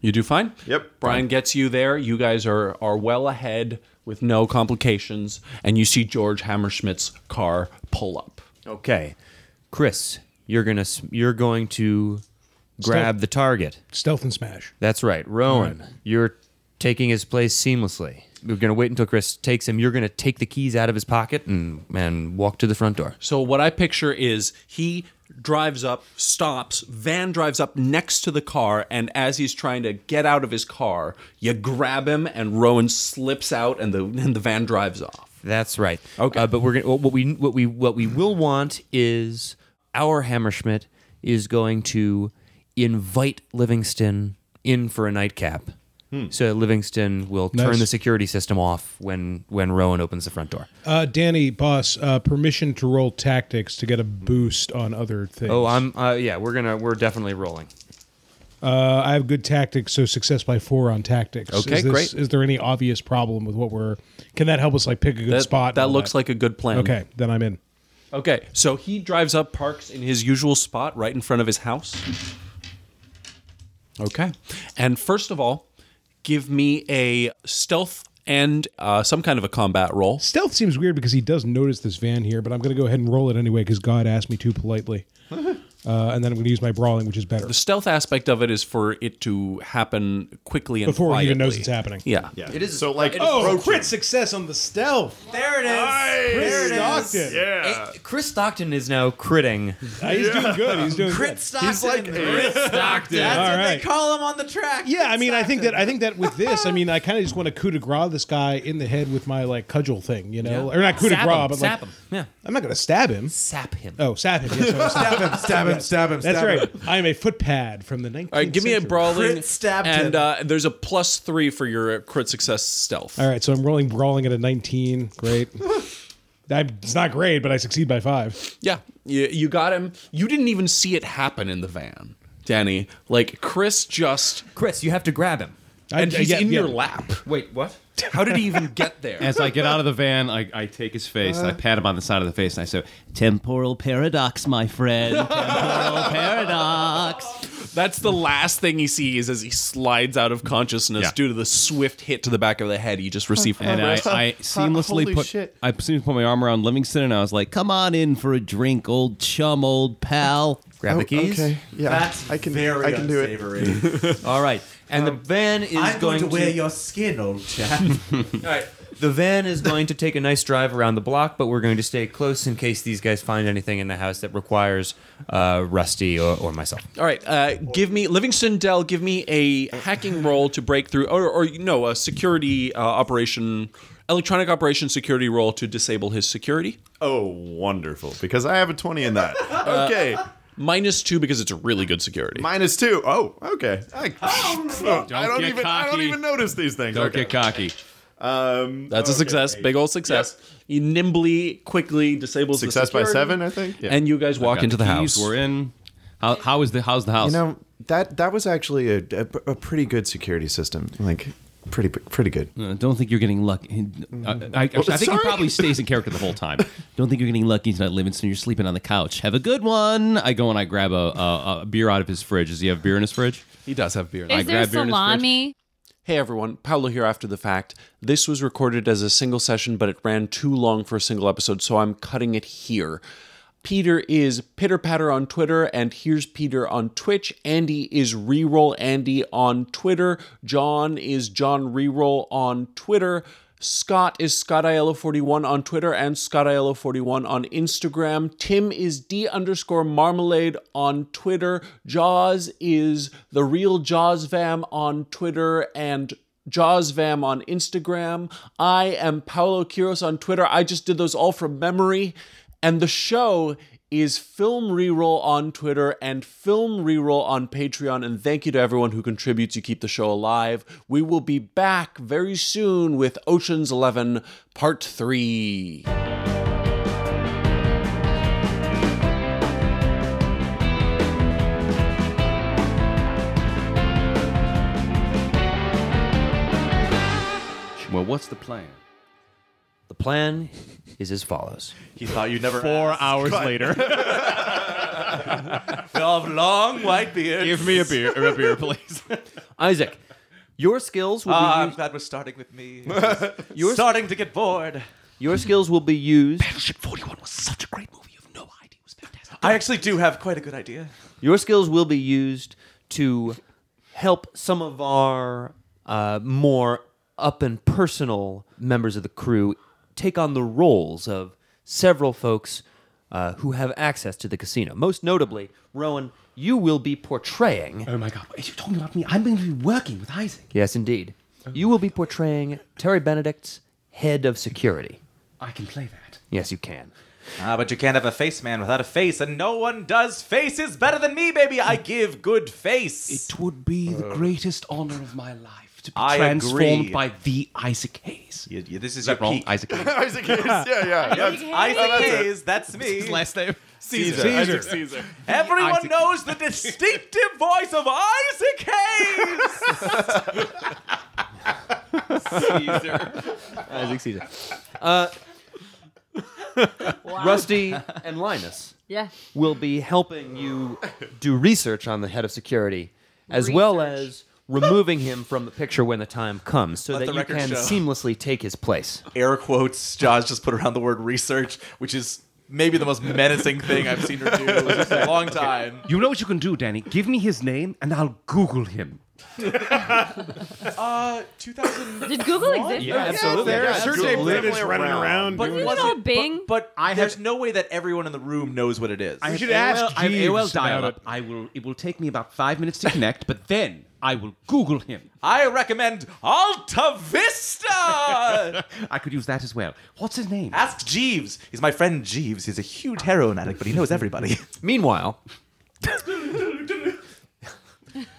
A: You do fine.
H: Yep.
A: Brian gets you there. You guys are are well ahead with no complications, and you see George Hammerschmidt's car pull up.
B: Okay, Chris, you're gonna s- you're going to grab
F: Stealth.
B: the target.
F: Stealth and smash.
B: That's right, Rowan. You're taking his place seamlessly. We're gonna wait until Chris takes him. You're gonna take the keys out of his pocket and and walk to the front door.
A: So what I picture is he drives up, stops, van drives up next to the car, and as he's trying to get out of his car, you grab him, and Rowan slips out, and the <laughs> and the van drives off.
B: That's right. Okay, but we're gonna what we what we what we will want is our Hammerschmidt is going to invite Livingston in for a nightcap.
F: Hmm.
B: So Livingston will
F: Nice.
B: turn the security system off when when Rowan opens the front door.
F: Uh, Danny, boss, uh, permission to roll tactics to get a boost on other things.
B: Oh, I'm uh, yeah. We're gonna we're definitely rolling.
F: Uh, I have good tactics, so success by four on tactics.
A: Okay,
F: Is this-
A: great.
F: Is there any obvious problem with what we're? Can that help us like pick a good
A: That-
F: spot?
A: that looks like a good plan.
F: Okay, then I'm in.
A: Okay, so he drives up, parks in his usual spot right in front of his house. Okay. And first of all, give me a stealth and uh, some kind of a combat roll.
F: Stealth seems weird because he does notice this van here, but I'm going to go ahead and roll it anyway because God asked me to politely. uh, and then I'm going to use my brawling, which is better.
A: The stealth aspect of it is for it to happen quickly and
F: Before he even knows
A: quietly.
F: it's happening. Oh,
A: Yeah.
H: It is so like
F: crit success on the stealth.
E: There it is.
F: There it is.
B: Yeah. Chris Stockton is now critting.
F: He's doing good. He's doing
E: Crit
F: good.
E: Stockton.
B: Chris Stockton.
E: That's what
F: All
E: they
F: right.
E: call him on the track.
F: Yeah, I mean, I think that I think that with this, I mean, I kind of just want to coup de grace this guy in the head with my like cudgel thing, you know,
B: Yeah.
F: or not coup de
B: Sap
F: grace,
B: him,
F: but
B: sap
F: like,
B: him. Yeah.
F: I'm not gonna stab him.
B: Sap him.
F: Oh, sap him. Yes, sorry,
E: Stab him, <laughs> stab him, stab him,
F: That's
E: stab
F: right.
E: him.
F: I am a footpad from the 19th.
A: All right, give me a
F: century.
A: brawling.
E: Crit stabbed
A: and
F: him.
A: uh, there's a plus three for your crit success stealth.
F: All right, so I'm rolling brawling at a 19.
E: <laughs>
F: Great. I'm, it's not great, but I succeed by five.
A: Yeah, you, you got him. You didn't even see it happen in the van, Danny. Like Chris just
B: Chris, you have to grab him,
F: I-
A: and
F: I-
A: he's
F: yeah,
A: in
F: yeah.
A: your lap.
B: Wait, what?
A: How did he even
F: <laughs>
A: get there?
C: As I get out of the van, I, I take his face, and I pat him on the side of the face, and I say, "Temporal paradox, my friend. Temporal paradox."
A: That's the last thing he sees as he slides out of consciousness
C: Yeah.
A: due to the swift hit to the back of the head he just received from
C: And I,
A: Chris.
C: I seamlessly
A: <laughs> Holy
C: put
A: shit.
C: I seamlessly put my arm around Livingston, and I was like, "Come on in for a drink, old chum, old pal. Grab the keys."
H: Oh, Okay. Yeah.
E: That's
H: I can.
E: very
H: I can do it.
E: <laughs> unsavory.
B: All right, and the van is
E: Um, I'm going, to wear
B: to
E: <laughs> your skin, old chap.
B: All right. The van is going to take a nice drive around the block, but we're going to stay close in case these guys find anything in the house that requires uh, Rusty or, or myself.
A: All right, uh, give me Livingston Dell. Give me a hacking roll to break through, or, or no, a security uh, operation, electronic operation security roll to disable his security.
H: Oh, wonderful! Because I have a twenty in that. Okay.
A: minus two because it's a really good security.
H: Minus two. Oh, okay. I, I don't
A: get
H: even. I don't
A: cocky.
H: even notice these things.
A: Don't
H: Okay.
A: get cocky.
H: Um,
A: That's a
H: okay.
A: success, big old success. He nimbly, quickly disables the
H: Success by
A: security.
H: seven, I think? Yeah.
A: And you guys
H: I've
A: walk
H: got
A: into the
H: the
A: house.
H: keys, we're
A: in.
C: How, how is the how's the house?
H: You know that that was actually a, a, a pretty good security system. Like pretty pretty good.
C: Uh, don't think you're getting lucky. Uh, I, I, I think he
H: Sorry?
C: probably stays in character the whole time. don't think you're getting lucky. He's not living, so you're sleeping on the couch. Have a good one. I go and I grab a, a, a beer out of his fridge. Does he have beer in his fridge?
A: He does have beer.
D: Is there salami?
A: Hey everyone, Paolo here after the fact. This was recorded as a single session, but it ran too long for a single episode, so I'm cutting it here. Peter is Pitter Patter on Twitter, and here's Peter on Twitch. Andy is Reroll Andy on Twitter. John is John Reroll on Twitter. Scott is ScottIello41 on Twitter and ScottIello41 on Instagram. Tim is D underscore marmalade on Twitter. Jaws is the real Jawsvam on Twitter and Jawsvam on Instagram. I am Paolo Quiros on Twitter. I just did those all from memory. And the show is Film Reroll on Twitter and Film Reroll on Patreon. And thank you to everyone who contributes. You keep the show alive. We will be back very soon with Ocean's Eleven Part 3.
C: Well, what's the plan?
B: The plan is as follows.
C: He
B: thought
U: you'd never Four ask. hours Cut. later.
B: <laughs> we all have long white beards. Give me a beer, a beer, please. <laughs> Uh, Isaac, your skills will
E: Ah,
B: be
E: I'm
B: used-
E: glad we're starting with me. <laughs>
B: You're
E: You're starting to get bored.
B: your skills will be used.
E: Battleship 41 was such a great movie. You have no idea. It was fantastic. I actually do have quite a good idea.
B: Your skills will be used to help some of our uh, more up and personal members of the crew take on the roles of several folks uh, who have access to the casino. Most notably, Rowan, you will be portraying. Oh my God! What are you talking about me? I'm going to be working with Isaac. Yes, indeed. You will be portraying Terry Benedict's head of security.
L: I can play that.
B: Yes, you can.
E: Ah, but you can't have a face man without a face, and no one does faces better than me, baby. I give good face.
L: It would be the greatest honor of my life to be
E: I
L: transformed
E: agree.
L: by the Isaac Hayes.
E: this is
L: that
E: your
L: wrong?
E: peak.
L: Isaac Hayes.
H: Isaac Hayes. Yeah, yeah. That's,
E: Isaac
H: that's it.
E: Hayes, that's me. His last
L: name.
E: Caesar.
H: Caesar. Isaac Caesar.
E: Everyone
H: Isaac.
E: knows the distinctive voice of Isaac Hayes.
B: Caesar. Isaac Caesar. Uh, Rusty and Linus
D: Yeah.
B: will be helping you do research on the head of security as well as removing him from the picture when the time comes so
E: Let
B: that
E: the
B: you
E: record
B: can
E: show.
B: seamlessly take his place.
E: <laughs> Air quotes. Josh just put around the word research, which is maybe the most menacing thing I've seen her do <laughs> in a long time.
L: You know what you can do, Danny? Give me his name and I'll Google him.
E: uh, 2000.
D: Did Google exist?
L: Yeah, absolutely.
E: there-
L: Yeah,
E: search
L: Google
E: engine
L: literally
E: was
L: running around
E: But
L: doing
E: it
L: Isn't it
E: wasn't-
D: all Bing?
E: But, but there's no way that everyone in the room knows what it is.
L: I should ask. I have AOL dial-up. I will. It will take me about five minutes to connect, but then I will Google him.
E: I recommend Alta Vista. <laughs>
L: I could use that as well. What's his name?
E: Ask Jeeves. He's my friend Jeeves. He's a huge heroin addict, but he knows everybody. <laughs>
B: Meanwhile,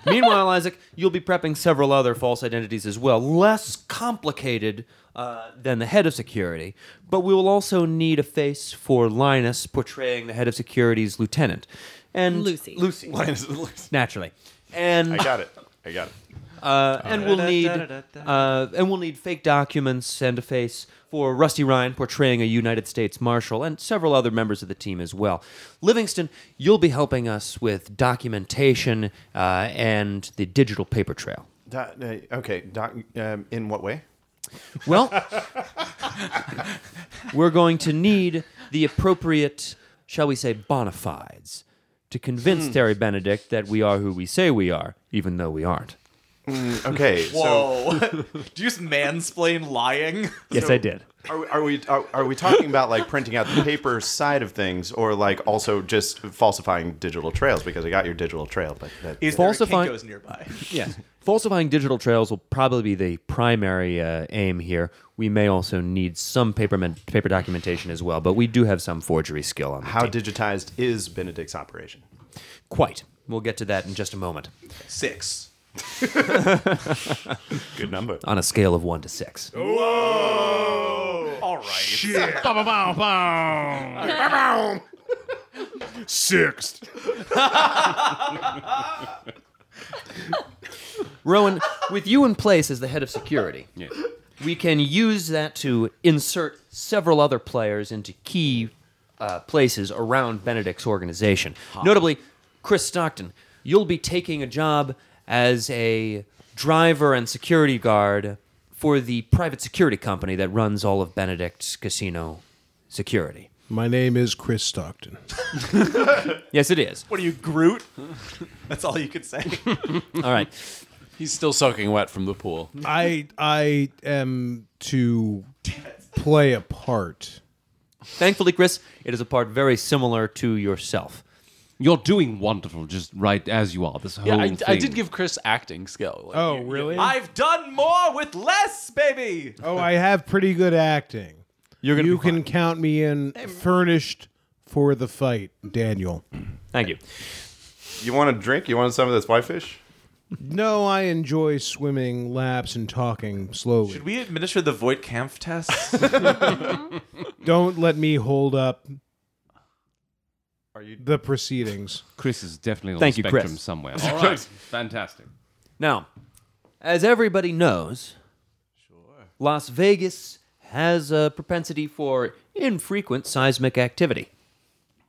B: Meanwhile, Isaac, you'll be prepping several other false identities as well, less complicated uh, than the head of security. But we will also need a face for Linus portraying the head of security's lieutenant, and
D: Lucy.
B: Lucy,
D: Linus-
B: naturally, and
H: I got it. I got it.
B: Uh, and we'll need uh, and we'll need fake documents and a face for Rusty Ryan portraying a United States Marshal and several other members of the team as well. Livingston, you'll be helping us with documentation uh, and the digital paper trail.
H: Doc- uh, okay. Doc, um, in what <laughs> way?
B: Well, we're going to need the appropriate, shall we say, bona fides to convince
H: Hmm.
B: Terry Benedict that we are who we say we are, even though we aren't.
H: okay,
E: Whoa. <laughs> Do you just mansplain lying?
V: Yes, I did.
H: Are we, are we are, are we talking about like printing out the paper side of things, or like also just falsifying digital trails? Because I got your digital trail, but that,
E: Is there a Kinko's nearby?
B: yes. <laughs> Falsifying digital trails will probably be the primary uh, aim here. We may also need some paper men- paper documentation as well, but we do have some forgery skill on the
H: How
B: team.
H: digitized is Benedict's operation?
B: Quite. We'll get to that in just a moment.
E: Six.
H: Good number.
B: On a scale of one to six.
E: Whoa! All right.
V: Shit.
F: <laughs>
B: Sixth. Rowan, with you in place as the head of security, we can use that to insert several other players into key uh, places around Benedict's organization. Notably, Chris Stockton, you'll be taking a job as a driver and security guard for the private security company that runs all of Benedict's casino security.
F: My name is Chris Stockton.
B: Yes, it is.
E: What are you, Groot? That's all you could say.
B: All right.
A: He's still soaking wet from the pool.
F: I I am to <laughs> play a part.
B: Thankfully, Chris, it is a part very similar to yourself.
L: You're doing wonderful, just right as you are. This whole
A: Yeah, I,
L: thing.
A: I did give Chris acting skill. Like,
F: Oh, really?
E: I've done more with less, baby.
F: Oh, I have pretty good acting. You're gonna you can count me in furnished for the fight, Daniel.
B: Thank you.
H: You want a drink? You want some of this whitefish?
F: No, I enjoy swimming laps and talking slowly.
E: Should we administer the Voight Kampf test?
L: <laughs>
F: Don't let me hold up
E: Are you...
F: the proceedings.
L: Chris is definitely on
B: Thank
L: the
B: you,
L: spectrum
B: Chris.
L: somewhere. All right, fantastic.
B: Now, as everybody knows, Las Vegas has a propensity for infrequent seismic activity.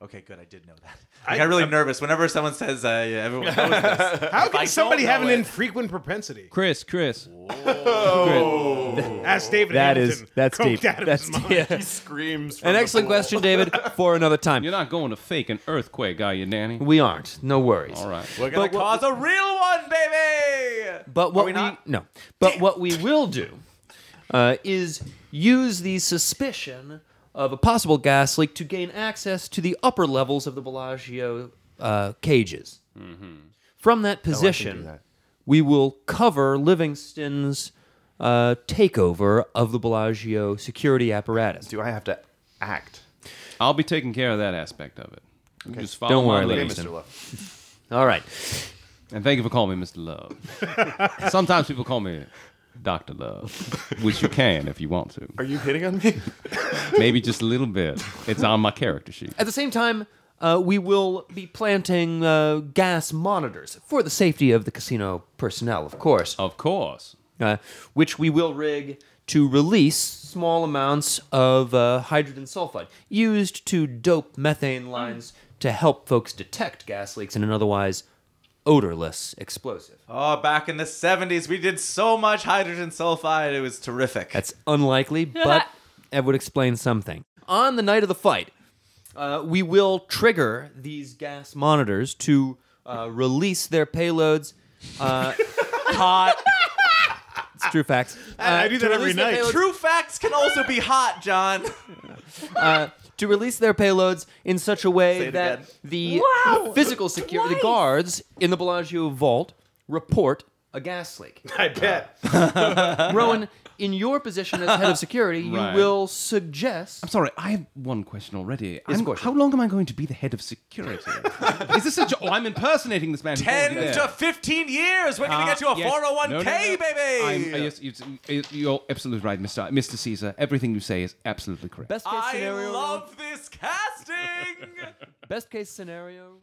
E: Okay, good. I did know that. I got really nervous whenever someone says, uh, yeah,
V: <laughs>
E: everyone knows this.
F: How
E: If I
F: can somebody
E: don't
F: have
E: know
F: an
E: it-
F: infrequent propensity?
L: Chris, Chris.
F: That's David
B: That
F: Hamilton.
B: is that's
F: coked
B: deep.
F: out of
B: That's
F: his mind.
B: yeah.
H: screams.
B: An excellent question, David, for another
L: <laughs>
B: time.
L: You're not going to fake an earthquake, are you, Danny?
B: We aren't. No worries.
L: All right.
E: We're gonna
B: But what-
E: cause a real one, baby.
B: But what we, no. But what we will do uh, is use the suspicion of a possible gas leak to gain access to the upper levels of the Bellagio uh, cages.
E: Mm-hmm.
B: From that position, we will cover Livingston's uh, takeover of the Bellagio security apparatus.
H: Do I have to act?
L: I'll be taking care of that aspect of it. You Just follow
B: Don't
L: my
B: worry,
L: lead.
B: Livingston. All right.
L: And thank you for calling me
B: <laughs>
L: Mr. Love. Sometimes people call me Dr. Love, which you can if you want to.
H: Are you hitting on me? <laughs>
L: Maybe just a little bit. It's on my character sheet.
B: At the same time, uh, we will be planting uh, gas monitors for the safety of the casino personnel, of course.
L: Of course.
B: Uh, which we will rig to release small amounts of uh, hydrogen sulfide used to dope methane lines to help folks detect gas leaks in an otherwise odorless explosive.
E: Oh, back in the 70s, we did so much hydrogen sulfide. It was terrific.
B: That's unlikely, but it would explain something. On the night of the fight, uh, we will trigger these gas monitors to uh, release their payloads. Uh, hot. It's true facts. Uh,
V: I- I do
B: to
V: that every
B: release their
V: night.
B: payloads-
E: True facts can also be hot, John.
L: <laughs>
B: uh, to release their payloads in such a way
E: it
B: that
E: again.
B: the
D: Wow!
B: physical security the
D: Twice!
B: guards in the Bellagio vault report a gas leak.
F: I bet.
B: <laughs> Rowan, in your position as head of security,
L: Right.
B: you will suggest
L: I'm sorry, I have one question already.
B: of
L: I'm-
B: course.
L: How long am I going to be the head of
E: <laughs>
L: security? Is this a job? Oh, I'm impersonating this man. who's
E: 10
L: already there.
E: to 15 years. We're going to
L: Ah,
E: get you a
L: yes.
E: 401k,
L: No, no, no.
E: baby.
L: I'm- uh, yes, it's- it- you're absolutely right, Mr. Mr. Caesar. Everything you say is absolutely correct.
B: best case
E: I
B: scenario.
E: love this casting.
B: Best case scenario.